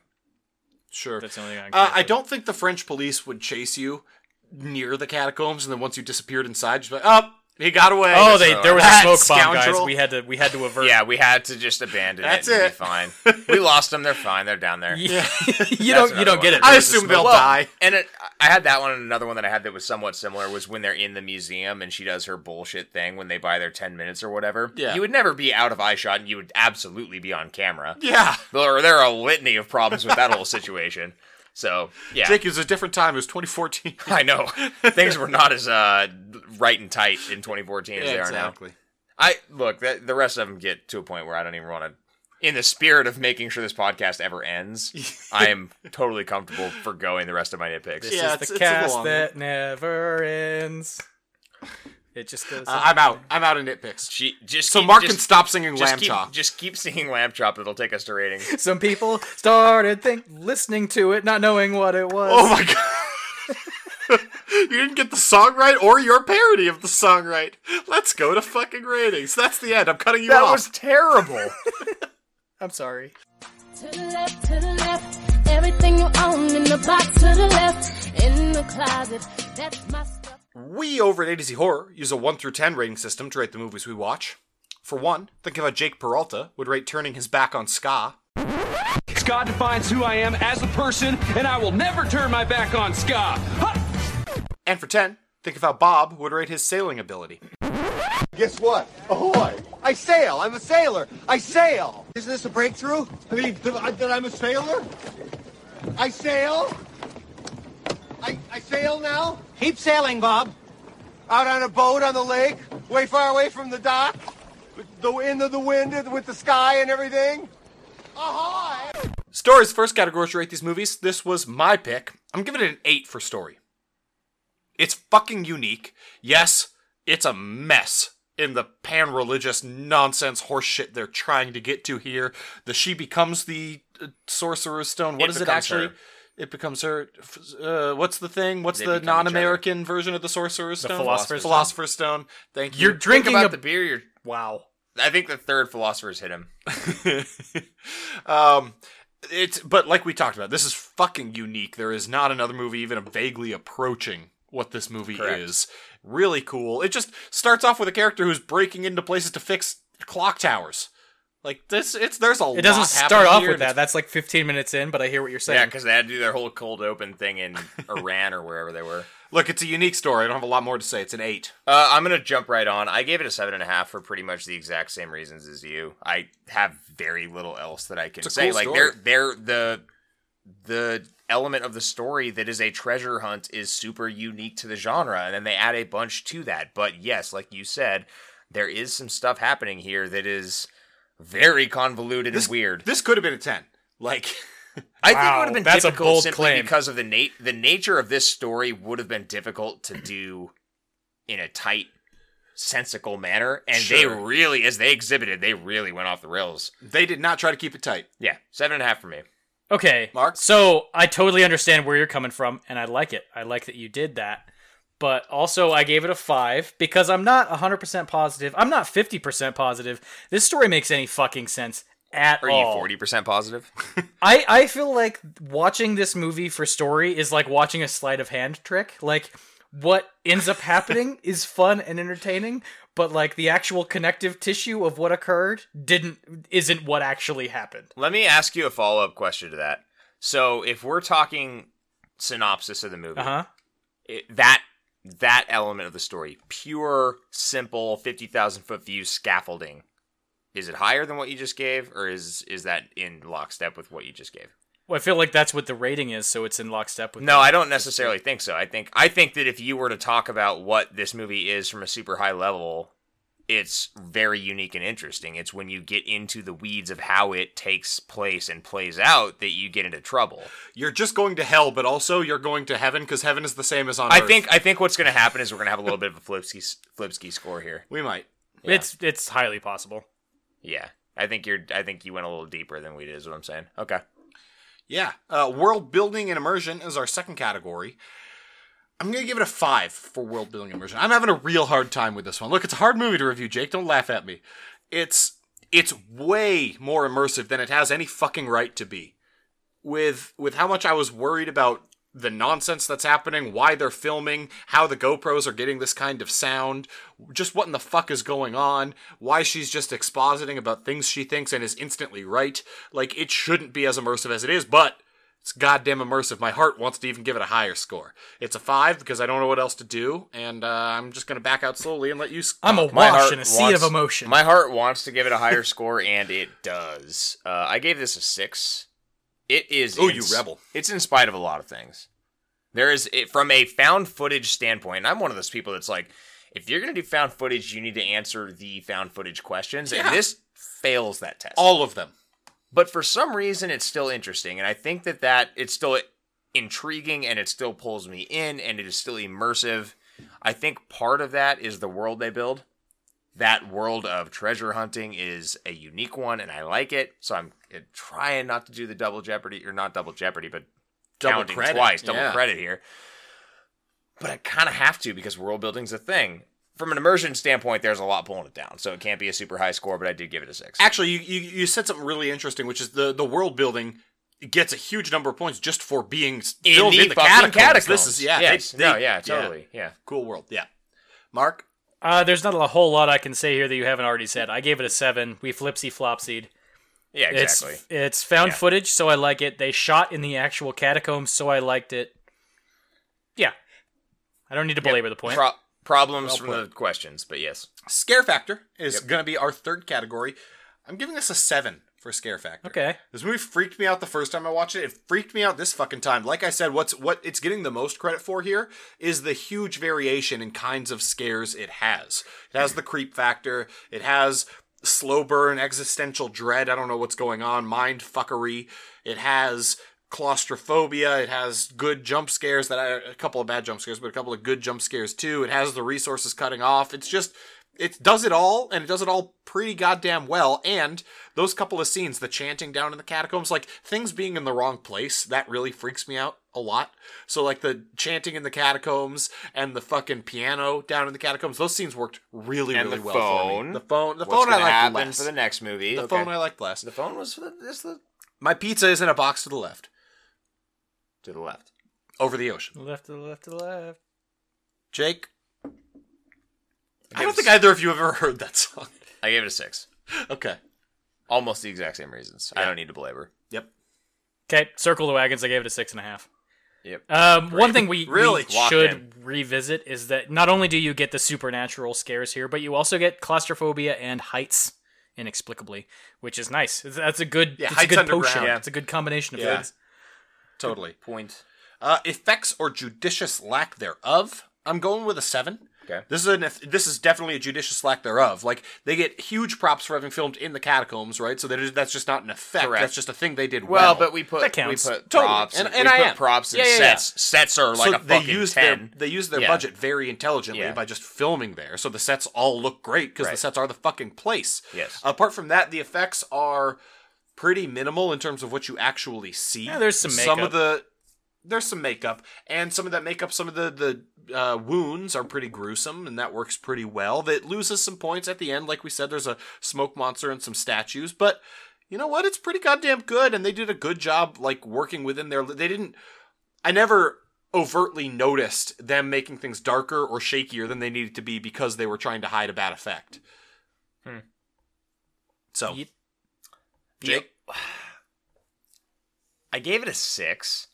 [SPEAKER 2] Sure.
[SPEAKER 1] That's the only thing I can
[SPEAKER 2] Uh,
[SPEAKER 1] think
[SPEAKER 2] I
[SPEAKER 1] of.
[SPEAKER 2] don't think the French police would chase you near the catacombs, and then once you disappeared inside, you'd be like, "Oh, he got away."
[SPEAKER 1] Oh, they,
[SPEAKER 3] what I
[SPEAKER 1] there was a
[SPEAKER 2] was-
[SPEAKER 1] smoke
[SPEAKER 2] That
[SPEAKER 1] bomb, guys.
[SPEAKER 2] scoundrel.
[SPEAKER 1] We had to we had to avert.
[SPEAKER 3] Yeah, we had to just abandon
[SPEAKER 2] That's
[SPEAKER 3] it. and
[SPEAKER 2] it.
[SPEAKER 3] Be fine. We lost them. They're fine. They're down there.
[SPEAKER 1] you don't you
[SPEAKER 3] another
[SPEAKER 1] don't get
[SPEAKER 3] one.
[SPEAKER 1] it.
[SPEAKER 2] I
[SPEAKER 1] There was a
[SPEAKER 2] assume
[SPEAKER 1] smoke-
[SPEAKER 2] they'll
[SPEAKER 3] Well,
[SPEAKER 2] die.
[SPEAKER 3] And it, I had that one, and another one that I had that was somewhat similar was when they're in the museum and she does her bullshit thing when they buy their 10 minutes or whatever.
[SPEAKER 2] Yeah.
[SPEAKER 3] You would never be out of eye shot, and you would absolutely be on camera.
[SPEAKER 2] Yeah.
[SPEAKER 3] There are, there are a litany of problems with that whole situation. So, yeah.
[SPEAKER 2] Jake, it was a different time. It was 2014.
[SPEAKER 3] I know. Things were not as uh, right and tight in 2014 as they are now. I Look, that, the rest of them get to a point where I don't even want to. In the spirit of making sure this podcast ever ends, I am totally comfortable forgoing the rest of my nitpicks.
[SPEAKER 1] This is
[SPEAKER 2] Yeah, it's-
[SPEAKER 1] the
[SPEAKER 2] it's a
[SPEAKER 1] cast
[SPEAKER 2] long-
[SPEAKER 1] that never ends. It just goes.
[SPEAKER 2] Uh,
[SPEAKER 1] on.
[SPEAKER 2] I'm out. I'm out in nitpicks.
[SPEAKER 3] She just
[SPEAKER 2] So
[SPEAKER 3] keep-
[SPEAKER 2] Mark
[SPEAKER 3] just,
[SPEAKER 2] can stop singing
[SPEAKER 3] just
[SPEAKER 2] Lamb
[SPEAKER 3] keep,
[SPEAKER 2] Chop.
[SPEAKER 3] Just keep singing lamb chop. It'll take us to ratings.
[SPEAKER 1] Some people started think listening to it, not knowing what it was.
[SPEAKER 2] Oh my god. You didn't get the song right or your parody of the song right. Let's go to fucking ratings. That's the end. I'm cutting you off.
[SPEAKER 3] terrible.
[SPEAKER 1] I'm sorry.
[SPEAKER 4] To the left, to the left. Everything you own in the box to the left. In the closet, that's my stuff.
[SPEAKER 2] We over at A to Z Horror use a 1 through 10 rating system to rate the movies we watch. For one, think of how Jake Peralta would rate turning his back on Ska.
[SPEAKER 5] Scott defines who I am as a person, and I will never turn my back on Scott.
[SPEAKER 2] And for 10, think of how Bob would rate his sailing ability.
[SPEAKER 6] Guess what? Ahoy! I sail. I'm a sailor. I sail. Isn't this a breakthrough? I mean, th- I- that I'm a sailor. I sail. I, I sail now. Keep sailing, Bob. Out on a boat on the lake, way far away from the dock, with the wind of the wind and with the sky and everything. Ahoy!
[SPEAKER 2] Story's first category to rate these movies. This was my pick. I'm giving it an 8 for story. It's fucking unique. Yes, it's a mess in the pan religious nonsense horseshit they're trying to get to here. The she becomes the uh, sorcerer's stone. What
[SPEAKER 3] It
[SPEAKER 2] is it
[SPEAKER 3] becomes
[SPEAKER 2] actually?
[SPEAKER 3] her.
[SPEAKER 2] It becomes her. f- Uh, what's the thing? What's
[SPEAKER 3] They
[SPEAKER 2] the
[SPEAKER 3] become each other.
[SPEAKER 2] non-American version of the sorcerer's stone?
[SPEAKER 1] Philosopher's Stone.
[SPEAKER 2] philosopher's stone. Thank you.
[SPEAKER 1] You're drinking
[SPEAKER 3] about
[SPEAKER 1] a
[SPEAKER 3] the beer. You're,
[SPEAKER 1] wow.
[SPEAKER 3] I think the third philosopher's hit him.
[SPEAKER 2] um it's but like we talked about this is fucking unique there is not another movie even vaguely approaching what this movie
[SPEAKER 3] Correct.
[SPEAKER 2] is really cool it just starts off with a character who's breaking into places to fix clock towers like this it's there's a
[SPEAKER 1] It doesn't
[SPEAKER 2] lot
[SPEAKER 1] start
[SPEAKER 2] happening
[SPEAKER 1] off
[SPEAKER 2] here,
[SPEAKER 1] with
[SPEAKER 2] and
[SPEAKER 1] that. That's like 15 minutes in, but I hear what you're saying.
[SPEAKER 3] Yeah, because they had to do their whole cold open thing in Iran or wherever they were.
[SPEAKER 2] it's- look it's a unique story i don't have a lot more to say it's an eight
[SPEAKER 3] Uh, I'm gonna jump right on. I gave it a seven and a half for pretty much the exact same reasons as you. I have very little else that I can
[SPEAKER 2] It's a
[SPEAKER 3] say.
[SPEAKER 2] cool
[SPEAKER 3] like
[SPEAKER 2] story.
[SPEAKER 3] they're they're the the element of the story that is a treasure hunt is super unique to the genre, and then they add a bunch to that. But yes, like you said, there is some stuff happening here that is very convoluted and weird.
[SPEAKER 2] this could have been a 10 like
[SPEAKER 3] I think it
[SPEAKER 1] Wow,
[SPEAKER 3] would have been
[SPEAKER 1] that's a
[SPEAKER 3] difficult
[SPEAKER 1] bold
[SPEAKER 3] simply
[SPEAKER 1] claim.
[SPEAKER 3] because of the nat- the nature of this story would have been difficult to do in a tight, sensical manner. And they
[SPEAKER 2] Sure.
[SPEAKER 3] really, as they exhibited, they really went off the rails.
[SPEAKER 2] they did not try to keep it tight
[SPEAKER 3] Yeah, seven and a half for me.
[SPEAKER 1] Okay.
[SPEAKER 2] Mark?
[SPEAKER 1] So I totally understand where you're coming from, and I like it. I like that you did that. But also, I gave it a five because I'm not 100% positive. I'm not 50% positive. This story makes any fucking sense at
[SPEAKER 3] Are
[SPEAKER 1] all.
[SPEAKER 3] you forty percent positive?
[SPEAKER 1] I, I feel like watching this movie for story is like watching a sleight of hand trick. Like what ends up happening is fun and entertaining, but like the actual connective tissue of what occurred didn't isn't what actually happened.
[SPEAKER 3] Let me ask you a follow up question to that. So, if we're talking synopsis of the movie,
[SPEAKER 1] Uh-huh.
[SPEAKER 3] it- that that element of the story, pure, simple, fifty thousand foot view scaffolding. Is it higher than what you just gave, or is is that in lockstep with what you just gave?
[SPEAKER 1] Well, I feel like that's what the rating is, so it's in lockstep with.
[SPEAKER 3] No, I don't necessarily think so. I think I think that if you were to talk about what this movie is from a super high level, it's very unique and interesting. It's when you get into the weeds of how it takes place and plays out that you get into trouble.
[SPEAKER 2] You're just going to hell, but also you're going to heaven because heaven is the same as on
[SPEAKER 3] I
[SPEAKER 2] Earth.
[SPEAKER 3] think I think what's going to happen is we're going to have a little bit of a Flipsky Flipsky score here.
[SPEAKER 2] we might.
[SPEAKER 1] It's it's highly possible.
[SPEAKER 3] Yeah. I think you're I think you went a little deeper than we did is what I'm saying. Okay.
[SPEAKER 2] Yeah. Uh, world building and immersion is our second category. I'm going to give it a five for world building immersion. I'm having a real hard time with this one. Look, it's a hard movie to review, Jake. Don't laugh at me. It's it's way more immersive than it has any fucking right to be. With with how much I was worried about the nonsense that's happening, why they're filming, how the GoPros are getting this kind of sound, just what in the fuck is going on, why she's just expositing about things she thinks and is instantly right. Like it shouldn't be as immersive as it is, but it's goddamn immersive. My heart wants to even give it a higher score. It's a five because I don't know what else to do, and uh, I'm just gonna back out slowly and let you. s-
[SPEAKER 1] I'm
[SPEAKER 3] My
[SPEAKER 1] awash
[SPEAKER 3] heart
[SPEAKER 1] in a sea
[SPEAKER 3] wants-
[SPEAKER 1] of emotion.
[SPEAKER 3] My heart wants to give it a higher score, and it does. Uh, I gave this a six. It is.
[SPEAKER 2] Oh, you rebel.
[SPEAKER 3] It's in spite of a lot of things. There is it from a found footage standpoint. And I'm one of those people that's like, if you're gonna do found footage, you need to answer the found footage questions,
[SPEAKER 2] Yeah.
[SPEAKER 3] and this fails that test.
[SPEAKER 2] all of them.
[SPEAKER 3] but for some reason, it's still interesting, and I think that that it's still intriguing, and it still pulls me in, and it is still immersive. I think part of that is the world they build that world of treasure hunting is a unique one and I like it. So I'm uh, trying not to do the double jeopardy or not double jeopardy, but
[SPEAKER 2] Double
[SPEAKER 3] counting
[SPEAKER 2] credit,
[SPEAKER 3] twice, double
[SPEAKER 2] yeah.
[SPEAKER 3] credit here. But I kind of have to because world building's a thing. From an immersion standpoint, there's a lot pulling it down, so it can't be a super high score. But I do give it a six.
[SPEAKER 2] Actually, you, you you said something really interesting, which is the the world building gets a huge number of points just for being s- filmed in the
[SPEAKER 3] fucking
[SPEAKER 2] catacombs. This is yeah,
[SPEAKER 3] Yes.
[SPEAKER 2] they- they-
[SPEAKER 3] no, yeah, totally, yeah.
[SPEAKER 2] Cool world, yeah. Mark,
[SPEAKER 1] Uh, there's not a whole lot I can say here that you haven't already said. I gave it a seven. We flipsy flopsied.
[SPEAKER 3] yeah, exactly.
[SPEAKER 1] It's it's found
[SPEAKER 3] Yeah.
[SPEAKER 1] footage, so I like it. They shot in the actual catacombs, so I liked it. Yeah, I don't need to belabor the point.
[SPEAKER 3] Pro- problems from the questions, but yes,
[SPEAKER 2] scare factor is going to be our third category. I'm giving this a seven for scare factor.
[SPEAKER 1] Okay.
[SPEAKER 2] This movie freaked me out the first time I watched it. It freaked me out this fucking time. Like I said, what's what it's getting the most credit for here is the huge variation in kinds of scares it has. It has the creep factor. It has slow burn, existential dread. I don't know what's going on. Mind fuckery. It has claustrophobia. It has good jump scares that I, a couple of bad jump scares, but a couple of good jump scares too. It has the resources cutting off. It's just it does it all and it does it all pretty goddamn well and those couple of scenes the chanting down in the catacombs like things being in the wrong place that really freaks me out a lot so like the chanting in the catacombs and the fucking piano down in the catacombs those scenes worked really
[SPEAKER 3] And
[SPEAKER 2] really
[SPEAKER 3] the
[SPEAKER 2] well for
[SPEAKER 3] phone.
[SPEAKER 2] me the phone the
[SPEAKER 3] what's
[SPEAKER 2] phone i
[SPEAKER 3] going to
[SPEAKER 2] liked
[SPEAKER 3] happen
[SPEAKER 2] less
[SPEAKER 3] for the next movie?
[SPEAKER 2] the
[SPEAKER 3] Okay.
[SPEAKER 2] phone i liked less
[SPEAKER 3] The phone was for the, this the
[SPEAKER 2] my pizza is in a box to the left
[SPEAKER 3] to the left.
[SPEAKER 2] over the ocean
[SPEAKER 1] Left to the left to the left.
[SPEAKER 2] jake i don't
[SPEAKER 3] Yes.
[SPEAKER 2] think either of you have ever heard that song
[SPEAKER 3] I gave it a six.
[SPEAKER 2] okay
[SPEAKER 3] Almost the exact same reasons. I don't need to belabor.
[SPEAKER 2] yep
[SPEAKER 1] Okay, circle the wagons. I gave it a six and a half.
[SPEAKER 3] Yep.
[SPEAKER 2] Uh,
[SPEAKER 1] Um, one thing we
[SPEAKER 2] Really?
[SPEAKER 1] we
[SPEAKER 3] Locked
[SPEAKER 1] should
[SPEAKER 3] in.
[SPEAKER 1] revisit is that not only do you get the supernatural scares here, but you also get claustrophobia and heights inexplicably, which is nice. It's- That's a good.
[SPEAKER 2] Yeah,
[SPEAKER 1] it's a
[SPEAKER 2] heights
[SPEAKER 1] good
[SPEAKER 2] underground.
[SPEAKER 1] potion.
[SPEAKER 2] Yeah.
[SPEAKER 1] It's a good combination of
[SPEAKER 2] Yeah.
[SPEAKER 1] things.
[SPEAKER 2] totally
[SPEAKER 3] Point.
[SPEAKER 2] Uh, effects or judicious lack thereof. I'm going with a seven.
[SPEAKER 3] Okay.
[SPEAKER 2] This is an this is definitely a judicious lack thereof. Like they get huge props for having filmed in the catacombs, right? So that is, that's just not an effect.
[SPEAKER 3] Correct.
[SPEAKER 2] That's just a thing they did well.
[SPEAKER 3] Well, but we put
[SPEAKER 1] that counts.
[SPEAKER 3] we put
[SPEAKER 2] Totally.
[SPEAKER 3] props
[SPEAKER 2] And-
[SPEAKER 3] and,
[SPEAKER 2] and
[SPEAKER 3] we
[SPEAKER 2] I
[SPEAKER 3] put
[SPEAKER 2] am.
[SPEAKER 3] props
[SPEAKER 2] Yeah,
[SPEAKER 3] and
[SPEAKER 2] yeah, yeah.
[SPEAKER 3] sets. Sets are like
[SPEAKER 2] so
[SPEAKER 3] a
[SPEAKER 2] they
[SPEAKER 3] fucking
[SPEAKER 2] use
[SPEAKER 3] ten.
[SPEAKER 2] their they use their
[SPEAKER 3] Yeah.
[SPEAKER 2] budget very intelligently
[SPEAKER 3] Yeah.
[SPEAKER 2] by just filming there. So the sets all look great because the
[SPEAKER 3] Right.
[SPEAKER 2] sets are the fucking place.
[SPEAKER 3] Yes.
[SPEAKER 2] Apart from that, the effects are pretty minimal in terms of what you actually see.
[SPEAKER 1] Yeah, there's some
[SPEAKER 2] Some
[SPEAKER 1] makeup.
[SPEAKER 2] of the there's some makeup, and some of that makeup, some of the the uh, wounds are pretty gruesome, and that works pretty well. That loses some points at the end, like we said. There's a smoke monster and some statues, but you know what? It's pretty goddamn good, and they did a good job like working within their. They didn't. I never overtly noticed them making things darker or shakier than they needed to be because they were trying to hide a bad effect.
[SPEAKER 1] Hmm.
[SPEAKER 2] So
[SPEAKER 1] Yep.
[SPEAKER 2] Jake?
[SPEAKER 3] I gave it a six.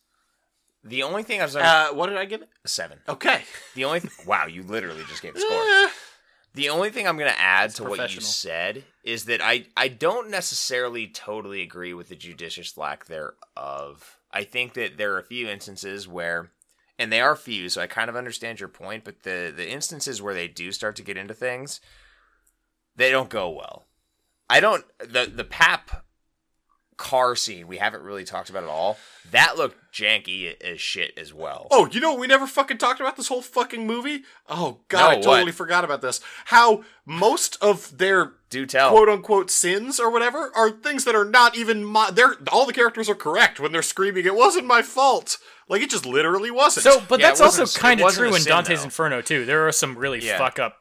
[SPEAKER 3] The only thing I was like
[SPEAKER 2] Uh, what did I give it?
[SPEAKER 3] a seven.
[SPEAKER 2] Okay.
[SPEAKER 3] The only th- wow, you literally just gave the score.
[SPEAKER 2] Eh,
[SPEAKER 3] The only thing I'm going to add to what you
[SPEAKER 1] professional.
[SPEAKER 3] said is that I, I don't necessarily totally agree with the judicious lack thereof. I think that there are a few instances where, and they are few, so I kind of understand your point, but the, the instances where they do start to get into things, they don't go well. I don't, the, the PAP car scene, we haven't really talked about at all. That looked janky as shit as well.
[SPEAKER 2] Oh, you know what we never fucking talked about this whole fucking movie? Oh god,
[SPEAKER 3] No,
[SPEAKER 2] I totally
[SPEAKER 3] what?
[SPEAKER 2] forgot about this. How most of their
[SPEAKER 3] Do tell.
[SPEAKER 2] quote unquote sins or whatever are things that are not even my they're all the characters are correct when they're screaming it wasn't my fault. Like it just literally wasn't.
[SPEAKER 1] So, but
[SPEAKER 3] Yeah, it
[SPEAKER 1] that's
[SPEAKER 3] wasn't
[SPEAKER 1] also
[SPEAKER 3] a- it
[SPEAKER 1] kind of
[SPEAKER 3] wasn't
[SPEAKER 1] true
[SPEAKER 3] a
[SPEAKER 1] in
[SPEAKER 3] sin,
[SPEAKER 1] Dante's
[SPEAKER 3] though.
[SPEAKER 1] Inferno too. There are some really
[SPEAKER 3] Yeah.
[SPEAKER 1] fuck up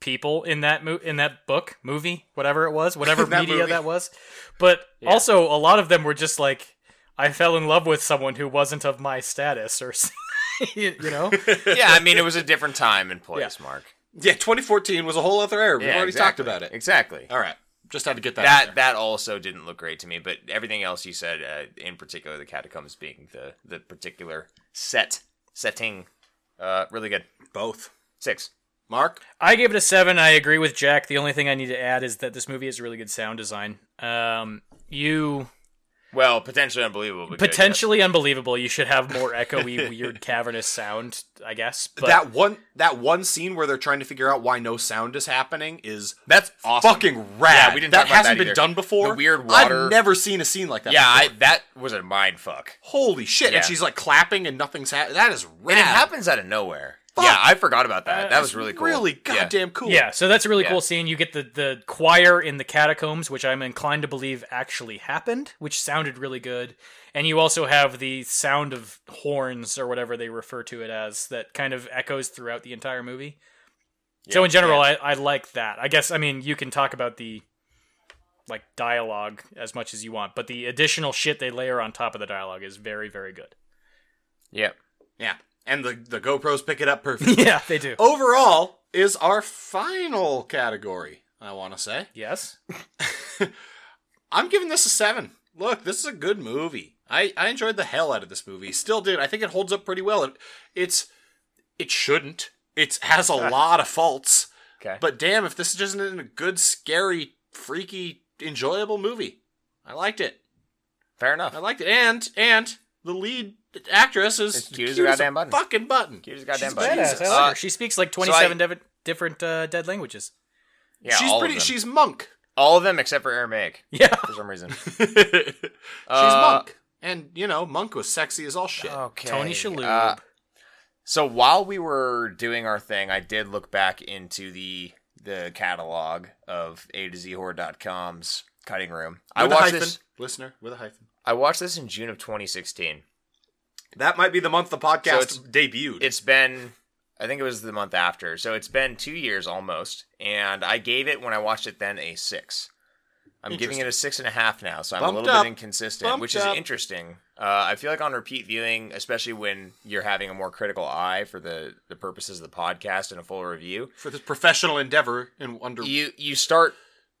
[SPEAKER 1] people in that mo- in that book, movie, whatever it was, whatever
[SPEAKER 2] that
[SPEAKER 1] media
[SPEAKER 2] movie.
[SPEAKER 1] that was. But also, a lot of them were just like, I fell in love with someone who wasn't of my status, or s- you you know,
[SPEAKER 3] yeah, I mean, it was a different time and place, Mark.
[SPEAKER 2] yeah, 2014 was a whole other era. We've
[SPEAKER 3] Yeah,
[SPEAKER 2] already
[SPEAKER 3] exactly.
[SPEAKER 2] talked about it.
[SPEAKER 3] Exactly.
[SPEAKER 2] All right. Just had to get that. out
[SPEAKER 3] that
[SPEAKER 2] there.
[SPEAKER 3] that also didn't look great to me, but everything else you said, uh, in particular the catacombs being the the particular set setting, uh, really good.
[SPEAKER 2] both.
[SPEAKER 3] Six.
[SPEAKER 2] Mark?
[SPEAKER 1] I gave it a seven. I agree with Jack. The only thing I need to add is that this movie has really good sound design. Um, you
[SPEAKER 3] Well, potentially unbelievable. But good, yes.
[SPEAKER 1] potentially unbelievable. You should have more echoey, weird, cavernous sound, I guess. But
[SPEAKER 2] that one that one scene where they're trying to figure out why no sound is happening is
[SPEAKER 3] That's awesome.
[SPEAKER 2] fucking rad.
[SPEAKER 3] Yeah, we didn't
[SPEAKER 2] that
[SPEAKER 3] talk about
[SPEAKER 2] hasn't
[SPEAKER 3] that
[SPEAKER 2] been
[SPEAKER 3] either.
[SPEAKER 2] done before.
[SPEAKER 3] The weird water.
[SPEAKER 2] I've never seen a scene like that.
[SPEAKER 3] Yeah,
[SPEAKER 2] before.
[SPEAKER 3] I, that was a mind fuck.
[SPEAKER 2] holy shit!
[SPEAKER 3] Yeah.
[SPEAKER 2] And she's like clapping, and nothing's happening. That is rad.
[SPEAKER 3] And it happens out of nowhere.
[SPEAKER 2] Fuck.
[SPEAKER 3] Yeah, I forgot about that. that was really cool.
[SPEAKER 2] Really
[SPEAKER 3] Yeah.
[SPEAKER 2] goddamn cool.
[SPEAKER 1] Yeah, so that's a really
[SPEAKER 3] Yeah.
[SPEAKER 1] cool scene. You get the the choir in the catacombs, which I'm inclined to believe actually happened, which sounded really good. And you also have the sound of horns or whatever they refer to it as that kind of echoes throughout the entire movie. so in general, I, I like that. I guess I mean you can talk about the like dialogue as much as you want, but the additional shit they layer on top of the dialogue is very, very good.
[SPEAKER 3] Yep.
[SPEAKER 2] yeah. And the the GoPros pick it up perfect.
[SPEAKER 1] Yeah, they do.
[SPEAKER 2] Overall, is our final category. I want to say
[SPEAKER 1] Yes.
[SPEAKER 2] I'm giving this a seven. Look, this is a good movie. I, I enjoyed the hell out of this movie. Still did. I think it holds up pretty well. It, it's it shouldn't. It has a lot of faults.
[SPEAKER 3] Okay.
[SPEAKER 2] But damn, if this just isn't a good, scary, freaky, enjoyable movie, I liked it.
[SPEAKER 3] fair enough.
[SPEAKER 2] I liked it. And and the lead actress is
[SPEAKER 3] It's
[SPEAKER 2] cute, as a,
[SPEAKER 3] goddamn button.
[SPEAKER 2] fucking button.
[SPEAKER 3] Cute as a goddamn Uh,
[SPEAKER 2] She's
[SPEAKER 3] button.
[SPEAKER 2] Jesus.
[SPEAKER 1] Badass, Uh, I like her. She speaks like
[SPEAKER 3] I-
[SPEAKER 1] 27 div- different uh, dead languages.
[SPEAKER 3] Yeah,
[SPEAKER 2] she's
[SPEAKER 3] all
[SPEAKER 2] pretty.
[SPEAKER 3] Of them.
[SPEAKER 2] She's monk.
[SPEAKER 3] all of them except for Aramaic
[SPEAKER 1] Yeah.
[SPEAKER 3] for some reason.
[SPEAKER 2] she's
[SPEAKER 3] Uh, oh.
[SPEAKER 2] monk. And you know, monk was sexy as all shit.
[SPEAKER 3] Okay.
[SPEAKER 1] Tony Shalhoub.
[SPEAKER 3] Uh, so while we were doing our thing, I did look back into the the catalog of A to Z horror.com's cutting room. I
[SPEAKER 2] With a
[SPEAKER 3] watched
[SPEAKER 2] hyphen,
[SPEAKER 3] this
[SPEAKER 2] listener with a hyphen.
[SPEAKER 3] I watched this in June of 2016.
[SPEAKER 2] That might be the month the podcast
[SPEAKER 3] So
[SPEAKER 2] debuted.
[SPEAKER 3] It's been I think it was the month after. So it's been 2 years almost and I gave it when I watched it then a 6. I'm giving it a six and a half now, so I'm a
[SPEAKER 2] Bumped
[SPEAKER 3] little
[SPEAKER 2] up.
[SPEAKER 3] bit inconsistent,
[SPEAKER 2] Bumped
[SPEAKER 3] which is
[SPEAKER 2] up.
[SPEAKER 3] interesting. Uh, I feel like on repeat viewing, especially when you're having a more critical eye for the, the purposes of the podcast and a full review,
[SPEAKER 2] for this professional endeavor in under
[SPEAKER 3] you you start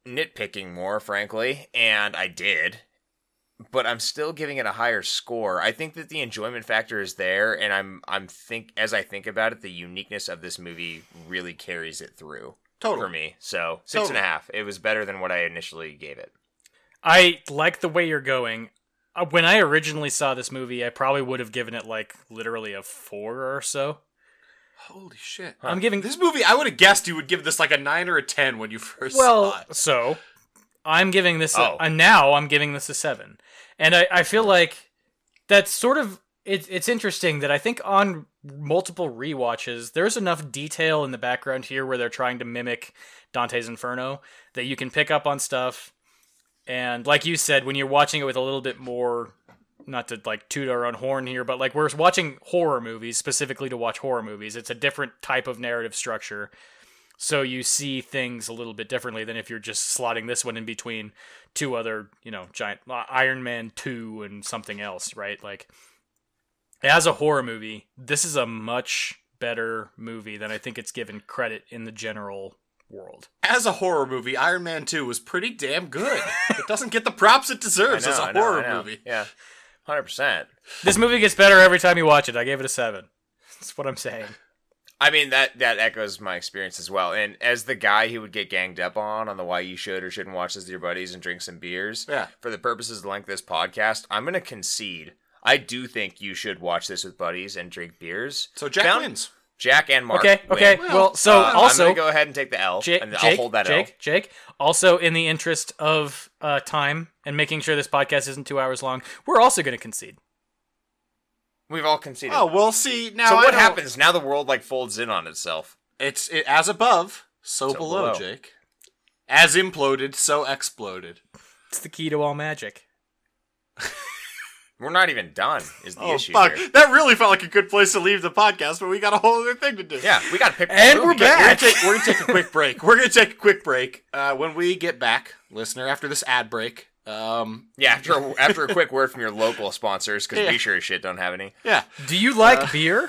[SPEAKER 3] nitpicking more frankly and i did but i'm still giving it a higher score i think that the enjoyment factor is there and i'm i'm think as i think about it the uniqueness of this movie really carries it through
[SPEAKER 2] Totally.
[SPEAKER 3] for me so six and a
[SPEAKER 2] Totally.
[SPEAKER 3] half. it was better than what i initially gave it
[SPEAKER 1] I like the way you're going. Uh, When I originally saw this movie, I probably would have given it like literally a four or so.
[SPEAKER 2] Holy shit.
[SPEAKER 1] I'm giving
[SPEAKER 2] This movie, I would have guessed you would give this like a 9 or a 10 when you first saw
[SPEAKER 1] well,
[SPEAKER 2] it.
[SPEAKER 1] uh, so I'm giving this.
[SPEAKER 3] Oh.
[SPEAKER 1] A, uh, now I'm giving this a seven, and I, I feel like that's sort of it's it's interesting that I think on multiple rewatches there's enough detail in the background here where they're trying to mimic Dante's Inferno that you can pick up on stuff, and like you said, when you're watching it with a little bit more not to like toot our own horn here, but like we're watching horror movies specifically to watch horror movies. It's a different type of narrative structure. So you see things a little bit differently than if you're just slotting this one in between two other, you know, giant uh, Iron Man 2 and something else, right? Like as a horror movie, this is a much better movie than I think it's given credit in the general world.
[SPEAKER 2] As a horror movie, Iron Man 2 was pretty damn good. it doesn't get the props it
[SPEAKER 3] I
[SPEAKER 2] deserves
[SPEAKER 3] know,
[SPEAKER 2] as a
[SPEAKER 3] I know, I
[SPEAKER 2] horror
[SPEAKER 3] know.
[SPEAKER 2] movie.
[SPEAKER 3] yeah 100%
[SPEAKER 1] This movie gets better every time you watch it. I gave it a 7. That's what I'm saying.
[SPEAKER 3] I mean that that echoes my experience as well. And as the guy who would get ganged up on on the why you should or shouldn't watch this with your buddies and drink some beers,
[SPEAKER 2] Yeah.
[SPEAKER 3] For the purposes of the length of this podcast, I'm gonna concede. I do think you should watch this with buddies and drink beers.
[SPEAKER 2] So Jack
[SPEAKER 3] Found-
[SPEAKER 2] wins.
[SPEAKER 3] Jack and Mark.
[SPEAKER 1] Okay,
[SPEAKER 3] win.
[SPEAKER 1] okay. Well, so
[SPEAKER 3] Uh,
[SPEAKER 1] also
[SPEAKER 3] I'm gonna go ahead and take the L,
[SPEAKER 1] Jake,
[SPEAKER 3] and I'll
[SPEAKER 1] Jake,
[SPEAKER 3] hold that
[SPEAKER 1] Jake,
[SPEAKER 3] L.
[SPEAKER 1] Jake. Also, in the interest of uh, time and making sure this podcast isn't two hours long, we're also going to concede.
[SPEAKER 3] We've all conceded.
[SPEAKER 2] Oh, we'll see. Now
[SPEAKER 3] so
[SPEAKER 2] I
[SPEAKER 3] what
[SPEAKER 2] don't-
[SPEAKER 3] happens now? The world like folds in on itself.
[SPEAKER 2] It's it, as above, so,
[SPEAKER 3] So
[SPEAKER 2] below,
[SPEAKER 3] below.
[SPEAKER 2] Jake. As imploded, so exploded.
[SPEAKER 1] It's the key to all magic.
[SPEAKER 3] We're not even done. Is the
[SPEAKER 2] Oh
[SPEAKER 3] issue
[SPEAKER 2] fuck!
[SPEAKER 3] here?
[SPEAKER 2] That really felt like a good place to leave the podcast, but we got a whole other thing to do.
[SPEAKER 3] Yeah, we got to pick.
[SPEAKER 1] And
[SPEAKER 3] the
[SPEAKER 1] we're
[SPEAKER 3] movie.
[SPEAKER 1] back.
[SPEAKER 2] We're gonna, take, we're gonna take a quick break. We're gonna take a quick break. Uh, when we get back, listener, after this ad break, um,
[SPEAKER 3] Yeah, after a, after a quick word from your local sponsors, because
[SPEAKER 2] Yeah.
[SPEAKER 3] we sure as shit don't have any.
[SPEAKER 2] yeah.
[SPEAKER 1] Do you like beer?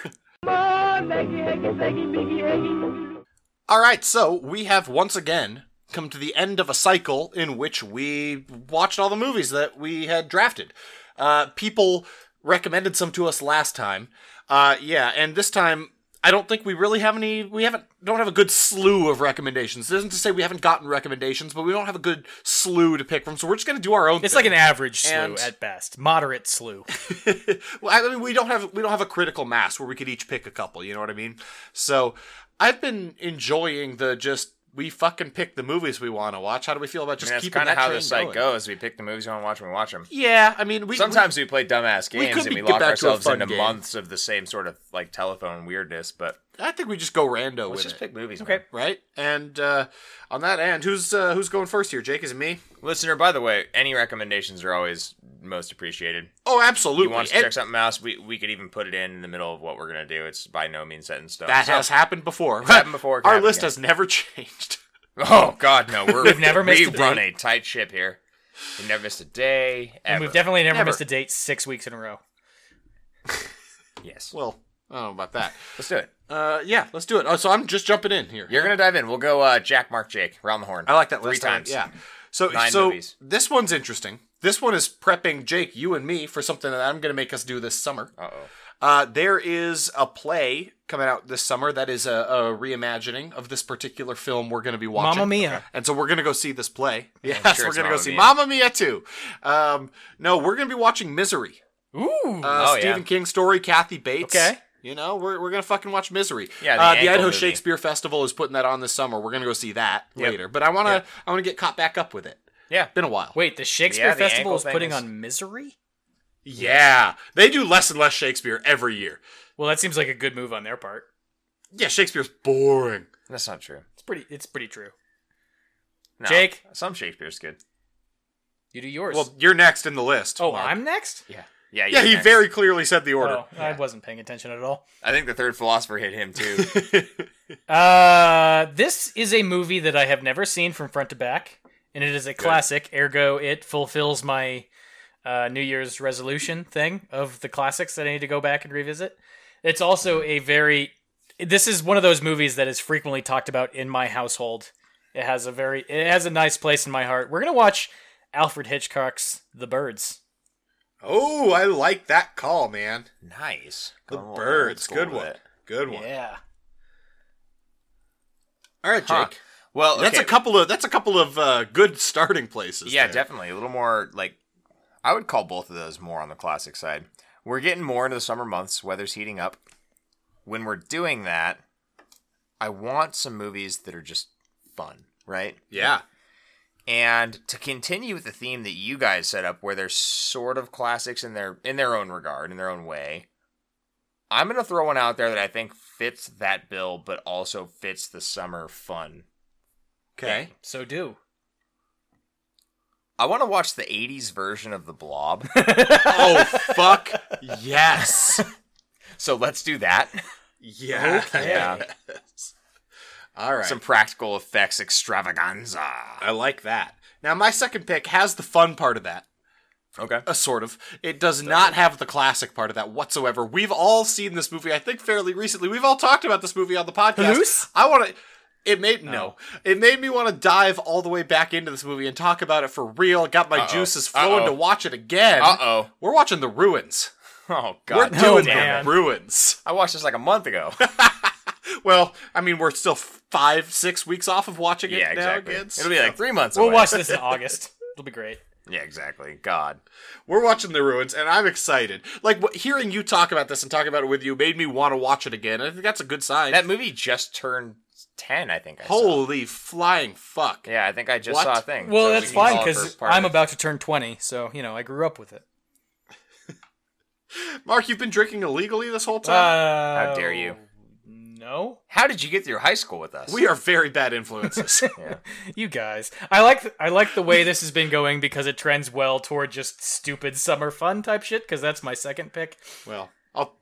[SPEAKER 2] All right, so we have once again come to the end of a cycle in which we watched all the movies that we had drafted. Uh, people recommended some to us last time. Uh, yeah, and this time I don't think we really have any. We haven't don't have a good slew of recommendations. This isn't to say we haven't gotten recommendations, but we don't have a good slew to pick from. So we're just gonna do our own.
[SPEAKER 1] It's
[SPEAKER 2] thing.
[SPEAKER 1] like an average slew
[SPEAKER 2] And-
[SPEAKER 1] at best, moderate slew.
[SPEAKER 2] Well, I mean, we don't have we don't have a critical mass where we could each pick a couple. You know what I mean? So I've been enjoying the just we fucking pick the movies we want to watch. How do we feel about
[SPEAKER 3] I mean,
[SPEAKER 2] just
[SPEAKER 3] that's
[SPEAKER 2] keeping
[SPEAKER 3] kind
[SPEAKER 2] that
[SPEAKER 3] of how
[SPEAKER 2] train
[SPEAKER 3] the site
[SPEAKER 2] going?
[SPEAKER 3] goes. We pick the movies we want to watch and we watch them.
[SPEAKER 2] Yeah, I mean, we
[SPEAKER 3] Sometimes we play dumbass
[SPEAKER 2] we
[SPEAKER 3] games
[SPEAKER 2] could
[SPEAKER 3] and
[SPEAKER 2] be-
[SPEAKER 3] we
[SPEAKER 2] get
[SPEAKER 3] lock
[SPEAKER 2] back to a
[SPEAKER 3] ourselves
[SPEAKER 2] fun
[SPEAKER 3] into
[SPEAKER 2] game.
[SPEAKER 3] months of the same sort of like telephone weirdness. But
[SPEAKER 2] we, I think we just go rando with
[SPEAKER 3] let's just
[SPEAKER 2] it,
[SPEAKER 3] pick movies.
[SPEAKER 1] Okay.
[SPEAKER 3] man.
[SPEAKER 2] right? And uh, on that end, who's uh, who's going first here? Jake is it me?
[SPEAKER 3] listener. By the way, any recommendations are always most appreciated.
[SPEAKER 2] Oh,
[SPEAKER 3] If
[SPEAKER 2] absolutely.
[SPEAKER 3] you want us to
[SPEAKER 2] And
[SPEAKER 3] check something else, we we could even put it in in the middle of what we're gonna do. It's by no means set in stone.
[SPEAKER 2] that
[SPEAKER 3] So-
[SPEAKER 2] has happened before.
[SPEAKER 3] happened before, it can
[SPEAKER 2] Our
[SPEAKER 3] happen
[SPEAKER 2] list
[SPEAKER 3] again.
[SPEAKER 2] has never changed.
[SPEAKER 3] Oh God, no! We're,
[SPEAKER 1] We've never missed a
[SPEAKER 3] we
[SPEAKER 1] day.
[SPEAKER 3] run a tight ship here. We never missed a day. Ever.
[SPEAKER 1] And we've definitely never,
[SPEAKER 2] Never.
[SPEAKER 1] missed a date six weeks in a row.
[SPEAKER 3] yes.
[SPEAKER 2] Well, I don't know about that.
[SPEAKER 3] let's do it.
[SPEAKER 2] Uh, yeah, let's do it. Oh, so I'm just jumping in here.
[SPEAKER 3] You're gonna dive in. We'll go uh, Jack, Mark, Jake, round the horn.
[SPEAKER 2] I like that
[SPEAKER 3] three
[SPEAKER 2] list I like-
[SPEAKER 3] times.
[SPEAKER 2] Yeah. So
[SPEAKER 3] Nine
[SPEAKER 2] so
[SPEAKER 3] movies.
[SPEAKER 2] this one's interesting. This one is prepping Jake, you and me for something that I'm going to make us do this summer.
[SPEAKER 3] Uh oh.
[SPEAKER 2] Uh, there is a play coming out this summer that is a, a reimagining of this particular film we're going to be watching.
[SPEAKER 1] Mamma Mia.
[SPEAKER 2] And so we're going to go see this play. Yes,
[SPEAKER 3] sure
[SPEAKER 2] we're
[SPEAKER 3] it's
[SPEAKER 2] going to go
[SPEAKER 3] Mamma
[SPEAKER 2] see
[SPEAKER 3] Mia.
[SPEAKER 2] Mamma Mia too. Um, no, we're going to be watching Misery.
[SPEAKER 1] Ooh.
[SPEAKER 2] Uh,
[SPEAKER 3] Oh, yeah.
[SPEAKER 2] Stephen King story, Kathy Bates.
[SPEAKER 1] Okay.
[SPEAKER 2] You know, we're, we're going to fucking watch Misery.
[SPEAKER 3] Yeah, the
[SPEAKER 2] uh, the
[SPEAKER 3] ankle
[SPEAKER 2] Idaho
[SPEAKER 3] movie.
[SPEAKER 2] Shakespeare Festival is putting that on this summer. We're going to go see that
[SPEAKER 3] Yep.
[SPEAKER 2] later. But I want to I want to get caught back up with it.
[SPEAKER 3] Yeah.
[SPEAKER 2] Been a while.
[SPEAKER 1] Wait, the Shakespeare
[SPEAKER 3] Yeah, the
[SPEAKER 1] Festival
[SPEAKER 3] ankle
[SPEAKER 1] is
[SPEAKER 3] thing
[SPEAKER 1] putting
[SPEAKER 3] is-
[SPEAKER 1] on Misery?
[SPEAKER 2] Yeah. They do less and less Shakespeare every year.
[SPEAKER 1] Well, that seems like a good move on their part.
[SPEAKER 2] Yeah, Shakespeare's boring.
[SPEAKER 3] That's not true.
[SPEAKER 1] It's pretty. It's pretty true.
[SPEAKER 3] No.
[SPEAKER 1] Jake?
[SPEAKER 3] Some Shakespeare's good.
[SPEAKER 1] You do yours.
[SPEAKER 2] Well, you're next in the list.
[SPEAKER 1] oh,
[SPEAKER 2] Mark.
[SPEAKER 1] I'm next.
[SPEAKER 3] Yeah. Yeah.
[SPEAKER 2] Yeah,
[SPEAKER 3] you're
[SPEAKER 2] he
[SPEAKER 3] next.
[SPEAKER 2] very clearly said the order.
[SPEAKER 1] Oh, I wasn't paying attention at all.
[SPEAKER 3] I think the third philosopher hit him too.
[SPEAKER 1] Uh, this is a movie that I have never seen from front to back, and it is a classic. Ergo, it fulfills my uh, New Year's resolution thing of the classics that I need to go back and revisit. It's also
[SPEAKER 3] Mm-hmm.
[SPEAKER 1] a very. This is one of those movies that is frequently talked about in my household. It has a very. It has a nice place in my heart. We're gonna watch Alfred Hitchcock's The Birds.
[SPEAKER 2] Oh, I like that call, man.
[SPEAKER 3] nice.
[SPEAKER 2] The
[SPEAKER 3] Going a little old
[SPEAKER 2] birds.
[SPEAKER 3] school
[SPEAKER 2] Good
[SPEAKER 3] with
[SPEAKER 2] one.
[SPEAKER 3] it.
[SPEAKER 2] Good one.
[SPEAKER 1] Yeah.
[SPEAKER 2] All right, Jake.
[SPEAKER 3] Huh. Well,
[SPEAKER 2] That's a
[SPEAKER 3] okay.
[SPEAKER 2] couple of that's a couple of uh, good starting places.
[SPEAKER 3] Yeah,
[SPEAKER 2] there.
[SPEAKER 3] definitely. A little more like I would call both of those more on the classic side. We're getting more into the summer months, weather's heating up. When we're doing that, I want some movies that are just fun, right?
[SPEAKER 2] Yeah.
[SPEAKER 3] And to continue with the theme that you guys set up where they're sort of classics in their in their own regard, in their own way, I'm going to throw one out there that I think fits that bill but also fits the summer fun.
[SPEAKER 2] Okay.
[SPEAKER 1] So do.
[SPEAKER 3] I want to watch the 80s version of The Blob.
[SPEAKER 2] oh fuck. Yes.
[SPEAKER 3] so let's do that.
[SPEAKER 2] Yeah.
[SPEAKER 3] Yeah.
[SPEAKER 2] All right.
[SPEAKER 3] Some practical effects extravaganza.
[SPEAKER 2] I like that. Now my second pick has the fun part of that.
[SPEAKER 3] Okay.
[SPEAKER 2] a sort of. It does not have the classic part of that whatsoever. We've all seen this movie, I think, fairly recently. We've all talked about this movie on the podcast.
[SPEAKER 1] Loose?
[SPEAKER 2] I want to. It
[SPEAKER 3] Oh.
[SPEAKER 2] made no. It made me want to dive all the way back into this movie and talk about it for real. Got my juices flowing
[SPEAKER 3] Uh-oh.
[SPEAKER 2] to watch it again.
[SPEAKER 3] Uh-oh.
[SPEAKER 2] We're watching the ruins.
[SPEAKER 3] Oh
[SPEAKER 2] We're
[SPEAKER 3] god.
[SPEAKER 1] no,
[SPEAKER 2] doing
[SPEAKER 1] man.
[SPEAKER 2] the ruins.
[SPEAKER 3] I watched this like a month ago.
[SPEAKER 2] well, I mean, we're still five, six weeks off of watching it
[SPEAKER 3] yeah,
[SPEAKER 2] now
[SPEAKER 3] exactly.
[SPEAKER 2] kids.
[SPEAKER 3] It'll be like three months.
[SPEAKER 1] We'll
[SPEAKER 3] away.
[SPEAKER 1] watch this in August. It'll be great.
[SPEAKER 3] Yeah, exactly. God.
[SPEAKER 2] we're watching the ruins, and I'm excited. Like wh- hearing you talk about this and talking about it with you made me want to watch it again. I think that's a good sign.
[SPEAKER 3] That movie just turned 10, I think. I saw.
[SPEAKER 2] Holy flying fuck!
[SPEAKER 3] Yeah, I think I just
[SPEAKER 2] What?
[SPEAKER 3] saw a thing.
[SPEAKER 1] Well,
[SPEAKER 3] So we
[SPEAKER 1] that's
[SPEAKER 3] can
[SPEAKER 1] fine
[SPEAKER 3] call it
[SPEAKER 1] because
[SPEAKER 3] for part of
[SPEAKER 1] I'm
[SPEAKER 3] it.
[SPEAKER 1] about to turn 20, so you know I grew up with it.
[SPEAKER 2] Mark, you've been drinking illegally this whole time.
[SPEAKER 1] Uh,
[SPEAKER 3] How dare you.
[SPEAKER 1] No,
[SPEAKER 3] How did you get through high school with us?
[SPEAKER 1] Uh,
[SPEAKER 2] we are very bad influences.
[SPEAKER 1] you guys. I like th- I like the way this has been going because it trends well toward just stupid summer fun type shit. Because that's my second pick.
[SPEAKER 2] well, I'll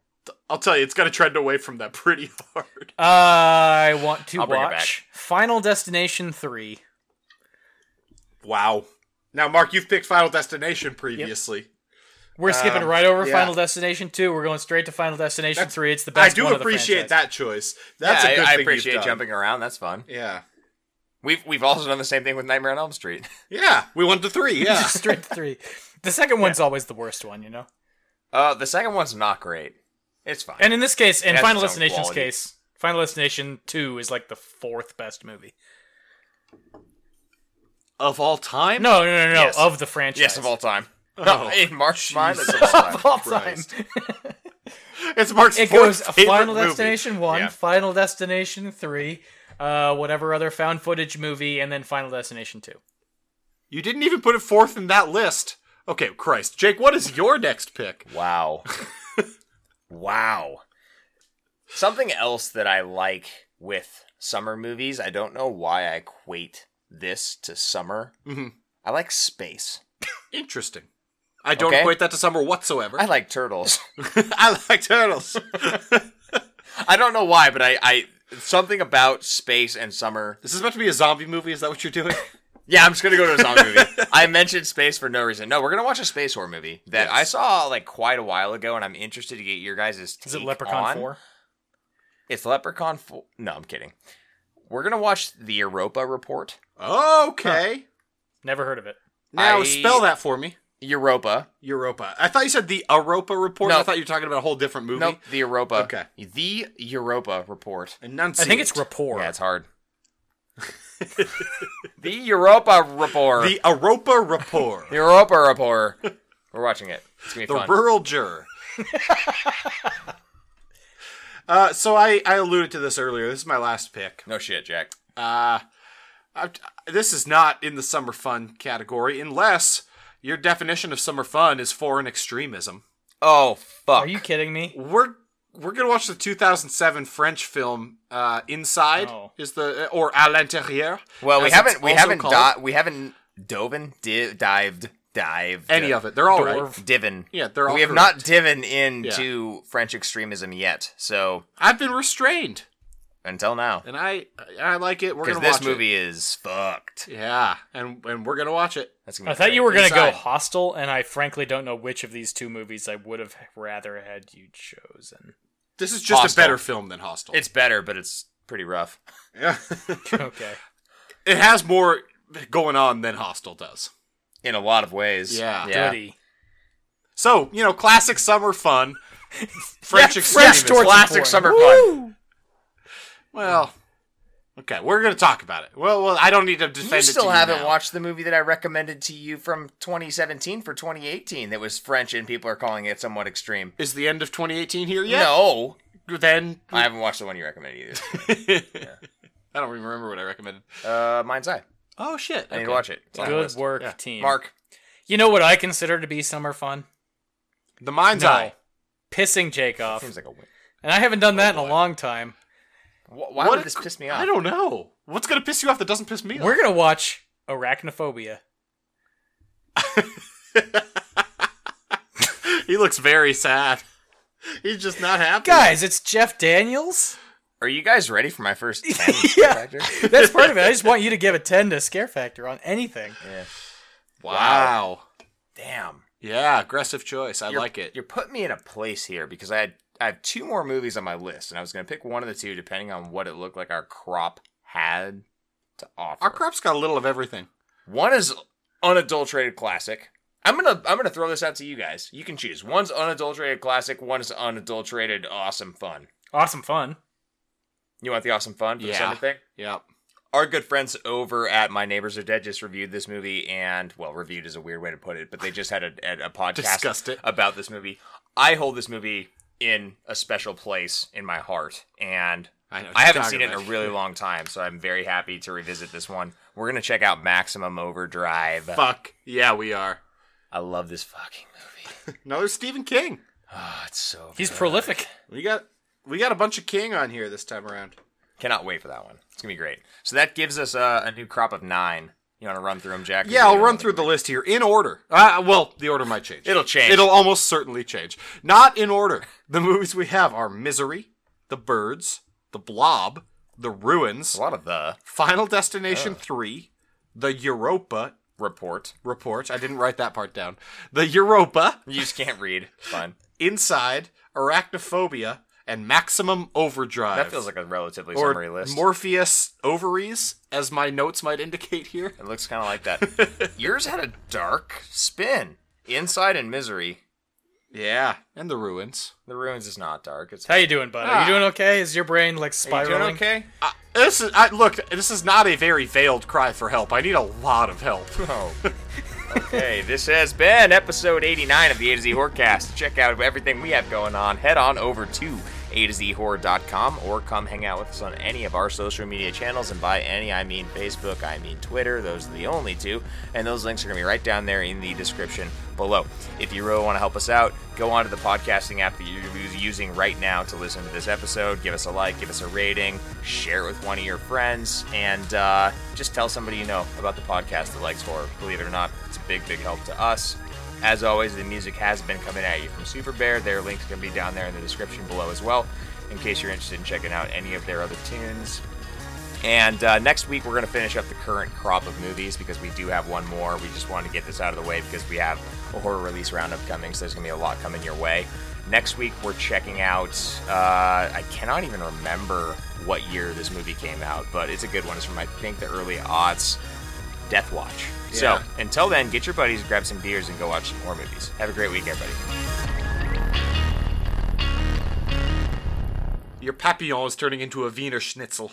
[SPEAKER 2] I'll tell you, it's got to trend away from that pretty hard.
[SPEAKER 1] Uh, I want to
[SPEAKER 3] I'll bring it
[SPEAKER 1] watch Final Destination three.
[SPEAKER 2] Wow. Now, Mark, you've picked Final Destination previously.
[SPEAKER 1] We're skipping right over
[SPEAKER 2] Um, yeah.
[SPEAKER 1] Final Destination two. We're going straight to Final Destination three. It's the
[SPEAKER 2] I
[SPEAKER 1] best.
[SPEAKER 2] do
[SPEAKER 1] one of the
[SPEAKER 2] appreciate
[SPEAKER 1] franchise.
[SPEAKER 2] that choice.
[SPEAKER 3] Yeah,
[SPEAKER 2] That's
[SPEAKER 3] I-
[SPEAKER 2] a good
[SPEAKER 3] I,
[SPEAKER 2] thing you've
[SPEAKER 3] appreciate
[SPEAKER 2] done.
[SPEAKER 3] jumping around. That's fun.
[SPEAKER 2] Yeah.
[SPEAKER 3] We've we've also done the same thing with Nightmare on Elm Street.
[SPEAKER 2] Yeah, we went to three. Yeah.
[SPEAKER 1] straight to three. The second one's always the worst one, you know.
[SPEAKER 3] Uh, the second one's not great. It's fine.
[SPEAKER 1] And in this case, in
[SPEAKER 3] It has
[SPEAKER 1] Final
[SPEAKER 3] its own
[SPEAKER 1] Destination's
[SPEAKER 3] quality.
[SPEAKER 1] case, Final Destination two is like the fourth best movie.
[SPEAKER 2] of all time?
[SPEAKER 1] No, no, no, no, no,
[SPEAKER 3] Yes.
[SPEAKER 1] of the franchise.
[SPEAKER 3] yes, of all time.
[SPEAKER 2] Oh.
[SPEAKER 3] in March, mine is
[SPEAKER 1] Of all time.
[SPEAKER 2] Christ. It's Mark's
[SPEAKER 1] It
[SPEAKER 2] fourth
[SPEAKER 1] goes
[SPEAKER 2] favorite
[SPEAKER 1] Final
[SPEAKER 2] movie.
[SPEAKER 1] Destination one,
[SPEAKER 2] Yeah.
[SPEAKER 1] Final Destination three, uh, whatever other found footage movie, and then Final Destination two.
[SPEAKER 2] You didn't even put it fourth in that list. Okay, Christ. Jake, what is your next pick?
[SPEAKER 3] Wow. wow. Something else that I like with summer movies, I don't know why I equate this to summer.
[SPEAKER 2] Mm-hmm.
[SPEAKER 3] I like space.
[SPEAKER 2] Interesting. I don't
[SPEAKER 3] Okay.
[SPEAKER 2] equate that to summer whatsoever.
[SPEAKER 3] I like turtles.
[SPEAKER 2] I like turtles.
[SPEAKER 3] I don't know why, but I, I something about space and summer.
[SPEAKER 2] This is about to be a zombie movie. Is that what you're doing?
[SPEAKER 3] Yeah, I'm just gonna go to a zombie movie. I mentioned space for no reason. No, we're gonna watch a space horror movie that I saw like quite a while ago, and I'm interested to get your guys' take
[SPEAKER 1] Is it Leprechaun
[SPEAKER 3] on.
[SPEAKER 1] four?
[SPEAKER 3] It's Leprechaun Four. No, I'm kidding. We're gonna watch the Europa Report.
[SPEAKER 2] okay.
[SPEAKER 1] Never heard of it.
[SPEAKER 2] Now
[SPEAKER 3] I-
[SPEAKER 2] spell that for me.
[SPEAKER 3] Europa.
[SPEAKER 2] Europa. I thought you said the Europa report.
[SPEAKER 3] No.
[SPEAKER 2] I thought you were talking about a whole different movie.
[SPEAKER 3] Nope, the Europa.
[SPEAKER 2] Okay.
[SPEAKER 3] The Europa Report.
[SPEAKER 2] Enunciate.
[SPEAKER 1] I think it's rapport.
[SPEAKER 3] Yeah, it's hard. the Europa Report.
[SPEAKER 2] the Europa report.
[SPEAKER 3] The Europa Report. We're watching it. It's gonna be
[SPEAKER 2] the
[SPEAKER 3] fun.
[SPEAKER 2] rural juror. uh, so I, I alluded to this earlier. This is my last pick.
[SPEAKER 3] no shit, Jack.
[SPEAKER 2] I, this is not in the summer fun category unless your definition of summer fun is foreign extremism.
[SPEAKER 3] Oh fuck.
[SPEAKER 1] Are you kidding me?
[SPEAKER 2] We're we're gonna watch the 2007 French film uh, Inside
[SPEAKER 1] Oh.
[SPEAKER 2] is the uh, or à l'intérieur.
[SPEAKER 3] Well,
[SPEAKER 2] as
[SPEAKER 3] we
[SPEAKER 2] it's
[SPEAKER 3] haven't we
[SPEAKER 2] also
[SPEAKER 3] haven't
[SPEAKER 2] called.
[SPEAKER 3] di- we haven't doven di- dived dived
[SPEAKER 2] any of it. They're all right.
[SPEAKER 3] Divin.
[SPEAKER 2] Yeah, they're all
[SPEAKER 3] We have not
[SPEAKER 2] correct.
[SPEAKER 3] divin into French extremism yet. So
[SPEAKER 2] I've been restrained,
[SPEAKER 3] until now,
[SPEAKER 2] and I I like it. We're
[SPEAKER 3] because
[SPEAKER 2] gonna
[SPEAKER 3] this
[SPEAKER 2] watch
[SPEAKER 3] movie is fucked.
[SPEAKER 2] It. Yeah, and and we're gonna watch it.
[SPEAKER 3] That's gonna be
[SPEAKER 1] I thought
[SPEAKER 3] great.
[SPEAKER 1] you were going to go
[SPEAKER 2] Inside.
[SPEAKER 1] hostile, and I frankly don't know which of these two movies I would have rather had you chosen.
[SPEAKER 2] This is just a
[SPEAKER 3] Hostel.
[SPEAKER 2] better film than Hostel.
[SPEAKER 3] It's better, but it's pretty rough.
[SPEAKER 1] Okay.
[SPEAKER 2] it has more going on than Hostel does.
[SPEAKER 3] in a lot of ways.
[SPEAKER 2] Yeah.
[SPEAKER 1] Dirty.
[SPEAKER 2] So you know, classic summer fun. French extremism.
[SPEAKER 1] torture
[SPEAKER 3] Classic
[SPEAKER 1] porn.
[SPEAKER 3] summer fun.
[SPEAKER 2] Well, okay, we're gonna talk about it. Well, well, I don't need to defend
[SPEAKER 3] You
[SPEAKER 2] it.
[SPEAKER 3] still
[SPEAKER 2] to
[SPEAKER 3] haven't
[SPEAKER 2] now.
[SPEAKER 3] watched the movie that I recommended to you from 2017 for 2018 that was French and people are calling it somewhat extreme.
[SPEAKER 2] Is the end of 2018 here yet?
[SPEAKER 3] No,
[SPEAKER 2] Then
[SPEAKER 3] I haven't watched the one you recommended
[SPEAKER 2] I don't even remember what I recommended.
[SPEAKER 3] either. uh, Mine's Eye.
[SPEAKER 2] Oh shit!
[SPEAKER 3] I need
[SPEAKER 2] okay.
[SPEAKER 3] to watch it. It's on the
[SPEAKER 1] Good
[SPEAKER 3] list.
[SPEAKER 1] work,
[SPEAKER 2] Yeah.
[SPEAKER 1] team.
[SPEAKER 3] Mark.
[SPEAKER 1] You know what I consider to be summer fun?
[SPEAKER 2] The Mind's Eye.
[SPEAKER 1] Pissing Jake off.
[SPEAKER 3] Seems like a win.
[SPEAKER 1] And I haven't done that in a long time.
[SPEAKER 3] Wh- Why
[SPEAKER 2] What
[SPEAKER 3] would this
[SPEAKER 2] a-
[SPEAKER 3] piss me off?
[SPEAKER 2] I don't know. What's gonna piss you off that doesn't piss me
[SPEAKER 1] We're gonna watch Arachnophobia.
[SPEAKER 2] off? He looks very sad. He's just not happy.
[SPEAKER 1] Guys, it's Jeff Daniels.
[SPEAKER 3] Are you guys ready for my first 10 factor?
[SPEAKER 1] That's part of it. I just want you to give a ten to Scare Factor on anything.
[SPEAKER 2] Wow.
[SPEAKER 3] Damn.
[SPEAKER 2] Yeah, aggressive choice. I
[SPEAKER 3] You're-
[SPEAKER 2] like it.
[SPEAKER 3] You're putting me in a place here because I had I have two more movies on my list, and I was gonna pick one of the two depending on what it looked like our crop had to offer.
[SPEAKER 2] Our crop's got a little of everything.
[SPEAKER 3] One is unadulterated classic. I'm gonna I'm gonna throw this out to you guys. You can choose. One's unadulterated classic. One is unadulterated awesome fun.
[SPEAKER 1] Awesome fun.
[SPEAKER 3] You want the awesome fun for the
[SPEAKER 2] Yeah.
[SPEAKER 3] Sunday thing?
[SPEAKER 2] Yep.
[SPEAKER 3] Our good friends over at My Neighbors Are Dead just reviewed this movie, and well, reviewed is a weird way to put it, but they just had a, a, a podcast
[SPEAKER 2] Discussed it.
[SPEAKER 3] about this movie. I hold this movie in a special place in my heart, and
[SPEAKER 2] I know what
[SPEAKER 3] I
[SPEAKER 2] you're
[SPEAKER 3] haven't
[SPEAKER 2] talking
[SPEAKER 3] seen it in a
[SPEAKER 2] about.
[SPEAKER 3] really long time, so I'm very happy to revisit this one. We're gonna check out Maximum Overdrive.
[SPEAKER 2] Fuck. Yeah, we are.
[SPEAKER 3] I love this fucking movie.
[SPEAKER 2] Another Stephen King.
[SPEAKER 3] Oh, it's so.
[SPEAKER 1] He's
[SPEAKER 3] good.
[SPEAKER 1] prolific.
[SPEAKER 2] We got we got a bunch of King on here this time around.
[SPEAKER 3] Cannot wait for that one. It's gonna be great. So that gives us uh, a new crop of nine. You want to run through them, Jack?
[SPEAKER 2] Yeah, I'll run through the list here in order. Uh, well, the order might change.
[SPEAKER 3] It'll change.
[SPEAKER 2] It'll almost certainly change. Not in order. The movies we have are Misery, The Birds, The Blob, The Ruins,
[SPEAKER 3] A lot of the
[SPEAKER 2] Final Destination 3, The Europa
[SPEAKER 3] report.
[SPEAKER 2] Report. I didn't write that part down. The Europa,
[SPEAKER 3] You just can't read. It's Fine.
[SPEAKER 2] Inside, Arachnophobia, and Maximum Overdrive.
[SPEAKER 3] That feels like a relatively
[SPEAKER 2] or
[SPEAKER 3] summary list.
[SPEAKER 2] Morpheus ovaries, as my notes might indicate here.
[SPEAKER 3] it looks kind of like that. Yours had a dark spin. Inside and Misery.
[SPEAKER 2] Yeah, and the ruins.
[SPEAKER 3] The Ruins is not dark. It's
[SPEAKER 1] How you doing, bud? Are you doing okay? Is your brain like
[SPEAKER 3] Are you
[SPEAKER 1] spiraling?
[SPEAKER 3] doing okay?
[SPEAKER 2] Uh, this is I, look. This is not a very veiled cry for help. I need a lot of help.
[SPEAKER 3] Oh. okay, this has been episode 89 of the A to Z Horrorcast. To check out everything we have going on, head on over to A to Z Horror.com or come hang out with us on any of our social media channels. And by any, I mean Facebook, I mean Twitter. Those are the only two. And those links are going to be right down there in the description below. If you really want to help us out, go onto the podcasting app that you're using right now to listen to this episode. Give us a like, give us a rating, share it with one of your friends, and uh, just tell somebody you know about the podcast that likes horror. Believe it or not, it's a big, big help to us. As always, the music has been coming at you from Super Bear. Their link's going to be down there in the description below as well, in case you're interested in checking out any of their other tunes. And uh, next week, we're going to finish up the current crop of movies because we do have one more. We just wanted to get this out of the way because we have a horror release roundup coming, so there's going to be a lot coming your way. Next week, we're checking out, uh, I cannot even remember what year this movie came out, but it's a good one. It's from, I think, the early aughts, Death Watch. So
[SPEAKER 2] Yeah.
[SPEAKER 3] until then, get your buddies, grab some beers, and go watch some horror movies. Have a great week, everybody.
[SPEAKER 2] Your papillon is turning into a Wiener Schnitzel.